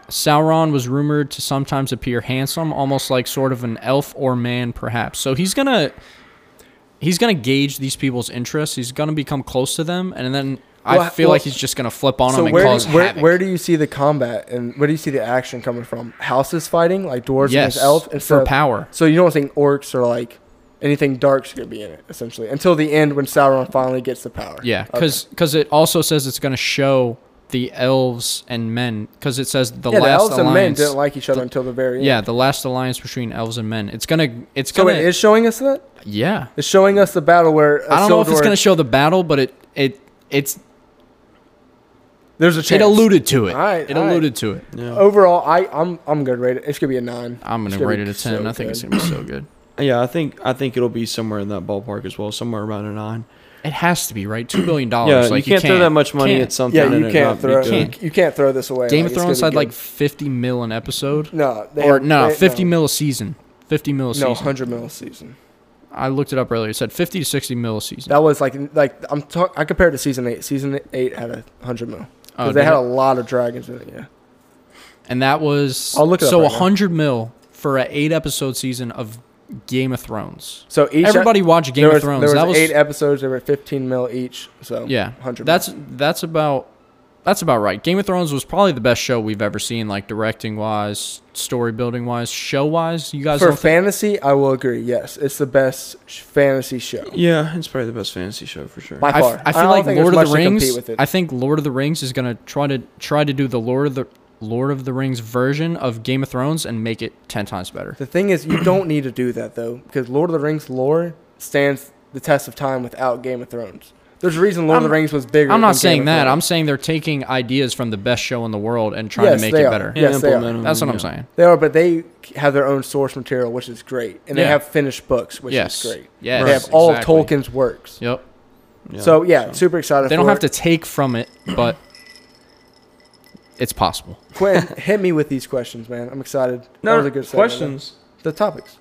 [SPEAKER 2] Sauron was rumored to sometimes appear handsome, almost like sort of an elf or man, perhaps. So he's gonna he's gonna gauge these people's interests. He's gonna become close to them, and then I
[SPEAKER 1] Well,
[SPEAKER 2] feel
[SPEAKER 1] well,
[SPEAKER 2] like he's just gonna flip on
[SPEAKER 1] So
[SPEAKER 2] them and
[SPEAKER 1] where
[SPEAKER 2] cause
[SPEAKER 1] do, where,
[SPEAKER 2] havoc.
[SPEAKER 1] where do you see the combat and where do you see the action coming from? Houses fighting like dwarves
[SPEAKER 2] yes,
[SPEAKER 1] against elf and
[SPEAKER 2] for power.
[SPEAKER 1] So you don't think orcs or like anything dark's gonna be in it essentially until the end when Sauron finally gets the power.
[SPEAKER 2] Yeah,
[SPEAKER 1] Okay.
[SPEAKER 2] because it also says it's gonna show the elves and men because it says the
[SPEAKER 1] yeah, the
[SPEAKER 2] last
[SPEAKER 1] elves and
[SPEAKER 2] alliance.
[SPEAKER 1] men didn't like each other until the very end.
[SPEAKER 2] yeah, the last alliance between elves and men. It's gonna, it's
[SPEAKER 1] So
[SPEAKER 2] gonna,
[SPEAKER 1] it is showing us that.
[SPEAKER 2] yeah.
[SPEAKER 1] It's showing us the battle where uh,
[SPEAKER 2] I don't know if it's
[SPEAKER 1] Isildur-
[SPEAKER 2] gonna show the battle, but it it it's
[SPEAKER 1] There's a chance.
[SPEAKER 2] it alluded to it.
[SPEAKER 1] All right,
[SPEAKER 2] it
[SPEAKER 1] all right.
[SPEAKER 2] alluded to it.
[SPEAKER 1] Overall, I I'm I'm gonna rate it. It's gonna be a nine.
[SPEAKER 2] I'm
[SPEAKER 1] It's
[SPEAKER 2] gonna rate
[SPEAKER 1] be
[SPEAKER 2] it a ten.
[SPEAKER 1] so
[SPEAKER 2] I think it's
[SPEAKER 1] good.
[SPEAKER 2] gonna be so good.
[SPEAKER 3] Yeah, I think I think it'll be somewhere in that ballpark as well, somewhere around a nine.
[SPEAKER 2] It has to be right. Two billion dollars.
[SPEAKER 3] Yeah,
[SPEAKER 2] like
[SPEAKER 3] Oh, you can't throw that much money
[SPEAKER 2] can't.
[SPEAKER 3] at something.
[SPEAKER 1] yeah,
[SPEAKER 3] and
[SPEAKER 1] you
[SPEAKER 3] it
[SPEAKER 1] can't
[SPEAKER 3] not be
[SPEAKER 1] throw
[SPEAKER 3] good.
[SPEAKER 1] you
[SPEAKER 2] can't.
[SPEAKER 1] can't. throw this away.
[SPEAKER 2] Game
[SPEAKER 1] Like,
[SPEAKER 2] of
[SPEAKER 1] it's
[SPEAKER 2] Thrones
[SPEAKER 1] gonna
[SPEAKER 2] had
[SPEAKER 1] be
[SPEAKER 2] like
[SPEAKER 1] good.
[SPEAKER 2] fifty mil an episode,
[SPEAKER 1] no they
[SPEAKER 2] or
[SPEAKER 1] have-
[SPEAKER 2] no,
[SPEAKER 1] they-
[SPEAKER 2] fifty mil a season. Fifty mil
[SPEAKER 1] No,
[SPEAKER 2] a season.
[SPEAKER 1] hundred mil a season.
[SPEAKER 2] I looked it up earlier. It said fifty to sixty mil a season.
[SPEAKER 1] That was like like I'm talk- I compared it to season eight. Season eight had a hundred mil because
[SPEAKER 2] Oh,
[SPEAKER 1] they
[SPEAKER 2] did
[SPEAKER 1] had
[SPEAKER 2] it?
[SPEAKER 1] a lot of dragons in it. Yeah,
[SPEAKER 2] and that was
[SPEAKER 1] I'll look it up
[SPEAKER 2] so
[SPEAKER 1] right now.
[SPEAKER 2] hundred mil for an eight episode season of Game of Thrones.
[SPEAKER 1] so each e-
[SPEAKER 2] Everybody watched Game
[SPEAKER 1] there
[SPEAKER 2] of
[SPEAKER 1] was-
[SPEAKER 2] Thrones.
[SPEAKER 1] There was
[SPEAKER 2] That was-
[SPEAKER 1] eight episodes. There were fifteen mil each. So
[SPEAKER 2] Yeah,
[SPEAKER 1] hundred.
[SPEAKER 2] That's that's about that's about right. Game of Thrones was probably the best show we've ever seen, like directing wise, story building wise, show wise. You guys,
[SPEAKER 1] for
[SPEAKER 2] don't think-
[SPEAKER 1] fantasy. I will agree. Yes, it's the best sh- fantasy show.
[SPEAKER 3] Yeah, it's probably the best fantasy show for sure.
[SPEAKER 1] By
[SPEAKER 2] I,
[SPEAKER 1] far,
[SPEAKER 2] f- I feel
[SPEAKER 1] don't
[SPEAKER 2] like
[SPEAKER 1] think there's
[SPEAKER 2] Lord of the
[SPEAKER 1] much to compete
[SPEAKER 2] Rings.
[SPEAKER 1] with it.
[SPEAKER 2] I think Lord of the Rings is gonna try to try to do the Lord of the Lord of the Rings version of Game of Thrones and make it ten times better.
[SPEAKER 1] The thing is, you don't need to do that though, because Lord of the Rings lore stands the test of time without Game of Thrones. There's a reason Lord of
[SPEAKER 2] I'm-
[SPEAKER 1] the Rings was bigger.
[SPEAKER 2] I'm
[SPEAKER 1] than Game
[SPEAKER 2] not saying
[SPEAKER 1] of
[SPEAKER 2] that. I'm
[SPEAKER 1] Thrones.
[SPEAKER 2] saying they're taking ideas from the best show in the world and trying
[SPEAKER 1] Yes,
[SPEAKER 2] to make
[SPEAKER 1] they
[SPEAKER 2] it
[SPEAKER 1] are.
[SPEAKER 2] better.
[SPEAKER 1] Yeah. yes, they are.
[SPEAKER 3] implement 'em,
[SPEAKER 2] That's what
[SPEAKER 3] yeah.
[SPEAKER 2] I'm saying.
[SPEAKER 1] They are, but they have their own source material, which is great, and
[SPEAKER 2] Yeah.
[SPEAKER 1] they have finished books, which
[SPEAKER 2] Yes.
[SPEAKER 1] is great.
[SPEAKER 2] Yes,
[SPEAKER 1] they have all
[SPEAKER 2] exactly.
[SPEAKER 1] Tolkien's works.
[SPEAKER 2] Yep.
[SPEAKER 3] Yeah.
[SPEAKER 1] So yeah, super excited.
[SPEAKER 2] They don't
[SPEAKER 1] for
[SPEAKER 2] have to
[SPEAKER 1] it.
[SPEAKER 2] take from it, but it's possible.
[SPEAKER 1] Quinn, hit me with these questions, man. I'm excited. That
[SPEAKER 3] no
[SPEAKER 1] was a good segment.
[SPEAKER 3] questions.
[SPEAKER 1] The topics.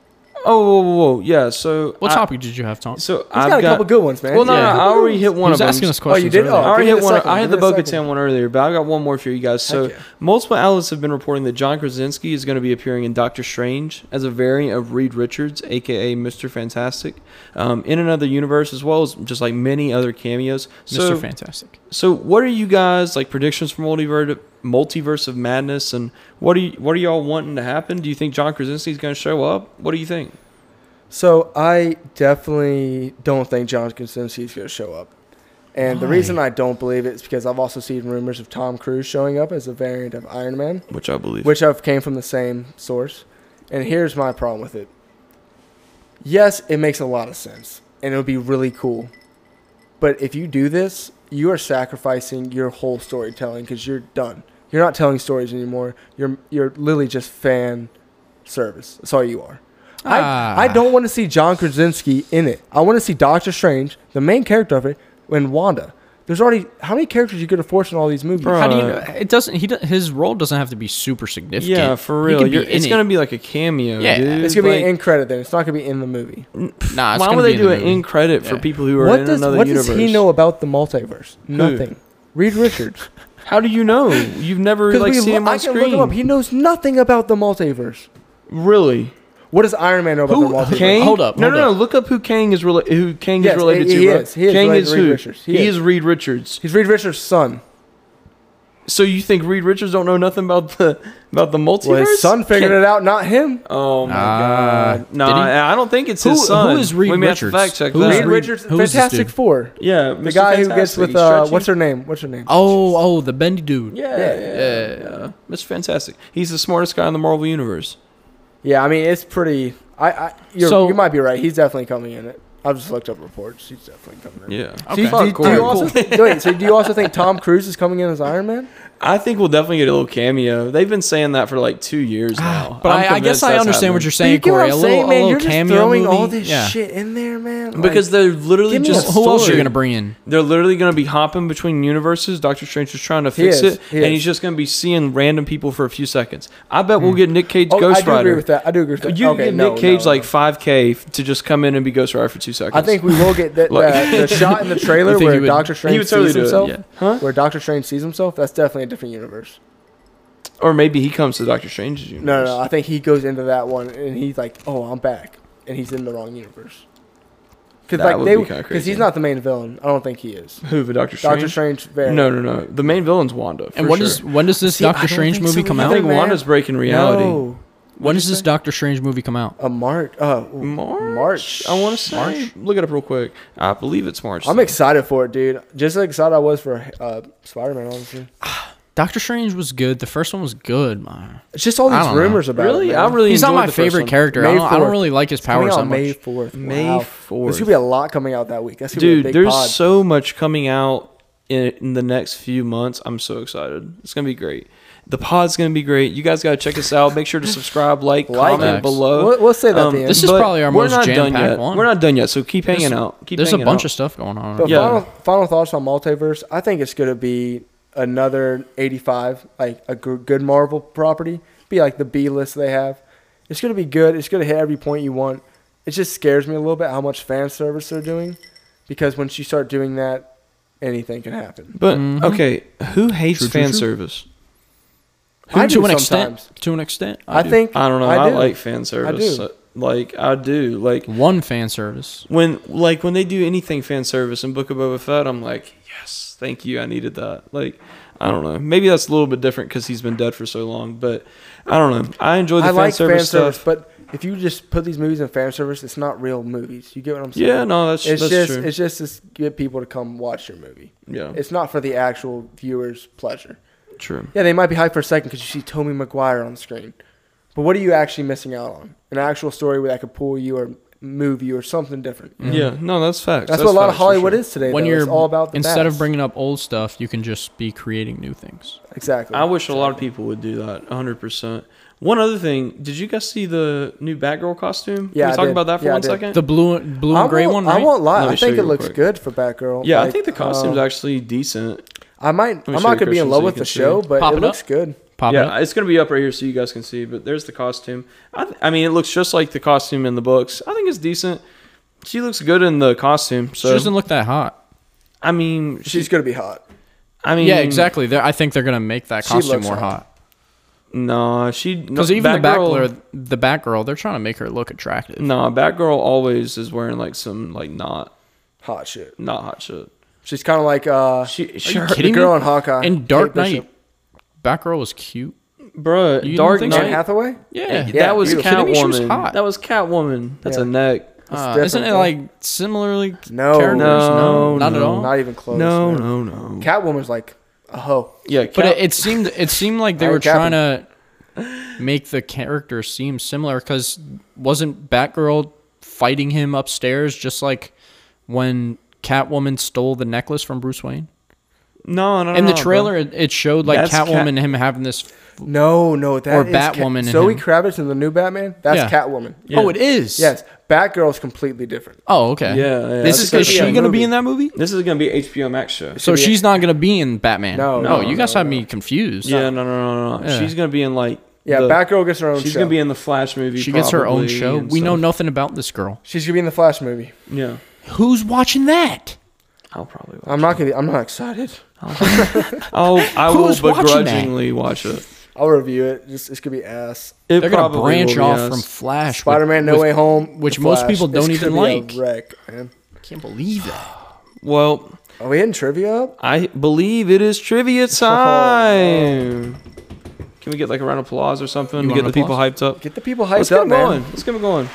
[SPEAKER 3] Oh, whoa, whoa, whoa, yeah. So
[SPEAKER 2] What
[SPEAKER 3] I-
[SPEAKER 2] topic did you have, Tom?
[SPEAKER 3] So
[SPEAKER 1] He's
[SPEAKER 3] I've
[SPEAKER 1] got a couple good ones, man.
[SPEAKER 3] Well, no,
[SPEAKER 2] Yeah.
[SPEAKER 3] no, I already hit one
[SPEAKER 2] He was
[SPEAKER 3] of them.
[SPEAKER 2] asking us
[SPEAKER 1] Oh, you
[SPEAKER 2] questions.
[SPEAKER 1] did?
[SPEAKER 2] earlier.
[SPEAKER 1] Oh,
[SPEAKER 3] I already
[SPEAKER 1] Give me
[SPEAKER 3] hit
[SPEAKER 1] the
[SPEAKER 3] one.
[SPEAKER 1] second
[SPEAKER 3] I
[SPEAKER 1] one.
[SPEAKER 3] hit
[SPEAKER 1] Give
[SPEAKER 3] the
[SPEAKER 1] me the
[SPEAKER 3] Bo
[SPEAKER 1] second
[SPEAKER 3] Katan one earlier, but I got one more for you guys. So,
[SPEAKER 1] Heck yeah.
[SPEAKER 3] multiple outlets have been reporting that John Krasinski is going to be appearing in Doctor Strange as a variant of Reed Richards, aka Mister Fantastic, um, in another universe, as well as just like many other cameos. So,
[SPEAKER 2] Mr. Fantastic.
[SPEAKER 3] so what are you guys like predictions for multiverse, multiverse of madness, and what do you, what are y'all wanting to happen? Do you think John Krasinski is going to show up? What do you think?
[SPEAKER 1] So I definitely don't think John Krasinski is going to show up, and the
[SPEAKER 2] Why?
[SPEAKER 1] reason I don't believe it is because I've also seen rumors of Tom Cruise showing up as a variant of Iron Man.
[SPEAKER 3] Which I believe.
[SPEAKER 1] which I've came from the same source. And here's my problem with it. Yes, it makes a lot of sense, and it would be really cool. But if you do this, you are sacrificing your whole storytelling because you're done. You're not telling stories anymore. You're you're literally just fan service. That's all you are.
[SPEAKER 2] Ah.
[SPEAKER 1] I, I don't want to see John Krasinski in it. I want to see Doctor Strange, the main character of it, and Wanda. There's already how many characters you could afford in all these movies?
[SPEAKER 3] Bro,
[SPEAKER 2] How do you?
[SPEAKER 3] Uh,
[SPEAKER 2] It doesn't. He do- his role doesn't have to be super significant.
[SPEAKER 3] yeah, for
[SPEAKER 2] He
[SPEAKER 3] real.
[SPEAKER 2] could be
[SPEAKER 3] You're, it's
[SPEAKER 2] in
[SPEAKER 3] going to
[SPEAKER 2] it.
[SPEAKER 3] be like a cameo.
[SPEAKER 2] Yeah.
[SPEAKER 3] dude.
[SPEAKER 1] It's gonna
[SPEAKER 3] Like-
[SPEAKER 1] be an end credit then. It's not gonna be in the movie.
[SPEAKER 2] Nah, it's
[SPEAKER 3] Why
[SPEAKER 2] gonna
[SPEAKER 3] would
[SPEAKER 2] be
[SPEAKER 3] they do
[SPEAKER 2] the
[SPEAKER 3] an
[SPEAKER 2] movie.
[SPEAKER 3] end credit for
[SPEAKER 2] Yeah.
[SPEAKER 3] people who are in another
[SPEAKER 1] what
[SPEAKER 3] universe?
[SPEAKER 1] does he know about the multiverse? Nothing. Reed Richards.
[SPEAKER 3] How do you know? You've never
[SPEAKER 1] Because
[SPEAKER 3] like
[SPEAKER 1] we
[SPEAKER 3] seen
[SPEAKER 1] lo-
[SPEAKER 3] him on
[SPEAKER 1] I can
[SPEAKER 3] screen.
[SPEAKER 1] look him up. He knows nothing about the multiverse.
[SPEAKER 3] really?
[SPEAKER 1] What does Iron Man know about the multiverse?
[SPEAKER 3] Kang?
[SPEAKER 2] Hold up,
[SPEAKER 3] No,
[SPEAKER 2] hold
[SPEAKER 3] no, no.
[SPEAKER 2] up.
[SPEAKER 3] Look up who Kang is. Rela- who Kang
[SPEAKER 1] Yes,
[SPEAKER 3] is related
[SPEAKER 1] he-
[SPEAKER 3] to.
[SPEAKER 1] he
[SPEAKER 3] bro.
[SPEAKER 1] is. He is
[SPEAKER 3] Kang
[SPEAKER 1] related
[SPEAKER 3] is
[SPEAKER 1] to Reed
[SPEAKER 3] who?
[SPEAKER 1] Richards. He
[SPEAKER 3] He,
[SPEAKER 1] is.
[SPEAKER 3] is Reed Richards.
[SPEAKER 1] He's Reed Richards' son.
[SPEAKER 3] So you think Reed Richards don't know nothing about the about the multiverse?
[SPEAKER 1] Well, his son figured
[SPEAKER 3] Kang-
[SPEAKER 1] it out, not him.
[SPEAKER 3] Oh my
[SPEAKER 2] Ah,
[SPEAKER 3] god!
[SPEAKER 2] did
[SPEAKER 3] No,
[SPEAKER 2] he?
[SPEAKER 3] I I don't think it's
[SPEAKER 2] Who-
[SPEAKER 3] his son.
[SPEAKER 2] who is Reed
[SPEAKER 3] we may have
[SPEAKER 2] Richards?
[SPEAKER 3] to fact check
[SPEAKER 2] Who
[SPEAKER 3] that.
[SPEAKER 2] is
[SPEAKER 1] Uh, Reed
[SPEAKER 2] Reed-
[SPEAKER 1] Richards,
[SPEAKER 2] who's this
[SPEAKER 1] Fantastic
[SPEAKER 2] dude?
[SPEAKER 1] Four.
[SPEAKER 3] Yeah,
[SPEAKER 1] The guy who gets with uh, what's her name? What's her name?
[SPEAKER 2] Oh, oh, the bendy dude.
[SPEAKER 3] Yeah, yeah, yeah, Mr. Fantastic. He's the smartest guy in the Marvel universe.
[SPEAKER 1] yeah. I mean, it's pretty. I, I you're,
[SPEAKER 2] So-
[SPEAKER 1] you might be right. He's definitely coming in it. I've just looked up reports. He's definitely coming in.
[SPEAKER 3] Yeah.
[SPEAKER 1] Do you,
[SPEAKER 2] Okay.
[SPEAKER 1] do you- do you
[SPEAKER 3] Cool.
[SPEAKER 1] also, wait, so do you also think Tom Cruise is coming in as Iron Man?
[SPEAKER 3] I think we'll definitely get a little cameo. They've been saying that for like two years now.
[SPEAKER 2] But
[SPEAKER 3] I'm
[SPEAKER 2] I, I guess
[SPEAKER 3] convinced
[SPEAKER 2] I
[SPEAKER 3] that's
[SPEAKER 2] understand what
[SPEAKER 3] happening.
[SPEAKER 2] you're saying,
[SPEAKER 1] you get what I'm
[SPEAKER 2] Corey. a little,
[SPEAKER 1] saying,
[SPEAKER 2] a
[SPEAKER 1] man?
[SPEAKER 2] little
[SPEAKER 1] You're just
[SPEAKER 2] cameo
[SPEAKER 1] throwing
[SPEAKER 2] movie.
[SPEAKER 1] all this
[SPEAKER 2] yeah.
[SPEAKER 1] shit in there, man. Like,
[SPEAKER 3] because they're literally
[SPEAKER 1] give me
[SPEAKER 2] Well,
[SPEAKER 3] just
[SPEAKER 1] a
[SPEAKER 2] who else are you
[SPEAKER 3] story.
[SPEAKER 2] gonna bring in?
[SPEAKER 3] They're literally going to be hopping between universes. Doctor Strange is trying to
[SPEAKER 1] He
[SPEAKER 3] fix
[SPEAKER 1] is,
[SPEAKER 3] it,
[SPEAKER 1] he
[SPEAKER 3] and
[SPEAKER 1] is.
[SPEAKER 3] he's just going to be seeing random people for a few seconds. I bet we'll get Nick Cage
[SPEAKER 1] oh,
[SPEAKER 3] Ghost
[SPEAKER 1] I do
[SPEAKER 3] Rider.
[SPEAKER 1] agree with that. I do agree with that.
[SPEAKER 3] You
[SPEAKER 1] okay,
[SPEAKER 3] give
[SPEAKER 1] no,
[SPEAKER 3] Nick Cage
[SPEAKER 1] no, no.
[SPEAKER 3] like 5K to just come in and be Ghost Rider for two seconds.
[SPEAKER 1] I think we will get that
[SPEAKER 3] Like-
[SPEAKER 1] that- the shot in the trailer
[SPEAKER 2] think he
[SPEAKER 1] where
[SPEAKER 2] would-
[SPEAKER 1] Doctor
[SPEAKER 3] he
[SPEAKER 1] Strange
[SPEAKER 3] would totally
[SPEAKER 1] sees
[SPEAKER 3] do it,
[SPEAKER 1] himself.
[SPEAKER 2] yeah.
[SPEAKER 3] Huh?
[SPEAKER 1] Where Doctor Strange sees himself, that's definitely a different universe.
[SPEAKER 3] or maybe he comes to Doctor Strange's universe.
[SPEAKER 1] No, no, no, I think he goes into that one and he's like, "Oh, I'm back," and he's in the wrong universe. Because
[SPEAKER 3] That
[SPEAKER 1] like
[SPEAKER 3] would
[SPEAKER 1] they,
[SPEAKER 3] be kinda
[SPEAKER 1] because
[SPEAKER 3] crazy.
[SPEAKER 1] he's not the main villain. I don't think he is.
[SPEAKER 3] Who the Doctor Strange?
[SPEAKER 1] Doctor Strange, very
[SPEAKER 3] No, no, no. The main vivillain's Wanda.
[SPEAKER 2] And
[SPEAKER 3] for
[SPEAKER 2] when
[SPEAKER 3] sure.
[SPEAKER 2] does when does this
[SPEAKER 1] See, I
[SPEAKER 2] Doctor
[SPEAKER 1] don't
[SPEAKER 2] Strange
[SPEAKER 1] think so
[SPEAKER 2] movie come
[SPEAKER 1] either.
[SPEAKER 2] out?
[SPEAKER 3] I think
[SPEAKER 1] man?
[SPEAKER 3] Wanda's breaking reality.
[SPEAKER 1] No.
[SPEAKER 2] When does this Doctor Strange movie come out?
[SPEAKER 1] a March. Uh, ooh,
[SPEAKER 3] March.
[SPEAKER 1] March.
[SPEAKER 3] I want to say. Look it up real quick. I believe it's March.
[SPEAKER 1] I'm excited for it, dude. Just as excited I was for uh, Spider Man, honestly.
[SPEAKER 2] Doctor Strange was good. The first one was good. Man.
[SPEAKER 1] It's just all
[SPEAKER 2] I
[SPEAKER 1] these
[SPEAKER 2] don't know.
[SPEAKER 1] rumors about
[SPEAKER 3] really,
[SPEAKER 1] it.
[SPEAKER 3] I
[SPEAKER 1] man.
[SPEAKER 3] really.
[SPEAKER 2] He's not
[SPEAKER 3] enjoyed
[SPEAKER 2] my
[SPEAKER 3] the first
[SPEAKER 2] favorite
[SPEAKER 3] one.
[SPEAKER 2] character. I
[SPEAKER 1] May
[SPEAKER 2] don't, I don't
[SPEAKER 1] 4th.
[SPEAKER 2] really like his
[SPEAKER 1] It's coming
[SPEAKER 2] powers
[SPEAKER 1] out
[SPEAKER 2] that much.
[SPEAKER 1] May fourth.
[SPEAKER 3] May
[SPEAKER 1] Wow.
[SPEAKER 3] 4th.
[SPEAKER 1] There's gonna be a lot coming out that week. That's gonna be a
[SPEAKER 3] Dude,
[SPEAKER 1] big
[SPEAKER 3] there's
[SPEAKER 1] pod.
[SPEAKER 3] so much coming out in, in the next few months. I'm so excited. It's gonna be great. The pod's gonna be great. You guys gotta check us out. Make sure to subscribe, like,
[SPEAKER 1] Like
[SPEAKER 3] comment
[SPEAKER 2] it.
[SPEAKER 3] below. Um,
[SPEAKER 1] We'll- we'll say that at the end.
[SPEAKER 2] This is
[SPEAKER 3] but
[SPEAKER 2] probably our
[SPEAKER 3] we're
[SPEAKER 2] most
[SPEAKER 3] not done
[SPEAKER 2] jam-packed
[SPEAKER 3] yet.
[SPEAKER 2] one.
[SPEAKER 3] We're not done yet, so keep hanging out. Keep
[SPEAKER 2] There's a
[SPEAKER 3] hanging
[SPEAKER 2] bunch
[SPEAKER 3] out.
[SPEAKER 2] of stuff going on.
[SPEAKER 1] But
[SPEAKER 3] Yeah.
[SPEAKER 1] final final thoughts on multiverse. I think it's gonna be another 85, like a gr- good Marvel property. Be like the B list they have. It's gonna be good. It's gonna hit every point you want. It just scares me a little bit how much fan service they're doing, because once you start doing that, anything can happen.
[SPEAKER 3] But
[SPEAKER 2] Mhm.
[SPEAKER 3] okay, who hates
[SPEAKER 2] True, true,
[SPEAKER 3] fan
[SPEAKER 2] true.
[SPEAKER 3] service?
[SPEAKER 1] I
[SPEAKER 2] to
[SPEAKER 1] do
[SPEAKER 2] an
[SPEAKER 1] sometimes.
[SPEAKER 2] extent. To an extent,
[SPEAKER 1] I,
[SPEAKER 2] do.
[SPEAKER 1] think
[SPEAKER 3] I don't know. I,
[SPEAKER 1] do.
[SPEAKER 3] like fan service.
[SPEAKER 1] do.
[SPEAKER 3] Like I do. Like
[SPEAKER 2] one fan service.
[SPEAKER 3] when like when they do anything fan service in Book of Boba Fett, I'm like, yes, thank you, I needed that. Like, I don't know, maybe that's a little bit different because he's been dead for so long, but I don't know. I enjoy the
[SPEAKER 1] I
[SPEAKER 3] fan
[SPEAKER 1] like
[SPEAKER 3] service
[SPEAKER 1] fan service,
[SPEAKER 3] stuff.
[SPEAKER 1] but if you just put these movies in fan service, it's not real movies. You get what I'm saying?
[SPEAKER 3] yeah, no, that's
[SPEAKER 1] it's
[SPEAKER 3] that's
[SPEAKER 1] just
[SPEAKER 3] true.
[SPEAKER 1] it's just to get people to come watch your movie.
[SPEAKER 3] yeah,
[SPEAKER 1] It's not for the actual viewer's pleasure.
[SPEAKER 3] true.
[SPEAKER 1] Yeah, they might be hyped for a second because you see Tommy Maguire on screen, but what are you actually missing out on? An actual story where that could pull you or move you or something different.
[SPEAKER 3] Yeah, no, that's facts.
[SPEAKER 1] That's, what a lot of
[SPEAKER 3] facts for
[SPEAKER 1] Hollywood
[SPEAKER 3] sure.
[SPEAKER 1] is today.
[SPEAKER 2] when
[SPEAKER 1] though.
[SPEAKER 2] you're
[SPEAKER 1] it's all about the
[SPEAKER 2] instead of
[SPEAKER 1] bats.
[SPEAKER 2] bringing up old stuff, you can just be creating new things.
[SPEAKER 1] exactly.
[SPEAKER 3] I wish a lot of people would do that, 100. percent One other thing, did you guys see the new Batgirl costume? Can
[SPEAKER 1] Yeah,
[SPEAKER 3] we
[SPEAKER 1] I
[SPEAKER 3] talk
[SPEAKER 1] did.
[SPEAKER 3] about that for
[SPEAKER 1] Yeah, I
[SPEAKER 3] one
[SPEAKER 1] did.
[SPEAKER 3] second.
[SPEAKER 2] The blue, blue
[SPEAKER 1] I
[SPEAKER 2] and gray
[SPEAKER 1] won't-
[SPEAKER 2] one, right?
[SPEAKER 1] I won't lie.
[SPEAKER 3] Let me
[SPEAKER 1] I
[SPEAKER 3] show
[SPEAKER 1] think it
[SPEAKER 3] you real
[SPEAKER 1] looks
[SPEAKER 3] quick.
[SPEAKER 1] good for Batgirl.
[SPEAKER 3] yeah, I
[SPEAKER 1] Like,
[SPEAKER 3] think the costume's
[SPEAKER 1] um,
[SPEAKER 3] actually decent.
[SPEAKER 1] I might.
[SPEAKER 3] me
[SPEAKER 1] I'm
[SPEAKER 3] show you,
[SPEAKER 1] not gonna be
[SPEAKER 3] Christian,
[SPEAKER 1] in
[SPEAKER 3] so
[SPEAKER 1] love
[SPEAKER 3] you
[SPEAKER 1] with
[SPEAKER 3] can
[SPEAKER 1] the
[SPEAKER 3] see
[SPEAKER 1] show,
[SPEAKER 3] it.
[SPEAKER 1] but
[SPEAKER 2] Pop
[SPEAKER 1] it
[SPEAKER 2] it
[SPEAKER 1] looks
[SPEAKER 2] up.
[SPEAKER 1] good.
[SPEAKER 2] Pop it
[SPEAKER 3] yeah,
[SPEAKER 2] up.
[SPEAKER 3] it's gonna be up right here so you guys can see. But there's the costume. I, th- I mean, it looks just like the costume in the books. I think it's decent. She looks good in the costume.
[SPEAKER 2] she
[SPEAKER 3] So
[SPEAKER 2] doesn't look that hot.
[SPEAKER 3] I mean, she,
[SPEAKER 1] She's gonna be hot.
[SPEAKER 3] I mean,
[SPEAKER 2] yeah, exactly. They're, I think they're gonna make that
[SPEAKER 1] Mm. She
[SPEAKER 2] costume
[SPEAKER 1] looks
[SPEAKER 2] more
[SPEAKER 1] hot.
[SPEAKER 2] hot
[SPEAKER 3] Nah, she because
[SPEAKER 2] because even the Batgirl, the Batgirl, they're trying to make her look attractive.
[SPEAKER 3] Nah, Batgirl always is wearing like some like not
[SPEAKER 1] Hot shit.
[SPEAKER 3] not hot shit.
[SPEAKER 1] She's kind of like uh,
[SPEAKER 3] She,
[SPEAKER 2] Are
[SPEAKER 3] she
[SPEAKER 2] you
[SPEAKER 3] her,
[SPEAKER 2] kidding
[SPEAKER 1] the girl
[SPEAKER 2] me?
[SPEAKER 1] in Hawkeye,
[SPEAKER 2] In Dark
[SPEAKER 1] Kate Bishop.
[SPEAKER 2] Knight, Batgirl was cute.
[SPEAKER 3] bruh,
[SPEAKER 2] You didn't
[SPEAKER 3] Dark
[SPEAKER 2] think
[SPEAKER 3] Knight.
[SPEAKER 2] so?
[SPEAKER 1] Anne Hathaway.
[SPEAKER 2] Yeah,
[SPEAKER 3] That
[SPEAKER 1] Yeah,
[SPEAKER 3] was
[SPEAKER 1] you kidding
[SPEAKER 2] me? She was
[SPEAKER 3] Catwoman.
[SPEAKER 2] hot.
[SPEAKER 3] That was Catwoman. That's a
[SPEAKER 1] Yeah.
[SPEAKER 3] neck.
[SPEAKER 2] Uh,
[SPEAKER 1] different,
[SPEAKER 2] isn't it
[SPEAKER 1] though.
[SPEAKER 2] like similarly?
[SPEAKER 1] No.
[SPEAKER 2] characters?
[SPEAKER 3] No,
[SPEAKER 2] not at
[SPEAKER 3] no.
[SPEAKER 2] all.
[SPEAKER 1] Not even close.
[SPEAKER 3] No, no, no.
[SPEAKER 1] Catwoman's like a hoe.
[SPEAKER 3] yeah,
[SPEAKER 2] But
[SPEAKER 3] Cat-
[SPEAKER 2] it, it seemed it seemed like they
[SPEAKER 1] I
[SPEAKER 2] were
[SPEAKER 1] like that
[SPEAKER 2] trying to make the character seem similar because wasn't Batgirl fighting him upstairs just like when Catwoman stole the necklace from Bruce Wayne?
[SPEAKER 3] no, no, no.
[SPEAKER 2] In the
[SPEAKER 3] no, bruh.
[SPEAKER 2] trailer, it, it showed like
[SPEAKER 3] That's Cat-
[SPEAKER 2] Catwoman and him having this.
[SPEAKER 1] No, no, that
[SPEAKER 2] Or
[SPEAKER 1] is Cat-
[SPEAKER 2] Batwoman and
[SPEAKER 1] Zoe
[SPEAKER 2] him.
[SPEAKER 1] Kravitz in the new Batman. That's
[SPEAKER 2] Yeah.
[SPEAKER 1] Catwoman.
[SPEAKER 3] Yeah.
[SPEAKER 2] Oh, it is.
[SPEAKER 1] Yes, Batgirl's completely different.
[SPEAKER 2] Oh, okay.
[SPEAKER 3] Yeah, yeah,
[SPEAKER 2] this
[SPEAKER 3] that's
[SPEAKER 2] is
[SPEAKER 3] gonna
[SPEAKER 2] is
[SPEAKER 3] be
[SPEAKER 2] she
[SPEAKER 3] a
[SPEAKER 2] gonna
[SPEAKER 1] movie.
[SPEAKER 2] be in that movie?
[SPEAKER 3] This is gonna be HBO Max show.
[SPEAKER 2] So
[SPEAKER 1] be a-
[SPEAKER 2] she's not gonna be in Batman.
[SPEAKER 1] No,
[SPEAKER 2] no.
[SPEAKER 1] no,
[SPEAKER 2] you
[SPEAKER 1] no,
[SPEAKER 2] guys have
[SPEAKER 1] no.
[SPEAKER 2] me confused.
[SPEAKER 3] Yeah, no, no, no, no. no.
[SPEAKER 2] Yeah.
[SPEAKER 3] She's gonna be in like
[SPEAKER 1] Yeah,
[SPEAKER 3] the,
[SPEAKER 1] Batgirl gets her own.
[SPEAKER 3] She's
[SPEAKER 1] show.
[SPEAKER 3] gonna be in the Flash movie.
[SPEAKER 2] She gets her own
[SPEAKER 3] probably
[SPEAKER 2] show.
[SPEAKER 3] and
[SPEAKER 2] We know
[SPEAKER 3] stuff.
[SPEAKER 2] nothing about this girl.
[SPEAKER 1] She's gonna be in the Flash movie.
[SPEAKER 3] Yeah,
[SPEAKER 2] Who's watching that?
[SPEAKER 3] I'll probably. Watch.
[SPEAKER 1] I'm not gonna. Be, I'm not excited.
[SPEAKER 3] I'll, I will
[SPEAKER 2] Who's watching that?
[SPEAKER 3] begrudgingly watch it.
[SPEAKER 1] I'll review it. Just it's gonna be ass.
[SPEAKER 3] It
[SPEAKER 2] They're gonna
[SPEAKER 3] probably will
[SPEAKER 2] branch
[SPEAKER 3] be
[SPEAKER 2] off
[SPEAKER 3] us.
[SPEAKER 2] from Flash. with-
[SPEAKER 1] Spider-Man: No
[SPEAKER 2] with-
[SPEAKER 1] Way Home,
[SPEAKER 2] which
[SPEAKER 1] The
[SPEAKER 2] most
[SPEAKER 1] Flash.
[SPEAKER 2] people don't
[SPEAKER 1] It's
[SPEAKER 2] even
[SPEAKER 1] gonna be a
[SPEAKER 2] like.
[SPEAKER 1] wreck, man.
[SPEAKER 2] Can't believe that.
[SPEAKER 3] Well,
[SPEAKER 1] Are we hitting trivia up?
[SPEAKER 3] I believe it is trivia time. Oh. Can we get like a round of applause or something
[SPEAKER 2] You
[SPEAKER 3] to
[SPEAKER 2] want
[SPEAKER 3] get
[SPEAKER 2] an
[SPEAKER 3] the people hyped up?
[SPEAKER 1] Get the people hyped
[SPEAKER 3] Let's get
[SPEAKER 1] up,
[SPEAKER 3] them
[SPEAKER 1] man.
[SPEAKER 3] going. Let's get them going.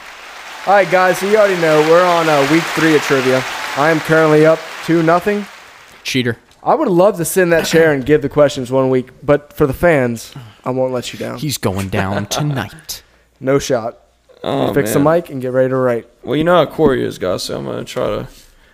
[SPEAKER 1] All right, guys. So you already know we're on uh, week three of trivia. I am currently up two nothing.
[SPEAKER 2] Cheater.
[SPEAKER 1] I would love to sit in that chair and give the questions one week, but for the fans, I won't let you down.
[SPEAKER 2] He's going down tonight.
[SPEAKER 1] No shot.
[SPEAKER 3] Oh,
[SPEAKER 1] fix
[SPEAKER 3] man.
[SPEAKER 1] the mic and get ready to write.
[SPEAKER 3] Well, you know how Corey is, guys, so I'm going to try to.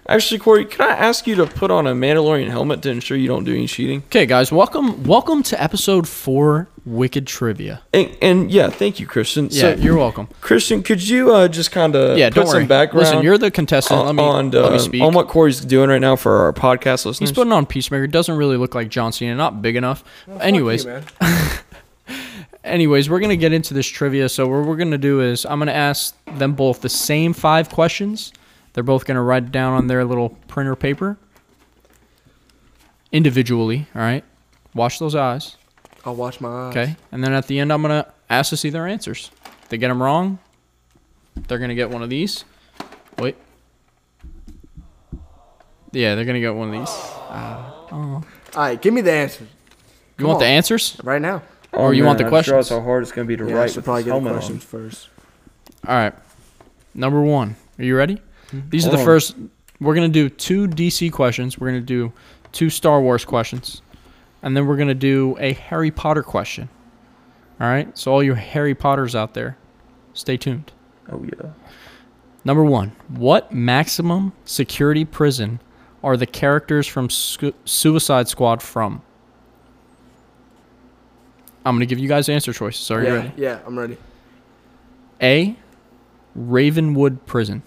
[SPEAKER 3] Actually, Corey, can I ask you to put on a Mandalorian helmet to ensure you don't do any cheating?
[SPEAKER 2] Okay, guys, welcome welcome to episode four, Wicked Trivia.
[SPEAKER 3] And, and yeah, thank you, Christian.
[SPEAKER 2] Yeah,
[SPEAKER 3] so,
[SPEAKER 2] you're welcome.
[SPEAKER 3] Christian, could you uh, just kind of
[SPEAKER 2] Yeah,
[SPEAKER 3] put
[SPEAKER 2] don't
[SPEAKER 3] some
[SPEAKER 2] worry.
[SPEAKER 3] background?
[SPEAKER 2] Listen, you're the contestant. Let me
[SPEAKER 3] on,
[SPEAKER 2] let
[SPEAKER 3] uh,
[SPEAKER 2] me speak.
[SPEAKER 3] on what Corey's doing right now for our podcast listeners.
[SPEAKER 2] He's putting on Peacemaker. Doesn't really look like John Cena. Not big enough. anyways,
[SPEAKER 1] Fuck you, man.
[SPEAKER 2] anyways, we're gonna get into this trivia. So what we're gonna do is I'm gonna ask them both the same five questions. They're both gonna write it down on their little printer paper individually. All right. Watch those eyes.
[SPEAKER 1] I'll watch my eyes.
[SPEAKER 2] Okay. And then at the end, I'm going to ask to see their answers. If they get them wrong, they're going to get one of these. Wait. Yeah, they're going to get one of these.
[SPEAKER 1] All right, give me the answer
[SPEAKER 2] You want the
[SPEAKER 1] on.
[SPEAKER 2] answers?
[SPEAKER 1] right now.
[SPEAKER 2] or Oh,
[SPEAKER 3] Oh,
[SPEAKER 2] you want the questions?
[SPEAKER 3] how hard it's going to be to
[SPEAKER 1] Yeah, I
[SPEAKER 3] write
[SPEAKER 1] should
[SPEAKER 3] with
[SPEAKER 1] probably
[SPEAKER 3] this
[SPEAKER 1] get the
[SPEAKER 3] helmet
[SPEAKER 1] questions first.
[SPEAKER 2] All right. Number one. Are you ready? These are the
[SPEAKER 3] Hold on.
[SPEAKER 2] first. We're going to do two DC questions. We're going to do two Star Wars questions. And then we're going to do a Harry Potter question. All right. So, all you Harry Potters out there, stay tuned.
[SPEAKER 3] on. Oh, yeah.
[SPEAKER 2] Number one, what maximum security prison are the characters from Scu- Suicide Squad from? I'm going to give you guys answer choices. Are you
[SPEAKER 1] yeah,
[SPEAKER 2] ready?
[SPEAKER 1] yeah, I'm ready.
[SPEAKER 2] A. Ravenwood Prison.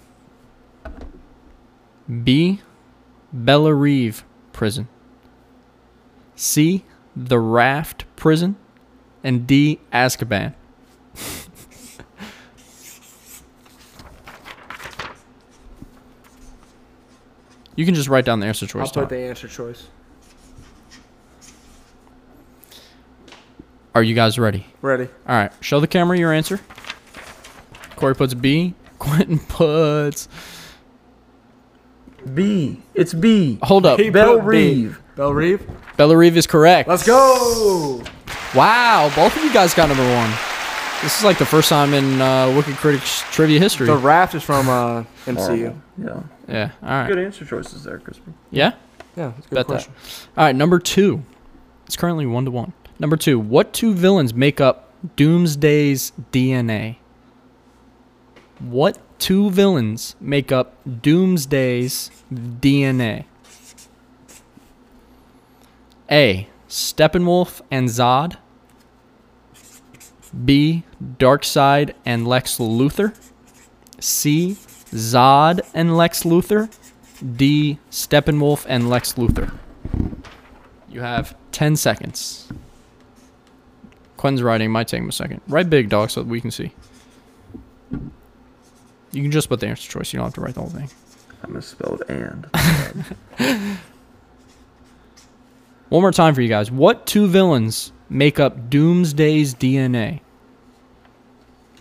[SPEAKER 2] B. Bella Reeve Prison. C. The Raft Prison. And D. Azkaban. you can just write down the answer
[SPEAKER 1] I'll
[SPEAKER 2] choice.
[SPEAKER 1] put the
[SPEAKER 2] Tom.
[SPEAKER 1] answer choice.
[SPEAKER 2] Are you guys ready?
[SPEAKER 1] Ready.
[SPEAKER 2] All right, show the camera your answer. Corey puts B. Quentin puts.
[SPEAKER 7] B. It's B.
[SPEAKER 2] Hold up.
[SPEAKER 7] Bell Reeve.
[SPEAKER 1] Bell Reeve.
[SPEAKER 2] Bella Reeve is correct.
[SPEAKER 1] Let's go.
[SPEAKER 2] Wow, both of you guys got number one. This is like the first time in uh, Wicked Critics trivia history.
[SPEAKER 1] The raft is from uh, MCU.
[SPEAKER 3] Yeah.
[SPEAKER 2] yeah, all right.
[SPEAKER 3] Good answer choices there, Crispy.
[SPEAKER 2] Yeah,
[SPEAKER 1] Yeah, that's a good
[SPEAKER 2] bet
[SPEAKER 1] question.
[SPEAKER 2] that. All right, number two. It's currently one to one. Number two, what two villains make up Doomsday's DNA? What two villains make up Doomsday's DNA? A. Steppenwolf and Zod. B. Darkseid and Lex Luthor. C. Zod and Lex Luthor. D. Steppenwolf and Lex Luthor. You have 10 seconds. Quentin's writing. Might take him a second. Write big, dog, so that we can see. You can just put the answer choice. You don't have to write the whole thing.
[SPEAKER 3] I misspelled and.
[SPEAKER 2] One more time for you guys. What two villains make up Doomsday's DNA?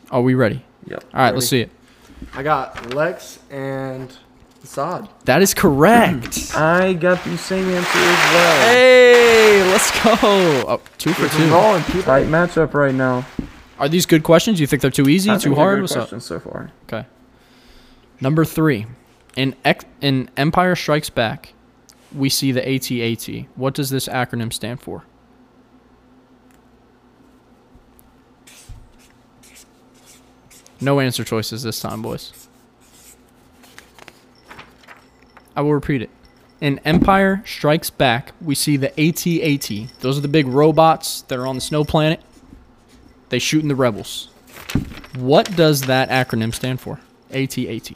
[SPEAKER 2] Are we ready?
[SPEAKER 3] yep.
[SPEAKER 2] All right, let's see it.
[SPEAKER 1] I got Lex and Zod.
[SPEAKER 2] That is correct.
[SPEAKER 3] I got the same answer as well.
[SPEAKER 2] hey, let's go. Oh, two for
[SPEAKER 1] We're
[SPEAKER 2] two.
[SPEAKER 1] rolling, people.
[SPEAKER 3] Tight matchup right now.
[SPEAKER 2] Are these good questions? You think they're too easy,
[SPEAKER 3] I
[SPEAKER 2] too
[SPEAKER 3] think
[SPEAKER 2] hard?
[SPEAKER 3] they're
[SPEAKER 2] What's
[SPEAKER 3] Good
[SPEAKER 2] up?
[SPEAKER 3] questions so far.
[SPEAKER 2] Okay. Number three, in X, in Empire Strikes Back, we see the ATAT. What does this acronym stand for? No answer choices this time, boys. I will repeat it. In Empire Strikes Back, we see the ATAT. Those are the big robots that are on the snow planet. They shoot in the rebels. What does that acronym stand for? ATAT.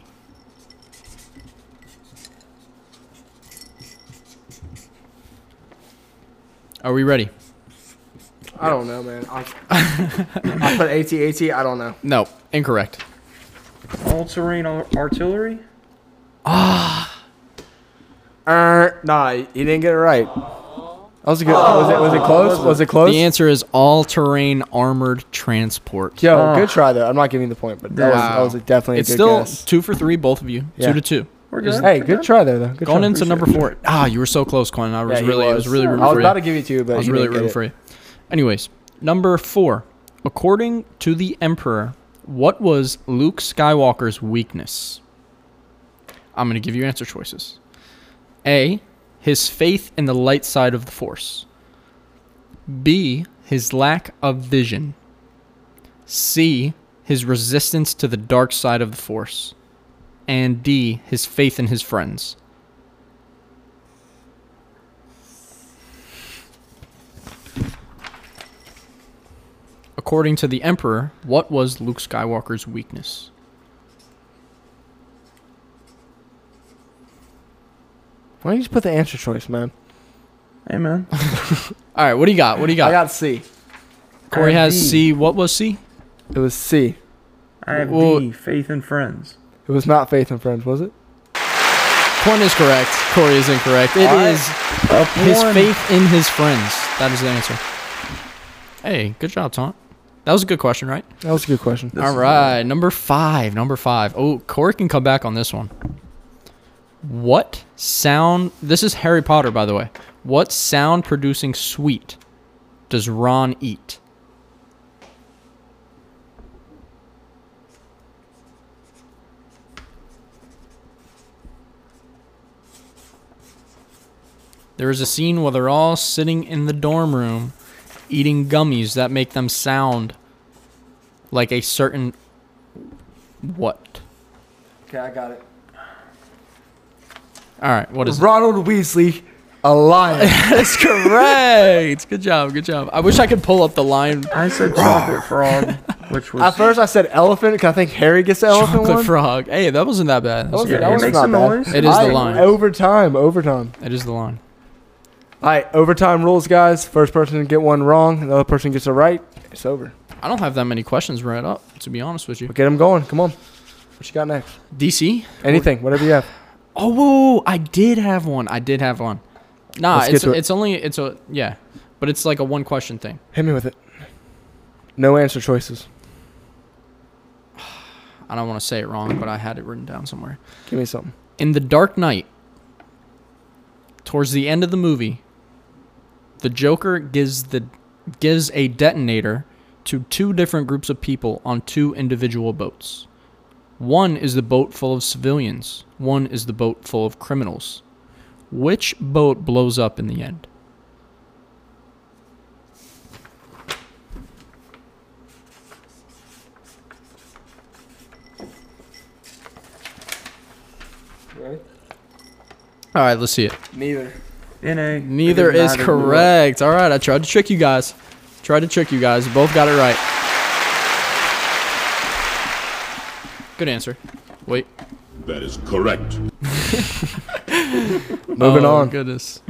[SPEAKER 2] Are we ready?
[SPEAKER 1] I don't know, man. I, I put AT-AT. I don't know.
[SPEAKER 2] No, incorrect.
[SPEAKER 3] All-terrain ar- artillery.
[SPEAKER 1] Er, nah, you didn't get it right. That was a good. was it? Was it close? Was it close?
[SPEAKER 2] The answer is all-terrain armored transport.
[SPEAKER 1] Yo, good try though. I'm not giving you the point, but that was, that
[SPEAKER 2] Wow.
[SPEAKER 1] was a definitely a
[SPEAKER 2] It's
[SPEAKER 1] good
[SPEAKER 2] still
[SPEAKER 1] guess.
[SPEAKER 2] two for three, both of you.
[SPEAKER 1] Yeah.
[SPEAKER 2] Two to two.
[SPEAKER 3] We're good.
[SPEAKER 1] Hey, good try there though. Good
[SPEAKER 2] Going
[SPEAKER 1] try.
[SPEAKER 2] into number four. Ah, you were so close, Quinn. I was
[SPEAKER 1] Yeah, he
[SPEAKER 2] really, I was really rooting
[SPEAKER 1] I was
[SPEAKER 2] for you.
[SPEAKER 1] about to give it to you, but
[SPEAKER 2] I was
[SPEAKER 1] you
[SPEAKER 2] really
[SPEAKER 1] didn't get
[SPEAKER 2] rooting
[SPEAKER 1] it.
[SPEAKER 2] for you. Anyways, number four. According to the Emperor, what was Luke Skywalker's weakness? I'm going to give you answer choices. A. His faith in the light side of the Force. B. His lack of vision. C. his resistance to the dark side of the Force, and D, his faith in his friends. According to the Emperor, what was Luke Skywalker's weakness?
[SPEAKER 1] Why don't you just put the answer choice, man?
[SPEAKER 3] Hey, man.
[SPEAKER 2] All right, what do you got? What do you
[SPEAKER 1] I
[SPEAKER 2] got?
[SPEAKER 1] got C.
[SPEAKER 2] Corey
[SPEAKER 3] I have
[SPEAKER 2] has
[SPEAKER 3] D.
[SPEAKER 2] C. What was C?
[SPEAKER 1] It was C.
[SPEAKER 3] I have
[SPEAKER 2] Well-
[SPEAKER 3] D, faith in friends.
[SPEAKER 1] It was not Faith and Friends, was it?
[SPEAKER 2] Quinn is correct. Corey is incorrect. It is.
[SPEAKER 3] All right. Up
[SPEAKER 2] His
[SPEAKER 3] one.
[SPEAKER 2] faith in his friends. That is the answer. Hey, good job, Taunt. That was a good question, right?
[SPEAKER 1] That was a good question.
[SPEAKER 2] All right, number five. Number five. Oh, Corey can come back on this one. What sound? This is Harry Potter, by the way. What sound producing sweet does Ron eat? There is a scene where they're all sitting in the dorm room eating gummies that make them sound like a certain what?
[SPEAKER 1] Okay, I got it.
[SPEAKER 2] All right, what is it?
[SPEAKER 1] Ronald Weasley, a lion.
[SPEAKER 2] That's correct. Good job. Good job. I wish I could pull up the line.
[SPEAKER 3] I said chocolate frog, which was.
[SPEAKER 1] At first, I said elephant because I think Harry gets the elephant
[SPEAKER 2] Chocolate
[SPEAKER 1] one.
[SPEAKER 2] frog. Hey, that wasn't that bad. That was-
[SPEAKER 3] Yeah,
[SPEAKER 1] that
[SPEAKER 3] it
[SPEAKER 1] one's
[SPEAKER 3] makes
[SPEAKER 1] not
[SPEAKER 3] a
[SPEAKER 1] bad.
[SPEAKER 3] noise.
[SPEAKER 2] It is the
[SPEAKER 1] I-
[SPEAKER 2] line.
[SPEAKER 1] Overtime, overtime.
[SPEAKER 2] That is the line.
[SPEAKER 1] All right, overtime rules, guys. First person to get one wrong, another person gets it right. It's over.
[SPEAKER 2] I don't have that many questions right up, to be honest with you.
[SPEAKER 1] Get them going. Come on. What you got next?
[SPEAKER 2] DC?
[SPEAKER 1] Anything, whatever you have.
[SPEAKER 2] Oh, whoa, whoa, whoa, I did have one. I did have one. Nah,
[SPEAKER 1] Let's get
[SPEAKER 2] it's
[SPEAKER 1] to it.
[SPEAKER 2] it's only it's a yeah, but it's like a one question thing.
[SPEAKER 1] Hit me with it. No answer choices.
[SPEAKER 2] I don't want to say it wrong, but I had it written down somewhere.
[SPEAKER 1] Give me something.
[SPEAKER 2] in the Dark Knight, towards the end of the movie, the Joker gives the gives a detonator to two different groups of people on two individual boats. One is the boat full of civilians. One is the boat full of criminals. Which boat blows up in the end? All right, let's see it.
[SPEAKER 1] Neither.
[SPEAKER 3] In a-
[SPEAKER 2] Neither
[SPEAKER 3] it did
[SPEAKER 2] is
[SPEAKER 3] not include-
[SPEAKER 2] correct. All right, I tried to trick you guys. Tried to trick you guys. Both got it right. Good answer. Wait.
[SPEAKER 8] That is correct.
[SPEAKER 1] Moving
[SPEAKER 2] oh,
[SPEAKER 1] on.
[SPEAKER 2] Goodness.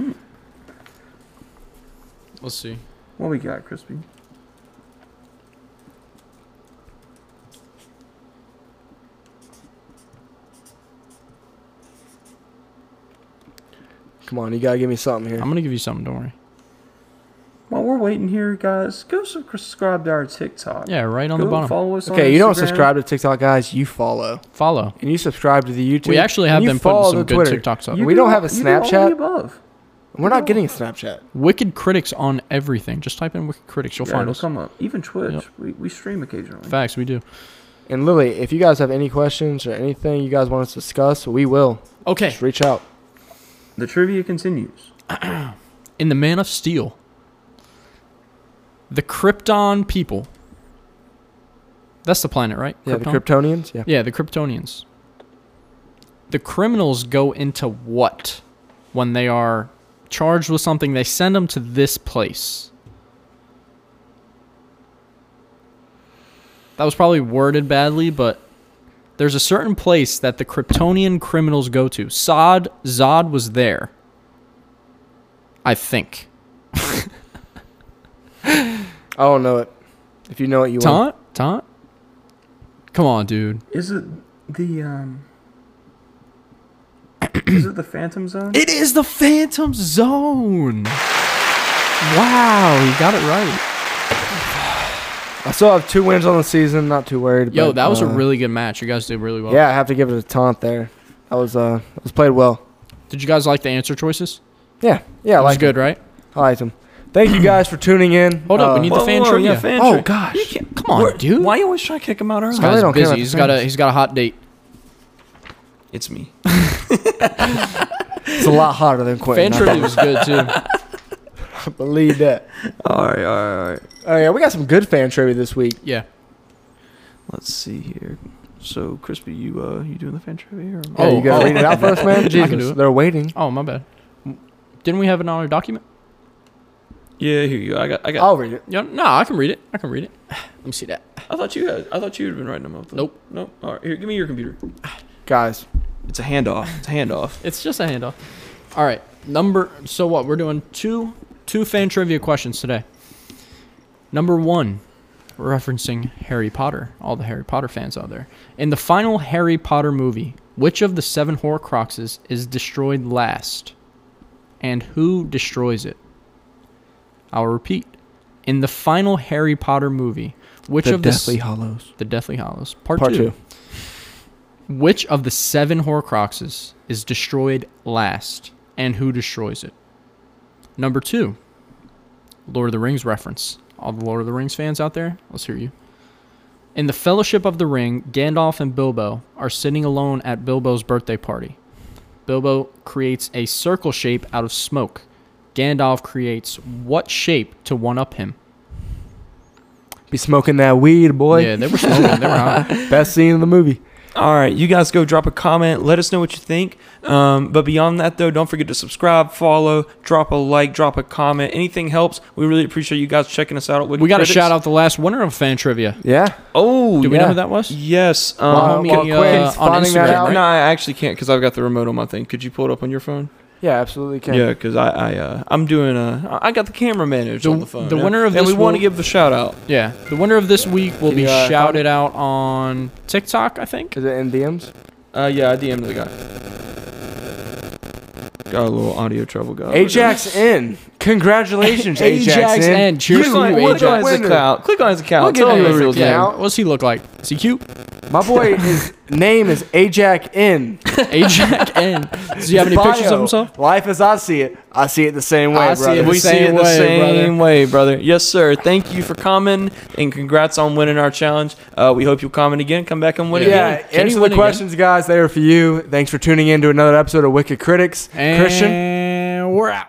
[SPEAKER 2] Let's see.
[SPEAKER 3] What we got, Crispy?
[SPEAKER 1] Come on, you gotta give me something here.
[SPEAKER 2] I'm gonna give you something. Don't worry.
[SPEAKER 3] While we're waiting here, guys, go subscribe to our TikTok.
[SPEAKER 2] Yeah, right on
[SPEAKER 3] go
[SPEAKER 2] the bottom. Follow.
[SPEAKER 3] Follow us. on
[SPEAKER 1] Okay, you don't
[SPEAKER 3] Instagram.
[SPEAKER 1] subscribe to TikTok, guys. You follow, and you subscribe to the YouTube.
[SPEAKER 2] We actually have
[SPEAKER 1] and you
[SPEAKER 2] been
[SPEAKER 1] follow
[SPEAKER 2] putting
[SPEAKER 1] the
[SPEAKER 2] some good
[SPEAKER 1] Twitter.
[SPEAKER 2] TikToks up.
[SPEAKER 1] You- We don't have a
[SPEAKER 3] you all the
[SPEAKER 1] Snapchat.
[SPEAKER 3] above.
[SPEAKER 1] We're not getting a Snapchat.
[SPEAKER 2] Wicked critics on everything. Just type in Wicked Critics. You'll
[SPEAKER 3] Yeah,
[SPEAKER 2] find
[SPEAKER 3] it'll
[SPEAKER 2] us.
[SPEAKER 3] come up. Even Twitch,
[SPEAKER 2] Yep.
[SPEAKER 3] we, we stream occasionally.
[SPEAKER 2] Facts. We do.
[SPEAKER 1] And Lily, if you guys have any questions or anything you guys want us to discuss, we will.
[SPEAKER 2] Okay.
[SPEAKER 1] Just reach out.
[SPEAKER 3] The trivia continues.
[SPEAKER 2] in the Man of Steel, the Krypton people. That's the planet, right?
[SPEAKER 1] Yeah, the Kryptonians. Yeah.
[SPEAKER 2] yeah, the Kryptonians. The criminals go into what when they are charged with something? They send them to this place. That was probably worded badly, but there's a certain place that the Kryptonian criminals go to. Zod, Zod was there. I think.
[SPEAKER 1] I don't know it. If you know it, you will.
[SPEAKER 2] Taunt? Taunt? Come on, dude.
[SPEAKER 3] Is it the um? is it the Phantom Zone?
[SPEAKER 2] It is the Phantom Zone. Wow, you got it right.
[SPEAKER 1] I still have two wins on the season. Not too worried.
[SPEAKER 2] Yo,
[SPEAKER 1] but,
[SPEAKER 2] that was a
[SPEAKER 1] uh,
[SPEAKER 2] really good match. You guys did really well.
[SPEAKER 1] Yeah, I have to give it a taunt there. That was uh, that was played well.
[SPEAKER 2] Did you guys like the answer choices?
[SPEAKER 1] Yeah, yeah, I
[SPEAKER 2] That was
[SPEAKER 1] like
[SPEAKER 2] good, right?
[SPEAKER 1] I liked him. Thank you guys for tuning in.
[SPEAKER 2] Hold up, we
[SPEAKER 1] Uh,
[SPEAKER 2] need- the fan trivia.
[SPEAKER 3] yeah, fan
[SPEAKER 1] Oh,
[SPEAKER 3] trivia.
[SPEAKER 1] gosh.
[SPEAKER 3] You can't-
[SPEAKER 2] Come on,
[SPEAKER 3] Where-
[SPEAKER 2] dude.
[SPEAKER 3] Why you always try to kick him out early?
[SPEAKER 2] This
[SPEAKER 1] I really
[SPEAKER 2] guy's
[SPEAKER 1] don't care
[SPEAKER 2] busy.
[SPEAKER 1] about the
[SPEAKER 2] He's got a
[SPEAKER 1] fans.
[SPEAKER 2] he's got a hot date.
[SPEAKER 3] It's me.
[SPEAKER 1] it's a lot hotter than Quentin.
[SPEAKER 2] Fan
[SPEAKER 1] I
[SPEAKER 2] trivia was good too.
[SPEAKER 1] believe that.
[SPEAKER 3] All right, all right, all right.
[SPEAKER 1] Oh yeah, we got some good fan trivia this week.
[SPEAKER 2] Yeah.
[SPEAKER 3] Let's see here. So, crispy, you uh, you doing the fan trivia? Or
[SPEAKER 1] Yeah,
[SPEAKER 2] Oh,
[SPEAKER 1] you gotta
[SPEAKER 2] oh.
[SPEAKER 1] read it out first, man.
[SPEAKER 2] I can do
[SPEAKER 1] Jesus,
[SPEAKER 2] it.
[SPEAKER 1] they're waiting.
[SPEAKER 2] Oh, my bad. Didn't we have an honor document?
[SPEAKER 3] yeah, here you go. I got. I got.
[SPEAKER 1] I'll read it.
[SPEAKER 2] Yeah, no, I can read it. I can read it. Let me see that.
[SPEAKER 1] Oh.
[SPEAKER 3] I thought you had. I thought you had been writing them up. Though.
[SPEAKER 2] Nope.
[SPEAKER 3] Nope. All right. Here, give me your computer.
[SPEAKER 1] Guys,
[SPEAKER 3] It's a handoff. It's a handoff.
[SPEAKER 2] It's just a handoff. All right, number. So what? We're doing two two fan trivia questions today. Number one, referencing Harry Potter. All the Harry Potter fans out there. In the final Harry Potter movie, which of the seven Horcruxes is destroyed last, and who destroys it? I'll repeat. In the final Harry Potter movie, which of the s-
[SPEAKER 3] Hollows.
[SPEAKER 2] the Deathly Hollows Part,
[SPEAKER 1] part
[SPEAKER 2] two.
[SPEAKER 1] two.
[SPEAKER 2] Which of the seven Horcruxes is destroyed last, and who destroys it? Number two, Lord of the Rings reference. All the Lord of the Rings fans out there, let's hear you. In the Fellowship of the Ring, Gandalf and Bilbo are sitting alone at Bilbo's birthday party. Bilbo creates a circle shape out of smoke. Gandalf creates what shape to one up him?
[SPEAKER 1] Be smoking that weed, boy.
[SPEAKER 2] Yeah, they were smoking. they were hot.
[SPEAKER 1] Best scene in the movie.
[SPEAKER 3] All right, you guys go drop a comment. Let us know what you think. Um, but beyond that, though, don't forget to subscribe, follow, drop a like, drop a comment. Anything helps. We really appreciate you guys checking us out. At Wicked
[SPEAKER 2] We got to
[SPEAKER 3] Critics.
[SPEAKER 2] shout out the last winner of fan trivia.
[SPEAKER 1] Yeah.
[SPEAKER 3] Oh,
[SPEAKER 2] Do we know
[SPEAKER 1] Yeah.
[SPEAKER 2] who that was?
[SPEAKER 3] yes. Um,
[SPEAKER 1] Wow,
[SPEAKER 2] homie,
[SPEAKER 1] well,
[SPEAKER 2] uh,
[SPEAKER 1] Quinn's
[SPEAKER 2] on
[SPEAKER 1] finding that
[SPEAKER 2] Instagram,
[SPEAKER 1] out.
[SPEAKER 2] right?
[SPEAKER 3] No, I actually can't because I've got the remote on my thing. Could you pull it up on your phone?
[SPEAKER 1] Yeah, absolutely can.
[SPEAKER 3] Yeah, because I, I uh, I'm doing uh, I I got the camera manager
[SPEAKER 2] The-
[SPEAKER 3] on the phone.
[SPEAKER 2] the
[SPEAKER 3] yeah.
[SPEAKER 2] winner of
[SPEAKER 3] and
[SPEAKER 2] this
[SPEAKER 3] we want to
[SPEAKER 2] will-
[SPEAKER 3] give the shout out.
[SPEAKER 2] Yeah, the winner of this week will
[SPEAKER 1] Can
[SPEAKER 2] be
[SPEAKER 1] you, uh,
[SPEAKER 2] shouted out on TikTok, I think.
[SPEAKER 1] Is it in DMs?
[SPEAKER 3] Uh, yeah, I DM'd the guy. Got a little audio trouble, guys.
[SPEAKER 1] Ajax in. Congratulations, Ajax,
[SPEAKER 2] Ajax
[SPEAKER 1] in.
[SPEAKER 2] and cheers
[SPEAKER 3] Click
[SPEAKER 2] to
[SPEAKER 3] on,
[SPEAKER 2] you,
[SPEAKER 3] click on
[SPEAKER 2] Ajax.
[SPEAKER 3] his
[SPEAKER 1] Winner.
[SPEAKER 3] account. Click on his account.
[SPEAKER 1] Look at
[SPEAKER 3] Tell him
[SPEAKER 1] him.
[SPEAKER 3] the real
[SPEAKER 1] Click
[SPEAKER 3] thing.
[SPEAKER 1] at
[SPEAKER 2] Yeah, what's he look like? Is he cute?
[SPEAKER 1] My boy, his name is Ajax in.
[SPEAKER 2] Ajax and does he have any
[SPEAKER 1] Bio,
[SPEAKER 2] pictures of himself?
[SPEAKER 1] Life as I see it, I see it the same way,
[SPEAKER 2] I see
[SPEAKER 1] brother.
[SPEAKER 2] it the
[SPEAKER 3] We see
[SPEAKER 2] same
[SPEAKER 3] it the
[SPEAKER 2] way, brother.
[SPEAKER 3] same way, brother. Yes, sir. Thank you for coming and congrats on winning our challenge. Uh, we hope you'll comment again. Come back and win again.
[SPEAKER 1] yeah,
[SPEAKER 2] Can you
[SPEAKER 1] answer
[SPEAKER 2] win
[SPEAKER 1] the
[SPEAKER 2] again?
[SPEAKER 1] questions, guys. They are for you. Thanks for tuning in to another episode of Wicked Critics.
[SPEAKER 2] And
[SPEAKER 1] Christian.
[SPEAKER 2] we're out.